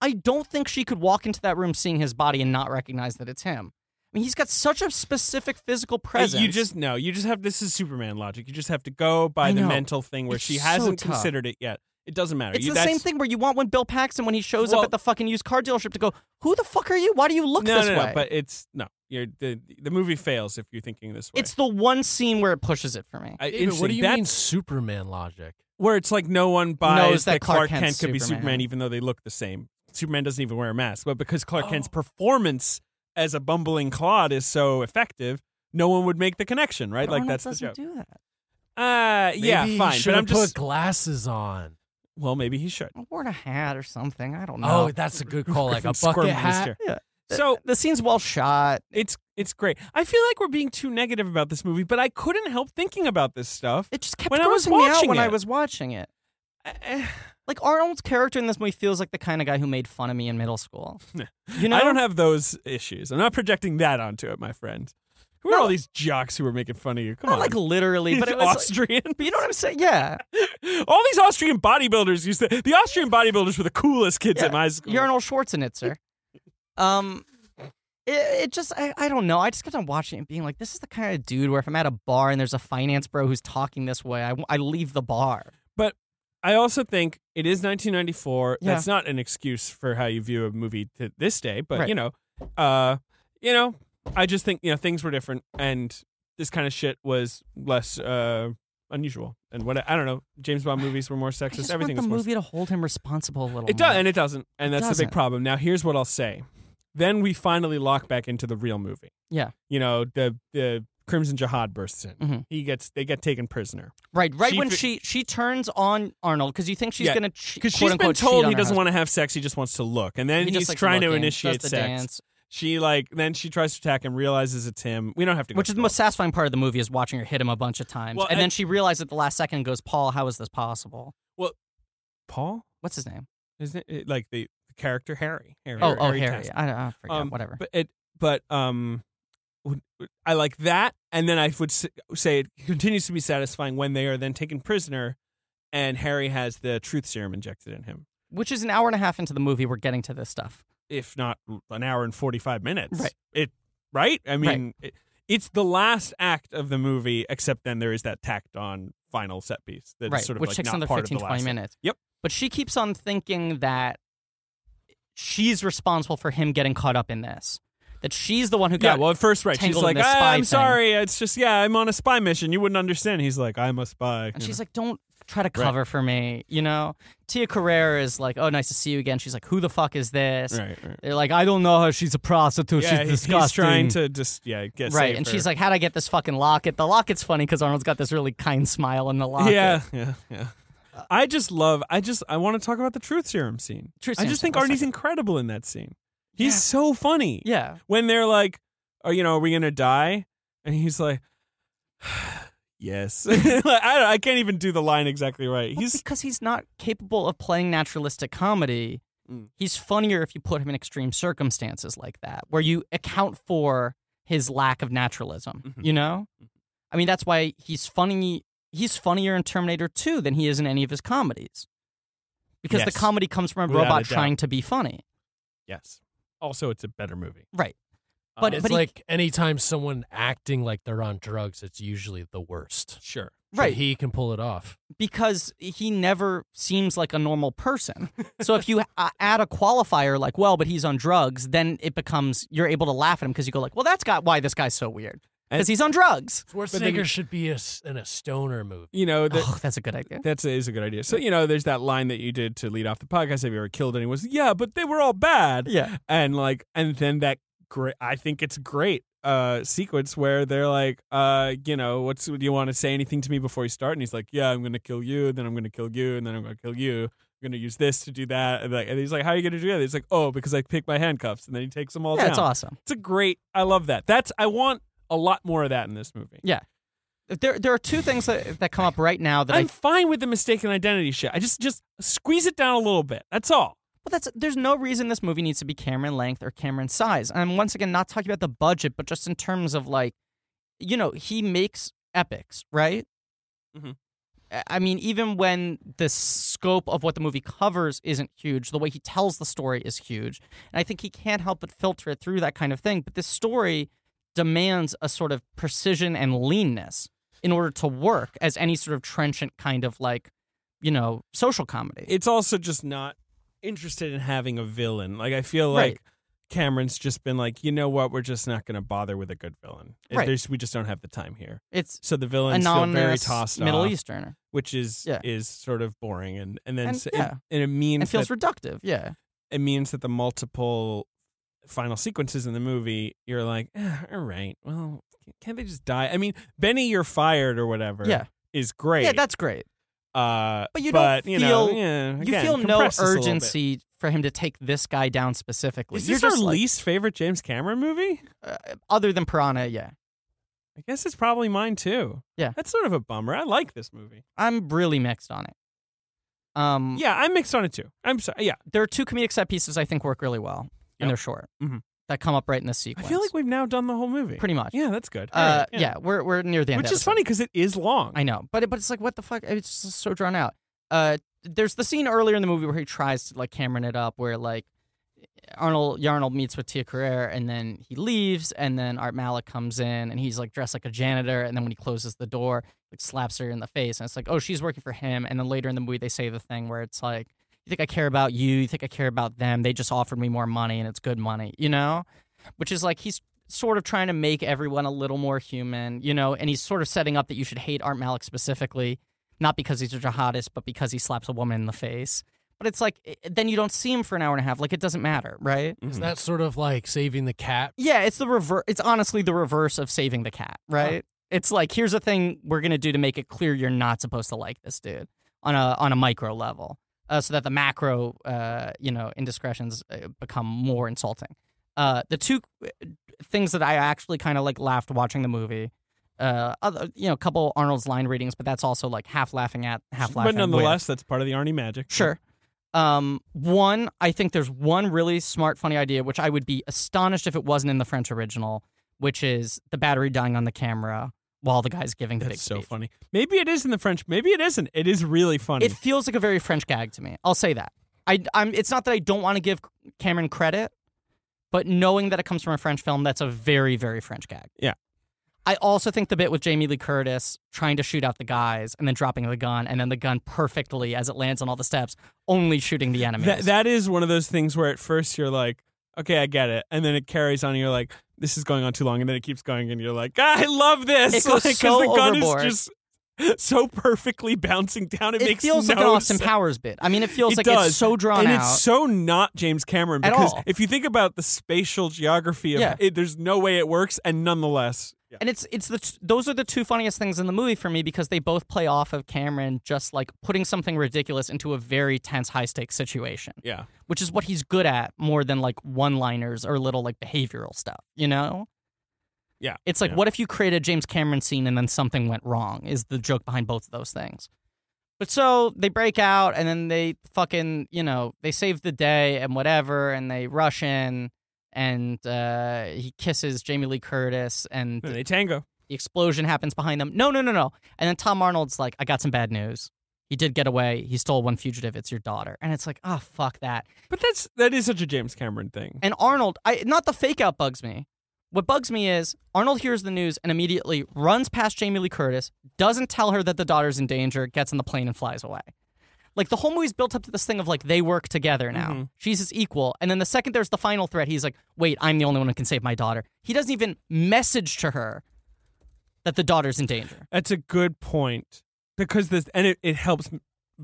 Speaker 4: I don't think she could walk into that room seeing his body and not recognize that it's him. I mean, he's got such a specific physical presence.
Speaker 2: Uh, You just no, you just have this is Superman logic. You just have to go by
Speaker 4: I
Speaker 2: the
Speaker 4: know.
Speaker 2: mental thing where
Speaker 4: It's
Speaker 2: she
Speaker 4: so
Speaker 2: hasn't
Speaker 4: tough.
Speaker 2: considered it yet. It doesn't matter.
Speaker 4: It's
Speaker 2: You-
Speaker 4: the same
Speaker 2: that's-
Speaker 4: thing where you want when Bill Paxton, when he shows
Speaker 2: Well-
Speaker 4: up at the fucking used car dealership, to go, "Who the fuck are you? Why do you look
Speaker 2: no,
Speaker 4: this
Speaker 2: no,
Speaker 4: way?"
Speaker 2: no, but it's no. You're the the movie fails if you're thinking this way.
Speaker 4: it's the one scene where it pushes it for me.
Speaker 2: I-
Speaker 5: David,
Speaker 2: interesting.
Speaker 5: what do you
Speaker 2: That's
Speaker 5: mean Superman logic?
Speaker 2: where it's like no one buys
Speaker 4: Knows that Clark
Speaker 2: Clark Kent
Speaker 4: Kent's
Speaker 2: could be
Speaker 4: Superman.
Speaker 2: Superman, even though they look the same. Superman doesn't even wear a mask, but because Clark Kent's
Speaker 4: Oh.
Speaker 2: performance as a bumbling clod is so effective, no one would make the connection, right? like
Speaker 4: Arnold
Speaker 2: that's the
Speaker 4: doesn't
Speaker 2: joke.
Speaker 4: do that.
Speaker 2: uh, yeah,
Speaker 5: Maybe he
Speaker 2: fine.
Speaker 5: should
Speaker 2: But
Speaker 5: have
Speaker 2: I'm just
Speaker 5: put glasses on.
Speaker 2: well, maybe he should.
Speaker 4: I wore a hat or something. I don't know.
Speaker 5: Oh, that's a good call. Like a
Speaker 2: Griffin squirmed
Speaker 5: bucket
Speaker 2: in his
Speaker 5: hat.
Speaker 2: chair.
Speaker 4: Yeah.
Speaker 2: So
Speaker 4: the scene's well shot.
Speaker 2: It's it's great. I feel like we're being too negative about this movie, but I couldn't help thinking about this stuff.
Speaker 4: It just kept
Speaker 2: When I was
Speaker 4: grossing me out
Speaker 2: watching
Speaker 4: when I
Speaker 2: it.
Speaker 4: was watching it.
Speaker 2: Eh,
Speaker 4: Like Arnold's character in this movie feels like the kind of guy who made fun of me in middle school. you know,
Speaker 2: I don't have those issues. I'm not projecting that onto it, my friend. Who are
Speaker 4: No.
Speaker 2: all these jocks who are making fun of you? Come
Speaker 4: not
Speaker 2: on,
Speaker 4: like literally,
Speaker 2: These
Speaker 4: but it was.
Speaker 2: Austrian.
Speaker 4: but you know what I'm saying? Yeah,
Speaker 2: all these Austrian bodybuilders used to. The Austrian bodybuilders were the coolest kids
Speaker 4: Yeah.
Speaker 2: at my school.
Speaker 4: you're Arnold Schwarzenegger. um, it, it just I, I don't know. I just kept on watching it and being like, this is the kind of dude where if I'm at a bar and there's a finance bro who's talking this way, I, I leave the bar.
Speaker 2: but I also think it is 1994.
Speaker 4: Yeah.
Speaker 2: That's not an excuse for how you view a movie to this day, but
Speaker 4: Right.
Speaker 2: you know, uh, you know, I just think you know things were different, and this kind of shit was less uh, unusual. And what I don't know, James Bond movies were more
Speaker 4: I
Speaker 2: sexist.
Speaker 4: just
Speaker 2: Everything
Speaker 4: want the
Speaker 2: was more
Speaker 4: movie to hold him responsible a little.
Speaker 2: It does,
Speaker 4: more.
Speaker 2: and it doesn't, and
Speaker 4: It
Speaker 2: that's the
Speaker 4: doesn't.
Speaker 2: big problem. Now, here's what I'll say. Then we finally lock back into the real movie.
Speaker 4: Yeah.
Speaker 2: you know the the Crimson Jihad bursts in.
Speaker 4: Mhm.
Speaker 2: He gets they get taken prisoner
Speaker 4: Right, right
Speaker 2: She
Speaker 4: when
Speaker 2: fi-
Speaker 4: she she turns on Arnold because you think she's
Speaker 2: Yeah,
Speaker 4: gonna che-
Speaker 2: because
Speaker 4: quote
Speaker 2: she's been
Speaker 4: unquote
Speaker 2: told he doesn't want to have sex. He just wants to look, and then
Speaker 4: He just
Speaker 2: he's
Speaker 4: likes
Speaker 2: trying to
Speaker 4: looking,
Speaker 2: initiate
Speaker 4: does the
Speaker 2: sex.
Speaker 4: dance.
Speaker 2: She like then she tries to attack him, realizes it's him. We don't have to, go
Speaker 4: Which is the
Speaker 2: through
Speaker 4: most satisfying part of the movie is watching her hit him a bunch of times,
Speaker 2: Well,
Speaker 4: and
Speaker 2: I-
Speaker 4: then she realizes at the last second and goes, "Paul, how is this possible?
Speaker 2: all- Paul.
Speaker 4: What's his name?
Speaker 2: Isn't it like the, the character Harry? Harry
Speaker 4: oh, oh,
Speaker 2: Harry
Speaker 4: Harry.
Speaker 2: Tasker.
Speaker 4: I, don't- I forget.
Speaker 2: Um,
Speaker 4: whatever.
Speaker 2: But it, but um, would- would- I like that, and then I would s- say it continues to be satisfying when they are then taken prisoner, and Harry has the truth serum injected in him.
Speaker 4: Which is an hour and a half into the movie, we're getting to this stuff.
Speaker 2: If not an hour and forty five minutes,
Speaker 4: Right.
Speaker 2: It right. I mean, it, it's the last act of the movie, except then there is that tacked on final set piece that is
Speaker 4: right,
Speaker 2: sort of
Speaker 4: which
Speaker 2: like
Speaker 4: takes
Speaker 2: not
Speaker 4: another
Speaker 2: part
Speaker 4: 15,
Speaker 2: of the
Speaker 4: 20
Speaker 2: last.
Speaker 4: minutes.
Speaker 2: Yep.
Speaker 4: But she keeps on thinking that she's responsible for him getting caught up in this. That she's the one who got
Speaker 2: Yeah, well, at first, right? She's
Speaker 4: tangled in
Speaker 2: like,
Speaker 4: this
Speaker 2: "Ah,
Speaker 4: spy
Speaker 2: "I'm
Speaker 4: thing."
Speaker 2: sorry, it's just yeah, I'm on a spy mission. You wouldn't understand." He's like, "I'm a spy,"
Speaker 4: And
Speaker 2: you
Speaker 4: she's
Speaker 2: know?
Speaker 4: like, don't try to cover for me, you know? Tia Carrera is like, oh, nice to see you again. She's like, who the fuck is this?
Speaker 2: right, right.
Speaker 4: They're like, I don't know her.
Speaker 3: She's a prostitute.
Speaker 2: yeah,
Speaker 3: She's
Speaker 2: he's-
Speaker 3: disgusting.
Speaker 2: He's trying to just yeah get
Speaker 4: Right.
Speaker 2: save
Speaker 4: And
Speaker 2: her.
Speaker 4: she's like, how'd I get this fucking locket? The locket's funny because Arnold's got this really kind smile in the locket.
Speaker 2: yeah, yeah, yeah. I just love. I just I want to talk about the truth serum scene.
Speaker 4: Truth
Speaker 2: I
Speaker 4: serum
Speaker 2: just
Speaker 4: scene,
Speaker 2: think
Speaker 4: one
Speaker 2: Arnie's
Speaker 4: second.
Speaker 2: incredible in that scene. He's
Speaker 4: Yeah.
Speaker 2: so funny.
Speaker 4: Yeah.
Speaker 2: When they're like, "Oh, you know, are we gonna die?" And he's like, "Yes." Like, I don't, I can't even do the line exactly right. He's
Speaker 4: because he's not capable of playing naturalistic comedy.
Speaker 2: Mm.
Speaker 4: He's funnier if you put him in extreme circumstances like that, where you account for his lack of naturalism.
Speaker 2: Mhm.
Speaker 4: You know, I mean, that's why he's funny. He's funnier in Terminator 2 than he is in any of his comedies, because
Speaker 2: Yes.
Speaker 4: the comedy comes from a
Speaker 2: Without a
Speaker 4: robot
Speaker 2: doubt.
Speaker 4: trying to be funny.
Speaker 2: yes. Also, it's a better movie.
Speaker 4: Right.
Speaker 2: Uh,
Speaker 4: But-
Speaker 5: it's
Speaker 4: but he-
Speaker 5: like anytime someone acting like they're on drugs, it's usually the worst.
Speaker 2: sure.
Speaker 5: But
Speaker 4: Right.
Speaker 5: he can pull it off.
Speaker 4: because he never seems like a normal person. so if you uh, add a qualifier like, well, but he's on drugs, then it becomes you're able to laugh at him because you go like, well, that's got why this guy's so weird
Speaker 2: And-
Speaker 4: because he's on drugs.
Speaker 5: Schwarzenegger should be a s in a stoner movie.
Speaker 2: You know the,
Speaker 4: oh, that's a good idea.
Speaker 2: That's a, is a good idea. So you know, there's that line that you did to lead off the podcast. Have you ever killed anyone? Yeah, but they were all bad.
Speaker 4: Yeah,
Speaker 2: And like, and then that great. I think it's great uh sequence where they're like, uh, you know, what's do you want to say anything to me before you start? And he's like, yeah, I'm gonna kill you. Then I'm gonna kill you. And then I'm gonna kill you. I'm gonna use this to do that. And like, and he's like, how are you gonna do that? He's like, oh, because I pick my handcuffs. And then he takes them all
Speaker 4: yeah,
Speaker 2: down.
Speaker 4: it's awesome.
Speaker 2: It's a great. I love that. That's I want a lot more of that in this movie.
Speaker 4: Yeah, there there are two things that that come up right now that
Speaker 2: I'm
Speaker 4: I.
Speaker 2: fine with the mistaken identity shit. I just just squeeze it down a little bit. That's all.
Speaker 4: But that's there's no reason this movie needs to be Cameron length or Cameron size. And I'm once again not talking about the budget, but just in terms of like, you know, he makes epics, right?
Speaker 2: Mhm.
Speaker 4: I- I mean, even when the scope of what the movie covers isn't huge, the way he tells the story is huge. And I think he can't help but filter it through that kind of thing. But this story demands a sort of precision and leanness in order to work as any sort of trenchant kind of like, you know, social comedy.
Speaker 2: It's also just not interested in having a villain. Like I feel
Speaker 4: Right.
Speaker 2: like Cameron's just been like, you know what? We're just not going to bother with a good villain. It-
Speaker 4: Right.
Speaker 2: There's, we just don't have the time here.
Speaker 4: it's
Speaker 2: So the villains feel very
Speaker 4: anonymous
Speaker 2: tossed
Speaker 4: Middle
Speaker 2: off,
Speaker 4: Easterner.
Speaker 2: which is
Speaker 4: Yeah.
Speaker 2: is sort of boring, and and then
Speaker 4: And,
Speaker 2: s-
Speaker 4: yeah.
Speaker 2: and it means
Speaker 4: It feels
Speaker 2: that,
Speaker 4: reductive, yeah.
Speaker 2: it means that the multiple final sequences in the movie, you're like, "Eh, all right, well, can't they just die? I mean, Benny, you're fired or whatever.
Speaker 4: Yeah.
Speaker 2: is great.
Speaker 4: Yeah, that's great.
Speaker 2: Uh,
Speaker 4: But you
Speaker 2: but,
Speaker 4: don't
Speaker 2: you know,
Speaker 4: feel-
Speaker 2: yeah,
Speaker 4: you
Speaker 2: again,
Speaker 4: feel no
Speaker 2: compress this a little bit.
Speaker 4: urgency for him to take this guy down specifically.
Speaker 2: Is
Speaker 4: You're
Speaker 2: this our
Speaker 4: just like-
Speaker 2: least favorite James Cameron movie?
Speaker 4: uh, other than Piranha, yeah.
Speaker 2: I guess it's probably mine too.
Speaker 4: Yeah.
Speaker 2: that's sort of a bummer. I like this movie.
Speaker 4: I'm really mixed on it. Um,
Speaker 2: Yeah, I'm mixed on it too. I'm sorry. Yeah,
Speaker 4: There are two comedic set pieces I think work really well,
Speaker 2: Yep.
Speaker 4: and they're short.
Speaker 2: Mhm.
Speaker 4: That come up right in this
Speaker 2: I
Speaker 4: sequence.
Speaker 2: feel like we've now done the whole movie.
Speaker 4: pretty much.
Speaker 2: Yeah, that's good. All
Speaker 4: Uh,
Speaker 2: right,
Speaker 4: yeah. we're we're near the end.
Speaker 2: which
Speaker 4: of
Speaker 2: is funny because it is long.
Speaker 4: I know, but it- but it's like what the fuck? It's just so drawn out. Uh, there's the scene earlier in the movie where he tries to like Cameron it up, where like Arnold Yarnold meets with Tia Carrere, and then he leaves, and then Art Malik comes in, and he's like dressed like a janitor, and then when he closes the door, like slaps her in the face, and it's like, oh, she's working for him, and then later in the movie they say the thing where it's like, you think I care about you? You think I care about them? They just offered me more money, and it's good money, you know, which is like he's sort of trying to make everyone a little more human, you know, and he's sort of setting up that you should hate Art Malik specifically, not because he's a jihadist, but because he slaps a woman in the face. But it's like, i then you don't see him for an hour and a half. Like, it doesn't matter, right?
Speaker 5: Is that sort of like saving the cat?
Speaker 4: Yeah, it's the reverse. It's honestly the reverse of saving the cat, right? It's like, here's a thing we're going to do to make it clear you're not supposed to like this dude on a, on a micro level uh, so that the macro, uh, you know, indiscretions uh, become more insulting. Uh, the two uh, things that I actually kind of like laughed watching the movie. Uh, other, you know, a couple Arnold's line readings, but that's also like half laughing at, half laughing.
Speaker 2: but
Speaker 4: with.
Speaker 2: nonetheless, that's part of the Arnie magic.
Speaker 4: Sure. Um, one, I think there's one really smart, funny idea, which I would be astonished if it wasn't in the French original, which is the battery dying on the camera while the guy's giving the big
Speaker 2: That's so
Speaker 4: speech.
Speaker 2: funny. Maybe it is in the French. Maybe it isn't. It is really funny.
Speaker 4: It feels like a very French gag to me. I'll say that. I, I'm. It's not that I don't want to give Cameron credit, but knowing that it comes from a French film, that's a very, very French gag.
Speaker 2: Yeah.
Speaker 4: I also think the bit with Jamie Lee Curtis trying to shoot out the guys and then dropping the gun, and then the gun perfectly as it lands on all the steps, only shooting the enemies.
Speaker 2: That, that is one of those things where at first you're like, okay, I get it. And then it carries on and you're like, this is going on too long. And then it keeps going and you're like, "Ah, I love this.
Speaker 4: It goes
Speaker 2: Like,
Speaker 4: so
Speaker 2: the gun
Speaker 4: overboard.
Speaker 2: is just so perfectly bouncing down. It,
Speaker 4: it
Speaker 2: makes
Speaker 4: feels
Speaker 2: no
Speaker 4: like an Austin
Speaker 2: sense.
Speaker 4: Powers bit. I mean, it feels
Speaker 2: It
Speaker 4: like
Speaker 2: does.
Speaker 4: it's so drawn
Speaker 2: and
Speaker 4: out.
Speaker 2: it's so not James Cameron
Speaker 4: At
Speaker 2: because
Speaker 4: all.
Speaker 2: if you think about the spatial geography of
Speaker 4: Yeah.
Speaker 2: it, there's no way it works, and nonetheless, yeah.
Speaker 4: and it's it's the t- those are the two funniest things in the movie for me because they both play off of Cameron just like putting something ridiculous into a very tense high stakes situation,
Speaker 2: yeah.
Speaker 4: which is what he's good at more than like one liners or little like behavioral stuff, you know.
Speaker 2: Yeah.
Speaker 4: It's like,
Speaker 2: Yeah.
Speaker 4: what if you created a James Cameron scene and then something went wrong? Is the joke behind both of those things. But so they break out and then they fucking, you know, they save the day and whatever, and they rush in and uh, he kisses Jamie Lee Curtis and
Speaker 2: And they tango.
Speaker 4: the explosion happens behind them. No, no, no, no. And then Tom Arnold's like, I got some bad news. He did get away. He stole one fugitive. It's your daughter. And it's like, oh, fuck that.
Speaker 2: But that's that is such a James Cameron thing.
Speaker 4: And Arnold, I, not the fake out bugs me. What bugs me is Arnold hears the news and immediately runs past Jamie Lee Curtis, doesn't tell her that the daughter's in danger, gets on the plane and flies away. Like the whole movie's built up to this thing of like they work together now.
Speaker 2: Mm-hmm.
Speaker 4: She's his equal. And then the second there's the final threat, he's like, wait, I'm the only one who can save my daughter. He doesn't even message to her that the daughter's in danger.
Speaker 2: That's a good point because this and it, it helps m-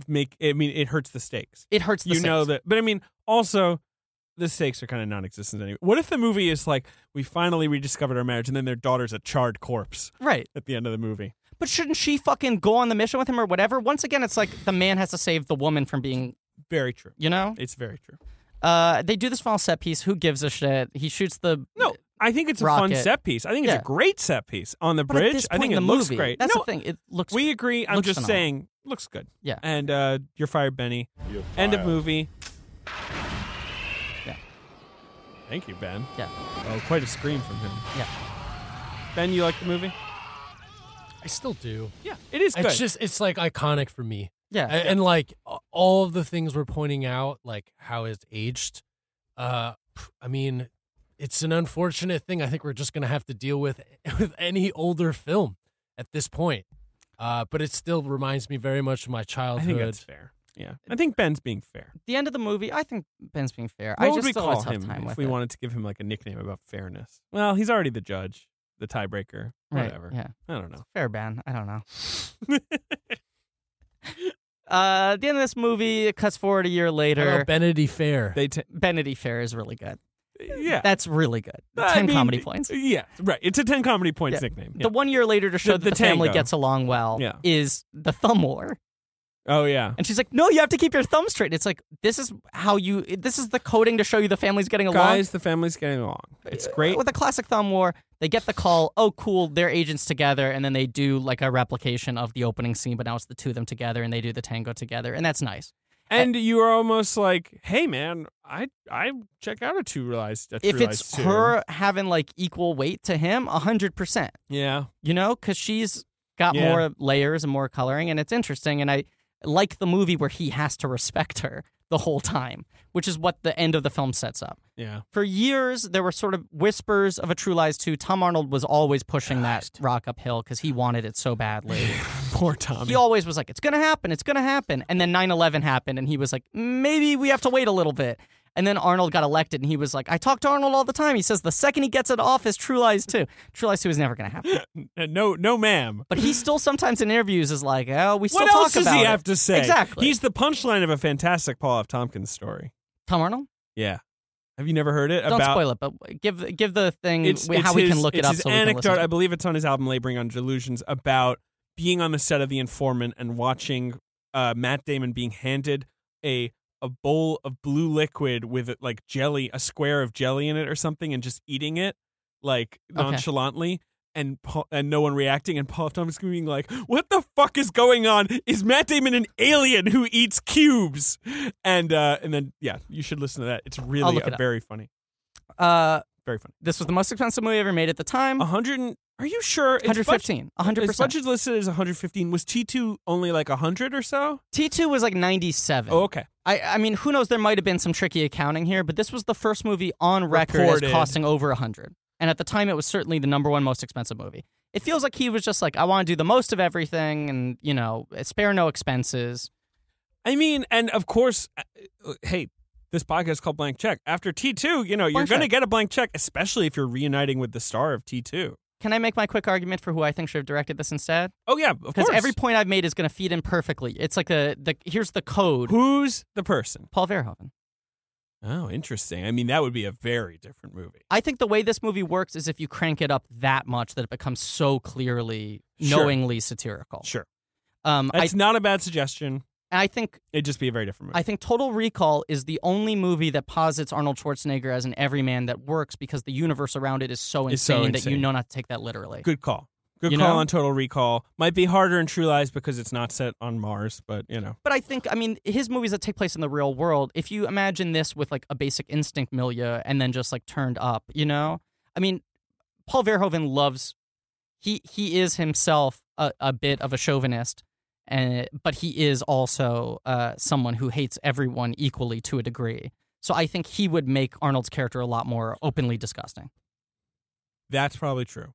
Speaker 2: make. I mean, it hurts the stakes.
Speaker 4: It hurts. The
Speaker 2: you know
Speaker 4: stakes.
Speaker 2: that, but I mean, also the stakes are kind of non-existent anyway. What if the movie is like we finally rediscovered our marriage, and then their daughter's a charred corpse
Speaker 4: right?
Speaker 2: at the end of the movie?
Speaker 4: But shouldn't she fucking go on the mission with him or whatever? Once again, it's like the man has to save the woman from being,
Speaker 2: Very true.
Speaker 4: you know.
Speaker 2: It's very true.
Speaker 4: Uh, they do this final set piece. Who gives a shit? He shoots the
Speaker 2: No, I think it's a fun
Speaker 4: Rocket.
Speaker 2: set piece. I think
Speaker 4: Yeah.
Speaker 2: it's a great set piece on the
Speaker 4: But
Speaker 2: bridge.
Speaker 4: at this
Speaker 2: I
Speaker 4: point
Speaker 2: think
Speaker 4: in
Speaker 2: it
Speaker 4: the
Speaker 2: looks
Speaker 4: movie,
Speaker 2: great.
Speaker 4: That's
Speaker 2: no,
Speaker 4: the thing. It looks.
Speaker 2: we agree. I'm
Speaker 4: looks
Speaker 2: just
Speaker 4: phenomenal.
Speaker 2: saying, looks good.
Speaker 4: Yeah.
Speaker 2: And uh, you're fired, Benny. End of movie.
Speaker 4: Yeah.
Speaker 2: Thank you, Ben.
Speaker 4: Yeah.
Speaker 2: Oh, quite a scream from him.
Speaker 4: Yeah.
Speaker 2: Ben, you like the movie?
Speaker 5: I still do.
Speaker 2: Yeah, it is good.
Speaker 5: It's just it's like iconic for me.
Speaker 4: Yeah.
Speaker 5: A- and like a- all of the things we're pointing out like how it's aged uh pff, i mean it's an unfortunate thing i think we're just gonna have to deal with with any older film at this point uh but it still reminds me very much of my
Speaker 2: I
Speaker 5: childhood
Speaker 2: think that's fair. Yeah, I think Ben's being fair.
Speaker 4: the end of the movie, I think Ben's being fair.
Speaker 2: What
Speaker 4: I
Speaker 2: would
Speaker 4: just
Speaker 2: we
Speaker 4: still
Speaker 2: call
Speaker 4: have a tough
Speaker 2: him
Speaker 4: time
Speaker 2: if
Speaker 4: with
Speaker 2: we
Speaker 4: it.
Speaker 2: wanted to give him like a nickname about fairness? Well, he's already the judge, the tiebreaker,
Speaker 4: Right,
Speaker 2: whatever.
Speaker 4: Yeah.
Speaker 2: I don't know.
Speaker 4: Fair Ben. I don't know. Uh, at the end of this movie, it cuts forward a year
Speaker 5: How about
Speaker 4: later.
Speaker 5: Benedy Fair.
Speaker 2: They t-
Speaker 4: Benedy Fair is really good.
Speaker 2: yeah.
Speaker 4: That's really good.
Speaker 2: I
Speaker 4: Ten
Speaker 2: mean,
Speaker 4: comedy points.
Speaker 2: Yeah, right. It's a ten comedy points
Speaker 4: Yeah.
Speaker 2: nickname.
Speaker 4: The one year later to show
Speaker 2: The-
Speaker 4: that
Speaker 2: the
Speaker 4: the family
Speaker 2: tango.
Speaker 4: gets along well
Speaker 2: Yeah.
Speaker 4: is the thumb war.
Speaker 2: yeah. Oh yeah.
Speaker 4: And she's like, "No, you have to keep your thumb straight." It's like this is how you. This is the coding to show you the family's getting along.
Speaker 2: Guys, the family's getting along. It's great.
Speaker 4: Uh, With a classic thumb war, they get the call. Oh, cool, they're agents together, and then they do like a replication of the opening scene, but now it's the two of them together, and they do the tango together, and that's nice.
Speaker 2: And you are almost like, hey man, I I check out a two realized. A True
Speaker 4: If
Speaker 2: Lies
Speaker 4: it's
Speaker 2: too.
Speaker 4: her having like equal weight to him, hundred percent,
Speaker 2: yeah,
Speaker 4: you know, because she's got
Speaker 2: Yeah.
Speaker 4: more layers and more coloring, and it's interesting. And I like the movie where he has to respect her the whole time, which is what the end of the film sets up.
Speaker 2: yeah,
Speaker 4: for years there were sort of whispers of a True Lies 2. Tom Arnold was always pushing that rock uphill because he wanted it so badly.
Speaker 2: poor Tommy.
Speaker 4: he always was like, it's going to happen, it's going to happen. And then 9 11 happened, and he was like, maybe we have to wait a little bit. And then Arnold got elected, and he was like, I talk to Arnold all the time. He says the second he gets into office, True Lies 2. True Lies 2 is never going to happen.
Speaker 2: Uh, no, no, ma'am.
Speaker 4: But he still sometimes in interviews is like, oh, we still
Speaker 2: what
Speaker 4: talk
Speaker 2: else does
Speaker 4: about
Speaker 2: he
Speaker 4: it."
Speaker 2: have to say?
Speaker 4: Exactly.
Speaker 2: He's the punchline of a fantastic Paul F. Tompkins story.
Speaker 4: Tom Arnold?
Speaker 2: Yeah. Have you never heard it?
Speaker 4: Don't
Speaker 2: about
Speaker 4: spoil it, but give give the thing
Speaker 2: it's,
Speaker 4: how
Speaker 2: it's
Speaker 4: we can
Speaker 2: his-
Speaker 4: look it
Speaker 2: it's
Speaker 4: up
Speaker 2: His
Speaker 4: so we can listen
Speaker 2: anecdote,
Speaker 4: to it.
Speaker 2: I believe it's on his album "Laboring Under Delusions" about being on the set of The Informant and watching uh, Matt Damon being handed a a bowl of blue liquid with like jelly, a square of jelly in it or something, and just eating it like
Speaker 4: Okay.
Speaker 2: nonchalantly. And Paul, and no one reacting, and Paul Thomas being like, "What the fuck is going on? Is Matt Damon an alien who eats cubes?" And uh, and then yeah, you should listen to that. It's really
Speaker 4: look
Speaker 2: uh,
Speaker 4: it up.
Speaker 2: very funny,
Speaker 4: Uh,
Speaker 2: very funny.
Speaker 4: this was the most expensive movie ever made at the time.
Speaker 2: A hundred and are you sure? Its budget-
Speaker 4: 115. 100%.
Speaker 2: Its budget listed as 115. Was T2 only like 100 or so?
Speaker 4: T2 was like 97.
Speaker 2: Oh, okay.
Speaker 4: I, I mean, who knows? There might have been some tricky accounting here, but this was the first movie on record
Speaker 2: Reported.
Speaker 4: as costing over 100. And at the time, it was certainly the number one most expensive movie. It feels like he was just like, I want to do the most of everything and, you know, spare no expenses.
Speaker 2: I mean, and of course, uh, uh, hey, this podcast is called Blank Check. After T2, you know, you're
Speaker 4: Blank
Speaker 2: going to
Speaker 4: check.
Speaker 2: get a blank check, especially if you're reuniting with the star of T2.
Speaker 4: Can I make my quick argument for who I think should have directed this instead?
Speaker 2: Oh, yeah, of
Speaker 4: Because
Speaker 2: course.
Speaker 4: every point I've made is going to feed in perfectly. It's like the, the here's the code.
Speaker 2: Who's the person?
Speaker 4: Paul Verhoeven.
Speaker 2: Oh, interesting. I mean, that would be a very different movie.
Speaker 4: I think the way this movie works is if you crank it up that much that it becomes so clearly,
Speaker 2: Sure.
Speaker 4: knowingly satirical.
Speaker 2: Sure.
Speaker 4: Um, I
Speaker 2: That's not a bad suggestion.
Speaker 4: And I think
Speaker 2: It'd just be a very different movie.
Speaker 4: I think Total Recall is the only movie that posits Arnold Schwarzenegger as an everyman that works because the universe around it is so insane,
Speaker 2: Is so
Speaker 4: that you
Speaker 2: insane.
Speaker 4: know not to take that literally.
Speaker 2: Good call. Good
Speaker 4: You
Speaker 2: call
Speaker 4: know?
Speaker 2: on Total Recall. Might be harder in True Lies because it's not set on Mars, but you know.
Speaker 4: But I think, I mean, his movies that take place in the real world, if you imagine this with like a basic instinct milieu and then just like turned up, you know? I mean, Paul Verhoeven loves, he, he is himself a, a bit of a chauvinist, and, but he is also uh, someone who hates everyone equally to a degree. So I think he would make Arnold's character a lot more openly disgusting.
Speaker 2: That's probably true.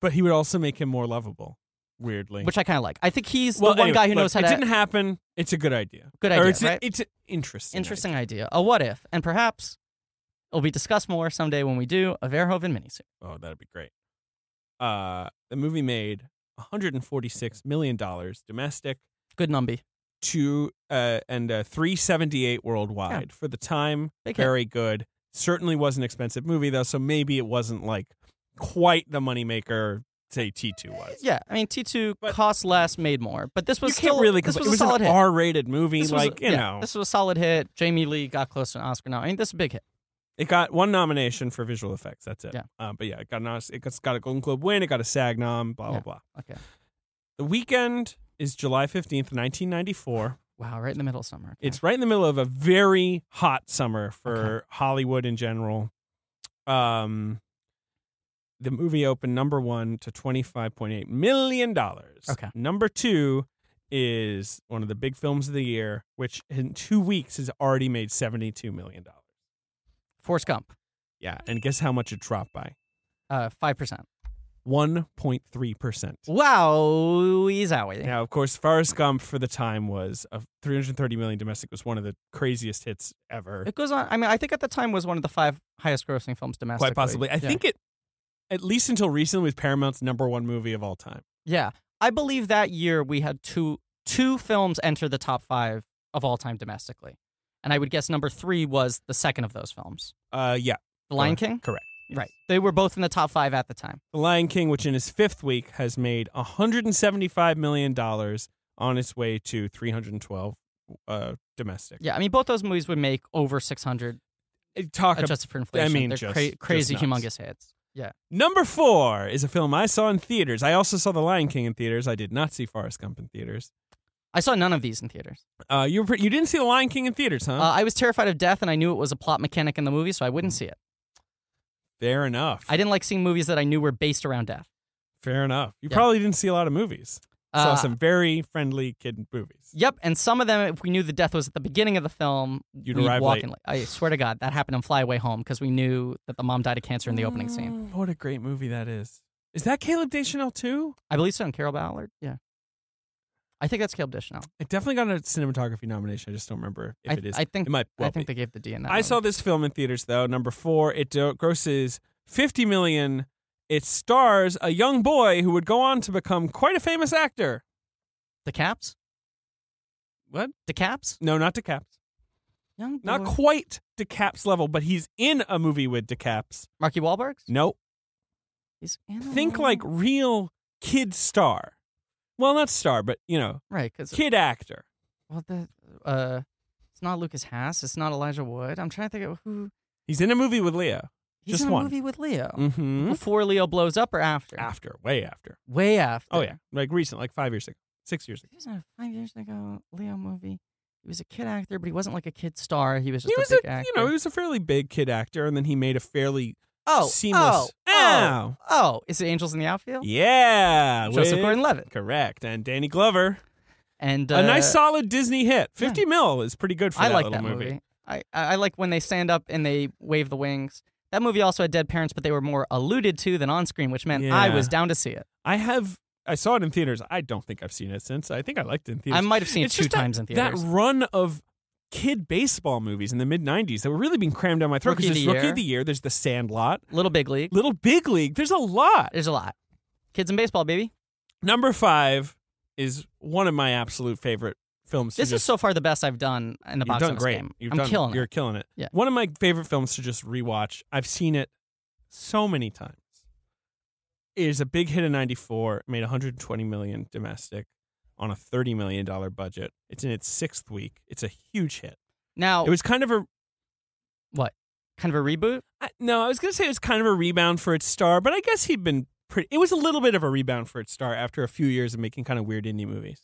Speaker 2: But he would also make him more lovable, weirdly.
Speaker 4: which I kind of like. I think he's
Speaker 2: well,
Speaker 4: the one
Speaker 2: anyway,
Speaker 4: guy who
Speaker 2: look,
Speaker 4: knows how
Speaker 2: it
Speaker 4: to.
Speaker 2: didn't happen. It's a good idea.
Speaker 4: Good
Speaker 2: or
Speaker 4: idea,
Speaker 2: it's, a-
Speaker 4: right?
Speaker 2: it's an interesting.
Speaker 4: Interesting idea. A what if, and perhaps it'll be discussed more someday when we do a Verhoeven miniseries.
Speaker 2: idea. Oh, that'd be great. Uh, the movie made 146 million dollars domestic
Speaker 4: Good numby.
Speaker 2: to uh, and uh, 378 worldwide for the time.
Speaker 4: Big hit.
Speaker 2: very good. Certainly was an expensive movie though, so maybe it wasn't like quite the moneymaker say T2 was.
Speaker 4: Yeah, I mean T two
Speaker 2: But-
Speaker 4: cost less, made more, but this was
Speaker 2: you
Speaker 4: still
Speaker 2: can't really
Speaker 4: this
Speaker 2: compl-
Speaker 4: was
Speaker 2: it
Speaker 4: a
Speaker 2: was
Speaker 4: solid
Speaker 2: an
Speaker 4: hit.
Speaker 2: R-rated movie,
Speaker 4: This was a-
Speaker 2: like you
Speaker 4: yeah,
Speaker 2: know,
Speaker 4: this was a solid hit. Jamie Lee got close to an Oscar now. I mean, this is a big hit.
Speaker 2: it got one nomination for visual effects. That's it.
Speaker 4: Yeah.
Speaker 2: Uh, but yeah, it got an Os- it got, got a Golden Globe win. It got a SAG nom. Blah blah
Speaker 4: Yeah.
Speaker 2: blah.
Speaker 4: Okay,
Speaker 2: The weekend is July fifteenth, nineteen ninety four.
Speaker 4: wow, right in the middle of summer. Okay.
Speaker 2: It's right in the middle of a very hot summer for Hollywood in general. Um, the movie opened number one to twenty five point eight million dollars.
Speaker 4: Okay.
Speaker 2: Number two is one of the big films of the year, which in two weeks has already made seventy two million dollars.
Speaker 4: Forrest Gump, uh,
Speaker 2: Yeah, and guess how much it dropped by?
Speaker 4: five percent.
Speaker 2: One point three percent.
Speaker 4: Wow, he's out with you.
Speaker 2: Now, of course, Forrest Gump for the time was a 330 million domestic was one of the craziest hits ever.
Speaker 4: It goes on. I mean, I think at the time was one of the five highest grossing films domestically.
Speaker 2: quite possibly. I
Speaker 4: Yeah.
Speaker 2: think it, at least until recently, was Paramount's number one movie of all time.
Speaker 4: Yeah, I believe that year we had two two films enter the top five of all time domestically, and I would guess number three was the second of those films,
Speaker 2: Uh, yeah,
Speaker 4: The Lion
Speaker 2: Correct.
Speaker 4: King.
Speaker 2: Correct.
Speaker 4: Right, they were both in the top five at the time.
Speaker 2: The Lion King, which in its fifth week has made 175 million dollars, on its way to 312 uh, domestic.
Speaker 4: Yeah, I mean both those movies would make over six hundred
Speaker 2: It- Talk about,
Speaker 4: adjusted for inflation.
Speaker 2: mean,
Speaker 4: They're
Speaker 2: just-
Speaker 4: cra-
Speaker 2: just
Speaker 4: crazy,
Speaker 2: nuts.
Speaker 4: humongous hits. Yeah,
Speaker 2: number four is a film I saw in theaters. I also saw The Lion King in theaters. I did not see Forrest Gump in theaters.
Speaker 4: I saw none of these in theaters.
Speaker 2: Uh, you were pre- you didn't see The Lion King in theaters, huh? Hmm.
Speaker 4: Uh, I was terrified of death, and I knew it was a plot mechanic in the movie, so I wouldn't see it.
Speaker 2: Fair enough.
Speaker 4: I didn't like seeing movies that I knew were based around death.
Speaker 2: Fair enough. You
Speaker 4: Yeah.
Speaker 2: probably didn't see a lot of movies. Saw
Speaker 4: Uh,
Speaker 2: some very friendly kid movies.
Speaker 4: Yep, and some of them, if we knew the death was at the beginning of the film,
Speaker 2: You'd
Speaker 4: we'd
Speaker 2: arrive
Speaker 4: walk
Speaker 2: late.
Speaker 4: in. I swear to God, that happened on Fly Away Home because we knew that the mom died of cancer in the opening scene.
Speaker 2: Mm, What a great movie that is. Is that Caleb Deschanel too?
Speaker 4: I believe so. And Carol Ballard, yeah, I think that's Caleb Deschanel.
Speaker 2: It definitely got a cinematography nomination. I just don't remember if
Speaker 4: I,
Speaker 2: it is.
Speaker 4: I think
Speaker 2: it might. Well
Speaker 4: I think
Speaker 2: be.
Speaker 4: they gave the D in that.
Speaker 2: I
Speaker 4: one.
Speaker 2: saw this film in theaters though. Number four, it do- grosses fifty million. It stars a young boy who would go on to become quite a famous actor.
Speaker 4: the caps.
Speaker 2: What?
Speaker 4: The caps.
Speaker 2: No, not DeCaps.
Speaker 4: Young
Speaker 2: Not
Speaker 4: boy.
Speaker 2: quite DeCaps level, but he's in a movie with DeCaps.
Speaker 4: Marky Wahlberg's.
Speaker 2: Nope.
Speaker 4: He's in a
Speaker 2: Think
Speaker 4: little-
Speaker 2: like real kid star. Well, not star, but you know,
Speaker 4: right because
Speaker 2: kid actor.
Speaker 4: well the uh, it's not Lucas Hass. It's not Elijah Wood. I'm trying to think of who.
Speaker 2: He's in a movie with Leo.
Speaker 4: He's
Speaker 2: Just
Speaker 4: in a
Speaker 2: one.
Speaker 4: movie with Leo.
Speaker 2: Mm-hmm.
Speaker 4: Before Leo blows up or after?
Speaker 2: After, way after.
Speaker 4: Way after.
Speaker 2: Oh yeah, like recent, like five years ago, six years ago.
Speaker 4: he was in a five years ago Leo movie. He was a kid actor, but he wasn't like a kid star. He was just
Speaker 2: he was
Speaker 4: a big
Speaker 2: a,
Speaker 4: actor.
Speaker 2: you know, he was a fairly big kid actor, and then he made a fairly
Speaker 4: oh,
Speaker 2: seamless.
Speaker 4: Oh, oh, oh, is it Angels in the Outfield?
Speaker 2: yeah,
Speaker 4: Joseph
Speaker 2: with-
Speaker 4: Gordon-Levitt
Speaker 2: correct, and Danny Glover,
Speaker 4: and uh,
Speaker 2: a nice solid Disney hit. Fifty mil is pretty good for
Speaker 4: I
Speaker 2: that
Speaker 4: like
Speaker 2: little
Speaker 4: that movie. I I I like when they stand up and they wave the wings. That movie also had dead parents, but they were more alluded to than on screen, which meant I
Speaker 2: Yeah.
Speaker 4: was down to see it.
Speaker 2: I have. I saw it in theaters. I don't think I've seen it since. I think I liked it in
Speaker 4: I
Speaker 2: theaters.
Speaker 4: might have seen it
Speaker 2: It's
Speaker 4: two
Speaker 2: just
Speaker 4: times in
Speaker 2: that,
Speaker 4: theaters.
Speaker 2: That run of kid baseball movies in the mid '90s that were really being crammed down my throat.
Speaker 4: Rookie
Speaker 2: Because there's
Speaker 4: of the
Speaker 2: Rookie
Speaker 4: Year.
Speaker 2: of the Year, there's The Sandlot,
Speaker 4: Little Big League.
Speaker 2: Little Big League. There's a lot.
Speaker 4: There's a lot. Kids in baseball, baby.
Speaker 2: Number five is one of my absolute favorite films. to
Speaker 4: This is
Speaker 2: just-
Speaker 4: so far the best I've done in the
Speaker 2: You've
Speaker 4: box
Speaker 2: done
Speaker 4: office
Speaker 2: great.
Speaker 4: game.
Speaker 2: You've
Speaker 4: I'm
Speaker 2: done,
Speaker 4: killing
Speaker 2: You're
Speaker 4: it.
Speaker 2: killing it.
Speaker 4: Yeah.
Speaker 2: One of my favorite films to just rewatch. I've seen it so many times. It is a big hit in '94. Made 120 million domestic. on a $30 million budget. It's in its sixth week. It's a huge hit.
Speaker 4: Now,
Speaker 2: It was kind of a
Speaker 4: what? Kind of a reboot?
Speaker 2: I, no, I was going to say it was kind of a rebound for its star, but I guess he'd been pretty. It was a little bit of a rebound for its star after a few years of making kind of weird indie movies.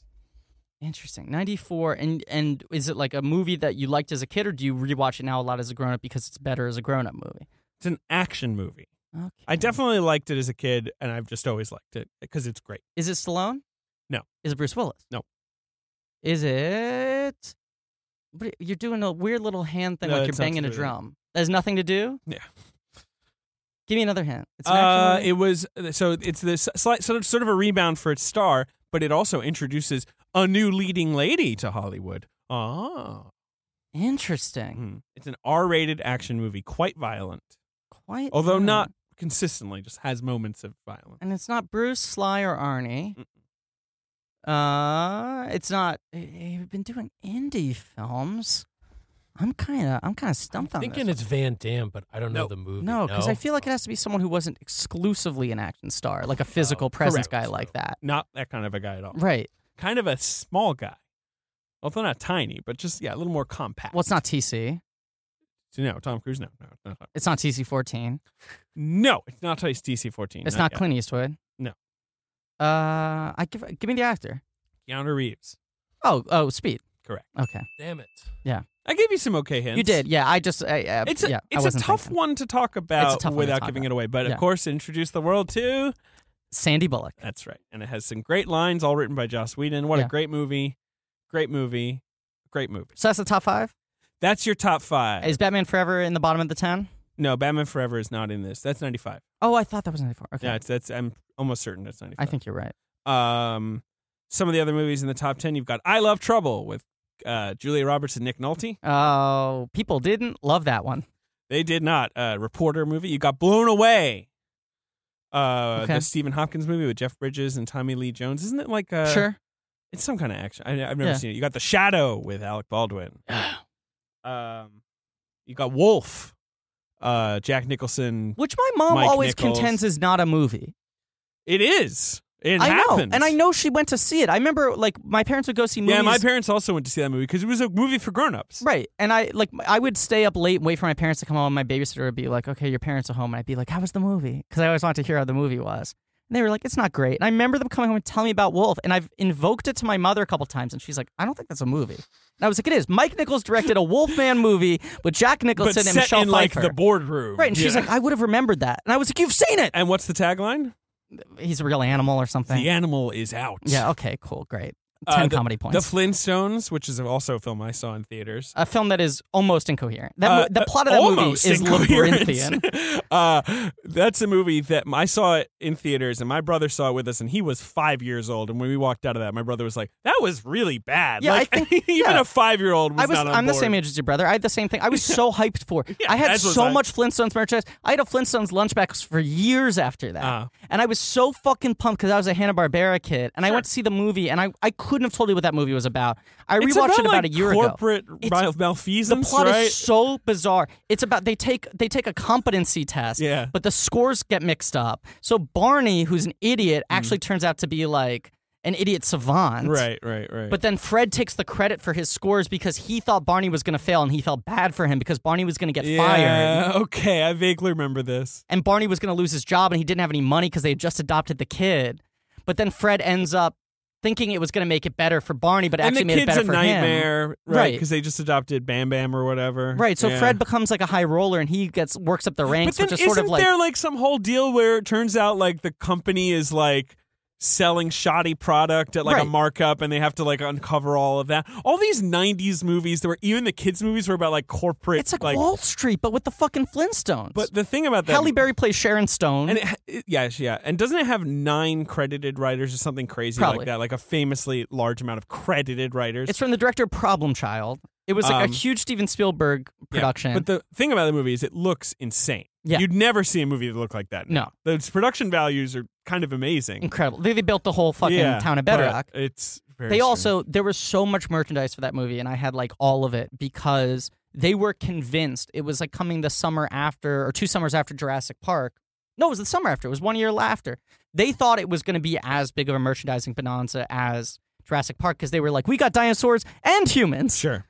Speaker 4: Interesting. 94 and and is it like a movie that you liked as a kid or do you rewatch it now a lot as a grown up because it's better as a grown up movie?
Speaker 2: It's an action movie.
Speaker 4: Okay.
Speaker 2: I definitely liked it as a kid, and I've just always liked it because it's great.
Speaker 4: Is it Stallone?
Speaker 2: No.
Speaker 4: Is it Bruce Willis?
Speaker 2: No.
Speaker 4: Is it? But you're doing a weird little hand thing
Speaker 2: No,
Speaker 4: like
Speaker 2: that
Speaker 4: you're
Speaker 2: sounds
Speaker 4: banging a
Speaker 2: familiar.
Speaker 4: drum. That has nothing to do.
Speaker 2: Yeah.
Speaker 4: Give me another hint. It's an
Speaker 2: Uh,
Speaker 4: action
Speaker 2: it
Speaker 4: movie?
Speaker 2: was so it's this slight sort of, sort of a rebound for its star, but it also introduces a new leading lady to Hollywood. Ah,
Speaker 4: Interesting.
Speaker 2: Hmm. it's an R-rated action movie, quite violent,
Speaker 4: Quite.
Speaker 2: Mm. although
Speaker 4: odd.
Speaker 2: not consistently. Just has moments of violence.
Speaker 4: And it's not Bruce, Sly, or Arnie. Uh, it's not. eh, We've been doing indie films. I'm kind of. I'm kind of stumped on
Speaker 5: Thinking
Speaker 4: this.
Speaker 5: it's Van Damme, but I don't know the movie.
Speaker 4: no, because I feel like it has to be someone who wasn't exclusively an action star,
Speaker 2: Oh,
Speaker 4: like a physical presence guy like that.
Speaker 2: Not that kind of a guy at all.
Speaker 4: Right.
Speaker 2: Kind of a small guy, although not tiny, but just yeah, a little more compact.
Speaker 4: Well, it's not TC.
Speaker 2: So, no, Tom Cruise. No, no, no, no.
Speaker 4: It's not TC fourteen.
Speaker 2: No, it's not DC fourteen.
Speaker 4: It's not
Speaker 2: yet.
Speaker 4: Clint Eastwood.
Speaker 2: No.
Speaker 4: Uh, I give give me the actor.
Speaker 2: Keanu Reeves.
Speaker 4: Oh, oh, Speed.
Speaker 2: Correct.
Speaker 4: Okay,
Speaker 5: Damn it.
Speaker 2: I gave you some okay hints.
Speaker 4: you did. Yeah, I just. I, uh,
Speaker 2: It's a,
Speaker 4: yeah, I
Speaker 2: it's a
Speaker 4: wasn't
Speaker 2: tough
Speaker 4: thinking.
Speaker 2: one to talk about
Speaker 4: tough one to
Speaker 2: without
Speaker 4: talk
Speaker 2: giving it
Speaker 4: about.
Speaker 2: away, but
Speaker 4: Yeah.
Speaker 2: of course, introduce the world to.
Speaker 4: Sandy Bullock.
Speaker 2: That's right, and it has some great lines, all written by Joss Whedon. What
Speaker 4: Yeah.
Speaker 2: a great movie! Great movie, great movie.
Speaker 4: So that's the top five.
Speaker 2: That's your top five.
Speaker 4: Is Batman Forever in the bottom of the ten?
Speaker 2: no, Batman Forever is not in this. That's ninety five.
Speaker 4: Oh, I thought that was ninety four. Okay,
Speaker 2: Yeah, it's, that's I'm almost certain that's ninety
Speaker 4: I
Speaker 2: five.
Speaker 4: think you're right.
Speaker 2: Um, some of the other movies in the top ten, you've got I Love Trouble with uh, Julia Roberts and Nick Nolte.
Speaker 4: Oh, people didn't love that one.
Speaker 2: They did not. Uh, reporter movie. You got Blown Away. Uh,
Speaker 4: Okay.
Speaker 2: the Stephen Hopkins movie with Jeff Bridges and Tommy Lee Jones. Isn't it like uh,
Speaker 4: sure.
Speaker 2: It's some kind of action. I, I've never
Speaker 4: Yeah.
Speaker 2: seen it. You got The Shadow with Alec Baldwin. um, you got Wolf. Uh, Jack Nicholson.
Speaker 4: Which my mom
Speaker 2: Mike
Speaker 4: always
Speaker 2: Nichols.
Speaker 4: contends is not a movie.
Speaker 2: It is. It
Speaker 4: I know,
Speaker 2: happens.
Speaker 4: and I know she went to see it. I remember, like, my parents would go see movies.
Speaker 2: Yeah, my parents also went to see that movie because it was a movie for grown-ups.
Speaker 4: Right. And I like I would stay up late and wait for my parents to come home. My babysitter would be like, "Okay, your parents are home." And I'd be like, "How was the movie?" Because I always wanted to hear how the movie was. And they were like, "It's not great." And I remember them coming home and telling me about Wolf. And I've invoked it to my mother a couple times, and she's like, "I don't think that's a movie." And I was like, "It is." Mike Nichols directed a Wolfman movie with Jack
Speaker 2: But
Speaker 4: Nicholson and
Speaker 2: set
Speaker 4: Michelle
Speaker 2: in like
Speaker 4: Pfeiffer.
Speaker 2: the boardroom,
Speaker 4: right. And she's
Speaker 2: Yeah.
Speaker 4: like, "I would have remembered that." And I was like, "You've seen it."
Speaker 2: and what's the tagline?
Speaker 4: He's a real animal or something.
Speaker 2: The animal is out.
Speaker 4: Yeah. Okay. Cool. Great.
Speaker 2: Uh,
Speaker 4: Ten
Speaker 2: the-
Speaker 4: comedy
Speaker 2: The
Speaker 4: points.
Speaker 2: Flintstones, which is also a film I saw in theaters.
Speaker 4: a film that is almost incoherent. That mo-
Speaker 2: Uh,
Speaker 4: the
Speaker 2: uh,
Speaker 4: plot of that movie
Speaker 2: almost
Speaker 4: is
Speaker 2: incoherent.
Speaker 4: labyrinthian.
Speaker 2: uh, that's a movie that I saw it in theaters, and my brother saw it with us, and he was five years old. And when we walked out of that, my brother was like, "That was really bad."
Speaker 4: Yeah, I
Speaker 2: like,
Speaker 4: think-
Speaker 2: even
Speaker 4: yeah.
Speaker 2: a five-year-old was,
Speaker 4: I was.
Speaker 2: not on
Speaker 4: I'm the
Speaker 2: board.
Speaker 4: same age as your brother. I had the same thing. I was so hyped for. it.
Speaker 2: Yeah,
Speaker 4: I had
Speaker 2: that's what
Speaker 4: so
Speaker 2: I-
Speaker 4: much Flintstones merchandise. I had a Flintstones lunchbox for years after that,
Speaker 2: Uh.
Speaker 4: and I was so fucking pumped because I was a Hanna Barbera kid, and I went to see the movie, and I, I couldn't have told you what that movie was about. I
Speaker 2: It's
Speaker 4: rewatched it about
Speaker 2: like
Speaker 4: a year ago.
Speaker 2: corporate
Speaker 4: It's-
Speaker 2: mal-
Speaker 4: The
Speaker 2: malfeasance,
Speaker 4: plot
Speaker 2: right?
Speaker 4: is so bizarre. It's about they take they take a competency test,
Speaker 2: Yeah.
Speaker 4: but the scores get mixed up. So Barney, who's an idiot, actually turns out to be like an idiot savant,
Speaker 2: Mm-hmm. right, right, right.
Speaker 4: but then Fred takes the credit for his scores because he thought Barney was going to fail and he felt bad for him because Barney was going to get fired
Speaker 2: yeah, okay, I vaguely remember this.
Speaker 4: and Barney was going to lose his job and he didn't have any money because they had just adopted the kid. But then Fred ends up thinking it was going to make it better for Barney, but it
Speaker 2: and
Speaker 4: actually
Speaker 2: the
Speaker 4: made it
Speaker 2: kid's
Speaker 4: better
Speaker 2: a
Speaker 4: for him.
Speaker 2: nightmare, right?
Speaker 4: Right.
Speaker 2: Because they just adopted Bam Bam or whatever.
Speaker 4: Right, so
Speaker 2: Yeah.
Speaker 4: Fred becomes like a high roller and he gets works up the ranks,
Speaker 2: but then
Speaker 4: which is
Speaker 2: isn't
Speaker 4: sort of like
Speaker 2: there like some whole deal where it turns out like the company is like selling shoddy product at like
Speaker 4: Right.
Speaker 2: a markup and they have to like uncover all of that all these 90s movies that were even the kids movies were about like corporate
Speaker 4: it's like, Wall Street, but with the fucking Flintstones.
Speaker 2: but the thing about that
Speaker 4: Halle Berry plays Sharon Stone.
Speaker 2: and it, ha- it, yes yeah and doesn't it have nine credited writers or something crazy
Speaker 4: Probably.
Speaker 2: like that like a famously large amount of credited writers
Speaker 4: it's from the director of Problem Child. It was like
Speaker 2: Um,
Speaker 4: a huge Steven Spielberg
Speaker 2: Yeah.
Speaker 4: production.
Speaker 2: but the thing about the movie is it looks insane
Speaker 4: Yeah.
Speaker 2: you'd never see a movie that looked like that now. those production values are kind of amazing
Speaker 4: incredible. They, they built the whole fucking
Speaker 2: yeah,
Speaker 4: town of
Speaker 2: but
Speaker 4: Bedrock.
Speaker 2: it's very
Speaker 4: They
Speaker 2: strange.
Speaker 4: also there was so much merchandise for that movie, and I had like all of it because they were convinced it was like coming the summer after or two summers after Jurassic Park. No, it was the summer after. It was one year after. They thought it was going to be as big of a merchandising bonanza as Jurassic Park because they were like, we got dinosaurs and humans.
Speaker 3: Sure.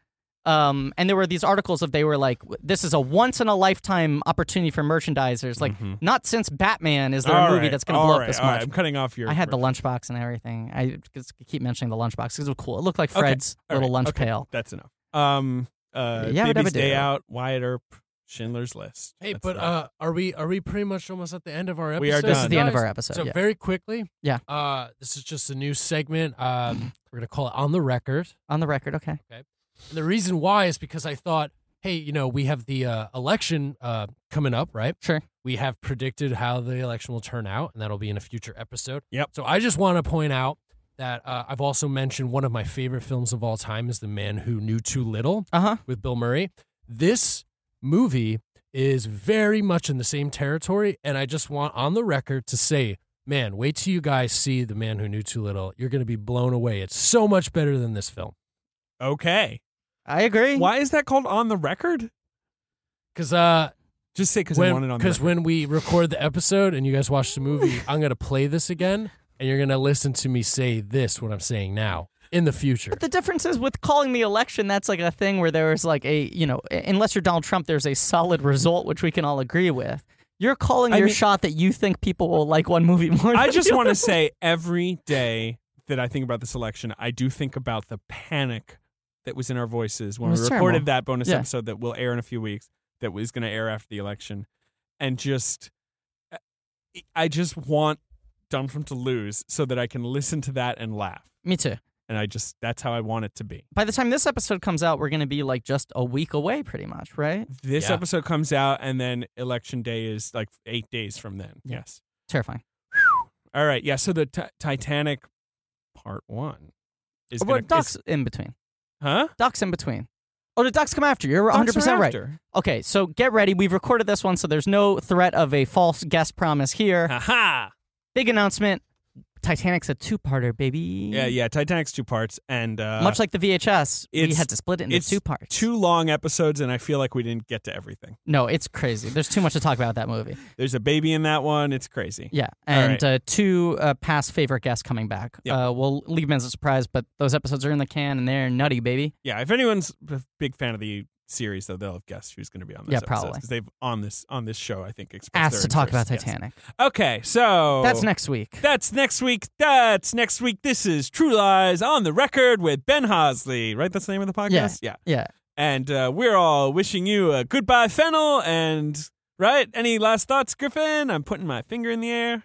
Speaker 4: Um, and there were these articles of they were like, this is a once in a lifetime opportunity for merchandisers. Like, not since Batman is there
Speaker 2: Mm-hmm. All
Speaker 4: a movie
Speaker 2: right,
Speaker 4: that's going to
Speaker 2: all
Speaker 4: blow up
Speaker 2: right,
Speaker 4: this
Speaker 2: all right,
Speaker 4: much.
Speaker 2: I'm cutting off your.
Speaker 4: I had the lunchbox and everything. I just keep mentioning the lunchbox because it was cool. It looked like
Speaker 2: Okay,
Speaker 4: Fred's
Speaker 2: all
Speaker 4: little
Speaker 2: right,
Speaker 4: lunch
Speaker 2: okay,
Speaker 4: pail.
Speaker 2: That's enough. Um, uh,
Speaker 4: Yeah, whatever
Speaker 2: Baby's
Speaker 4: do.
Speaker 2: Day Out, Wyatt Earp, Schindler's List.
Speaker 5: Hey,
Speaker 2: That's
Speaker 5: but
Speaker 2: that.
Speaker 5: uh, are we are we pretty much almost at the end of our episode?
Speaker 2: We are
Speaker 4: This is
Speaker 2: done.
Speaker 4: the end of
Speaker 5: guys?
Speaker 4: our episode.
Speaker 5: So
Speaker 4: yeah.
Speaker 5: very quickly,
Speaker 4: Yeah.
Speaker 5: Uh, this is just a new segment. Um, we're gonna call it on the record.
Speaker 4: On the record, okay.
Speaker 5: And the reason why is because I thought, hey, you know, we have the uh, election uh, coming up, right?
Speaker 4: Sure.
Speaker 5: We have predicted how the election will turn out, and that'll be in a future episode.
Speaker 2: Yep.
Speaker 5: So I just want to point out that uh, I've also mentioned one of my favorite films of all time is The Man Who Knew Too Little
Speaker 4: Uh
Speaker 2: Uh-huh.
Speaker 4: huh.
Speaker 5: with Bill Murray. This movie is very much in the same territory, and I just want on the record to say, man, wait till you guys see The Man Who Knew Too Little. You're going to be blown away. It's so much better than this film. uh,
Speaker 2: okay.
Speaker 4: I agree.
Speaker 2: Why is that called on the record?
Speaker 5: Because uh,
Speaker 2: Just say because I want it on. the
Speaker 5: because
Speaker 2: record.
Speaker 5: when we record the episode and you guys watch the movie, I'm gonna play this again, and you're gonna listen to me say this what I'm saying now in the future.
Speaker 4: But the difference is with calling the election, that's like a thing where there is like a, you know, unless you're Donald Trump, there's a solid result which we can all agree with. You're calling
Speaker 2: I
Speaker 4: your
Speaker 2: mean-
Speaker 4: shot that you think people will like one movie more.
Speaker 2: I
Speaker 4: than
Speaker 2: just
Speaker 4: the
Speaker 2: want to
Speaker 4: other.
Speaker 2: say every day that I think about this election, I do think about the panic that was in our voices when
Speaker 4: It
Speaker 2: we
Speaker 4: was
Speaker 2: recorded
Speaker 4: terrible.
Speaker 2: that bonus
Speaker 4: Yeah.
Speaker 2: episode that will air in a few weeks, that was going to air after the election. And just, uh, I just want Donald Trump to lose so that I can listen to that and laugh.
Speaker 4: Me too.
Speaker 2: And I just, that's how I want it to be.
Speaker 4: By the time this episode comes out, we're going to be like just a week away, pretty much, right?
Speaker 2: This
Speaker 5: Yeah.
Speaker 2: episode comes out, and then election day is like eight days from then.
Speaker 4: Yeah.
Speaker 2: Yes.
Speaker 4: Terrifying.
Speaker 2: All right. Yeah. So the t- Titanic part one is
Speaker 4: But
Speaker 2: going to.
Speaker 4: Doc's in between.
Speaker 2: Huh?
Speaker 4: Doc's in between. Oh, the Doc's come after. You're 100%
Speaker 2: Docs are
Speaker 4: right.
Speaker 2: after.
Speaker 4: Okay, so get ready. We've recorded this one, so there's no threat of a false guest promise here.
Speaker 2: Uh-huh. Haha.
Speaker 4: Big announcement Titanic's a two parter, baby.
Speaker 2: Yeah, yeah. Titanic's two parts, and uh,
Speaker 4: Mm. Much like the VHS, we
Speaker 2: it's-
Speaker 4: had to split it into
Speaker 2: it's
Speaker 4: two parts.
Speaker 2: two long episodes, and I feel like we didn't get to everything.
Speaker 4: No, it's crazy. There's too much to talk about with that movie.
Speaker 2: There's a baby in that one. It's crazy.
Speaker 4: Yeah,
Speaker 2: All
Speaker 4: and
Speaker 2: right.
Speaker 4: uh, two uh, past favorite guests coming back.
Speaker 2: Yeah.
Speaker 4: Uh, we'll leave them as a surprise, but those episodes are in the can and they're nutty, baby.
Speaker 2: Yeah, If anyone's a big fan of the series, though, they'll have guessed who's going to be on this.
Speaker 4: Yeah, probably.
Speaker 2: because they've on this on this show. I think expressed
Speaker 4: Asked
Speaker 2: their
Speaker 4: to talk about
Speaker 2: interest. Yes. Oh.
Speaker 4: Titanic.
Speaker 2: Okay, so
Speaker 4: That's next week.
Speaker 2: That's next week. That's next week. This is True Lies on the record with Ben Hosley. Right, that's the name of the podcast. yeah.
Speaker 4: yeah.
Speaker 2: And uh, we're all wishing you a goodbye, Fennel. And right, any last thoughts, Griffin? I'm putting my finger in the air.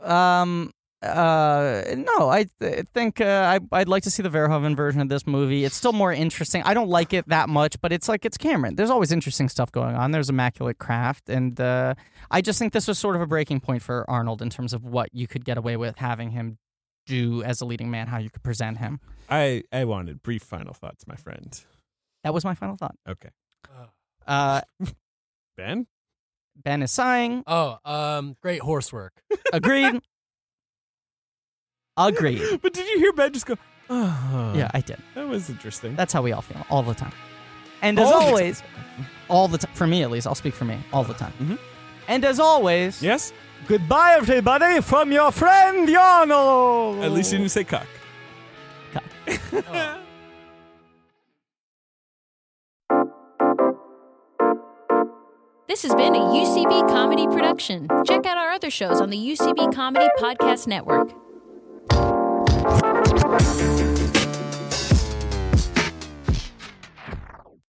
Speaker 4: Um. Uh. No, I th- think uh, I I'd like to see the Verhoeven version of this movie. It's still more interesting. I don't like it that much, but it's like it's Cameron. There's always interesting stuff going on. There's immaculate craft, and uh, I just think this was sort of a breaking point for Arnold in terms of what you could get away with having him do as a leading man, how you could present him.
Speaker 2: I I wanted brief final thoughts, my friend.
Speaker 4: That was my final thought.
Speaker 2: Okay,
Speaker 4: Uh,
Speaker 2: Ben.
Speaker 4: ben is sighing.
Speaker 5: oh, um, great horse work.
Speaker 4: Agreed. Agreed.
Speaker 2: But did you hear Ben just go? Oh,
Speaker 4: Yeah, I did.
Speaker 2: that was interesting.
Speaker 4: That's how we all feel all the time. And as
Speaker 2: Mm-hmm. All the
Speaker 4: always, all the time, for me at least, I'll speak for me all the time.
Speaker 2: Mhm.
Speaker 4: And as always,
Speaker 2: yes.
Speaker 3: Goodbye, everybody, from your friend Yano.
Speaker 2: At least you didn't say cock.
Speaker 3: Oh.
Speaker 8: This has been a UCB comedy production. Check out our other shows on the UCB Comedy Podcast Network.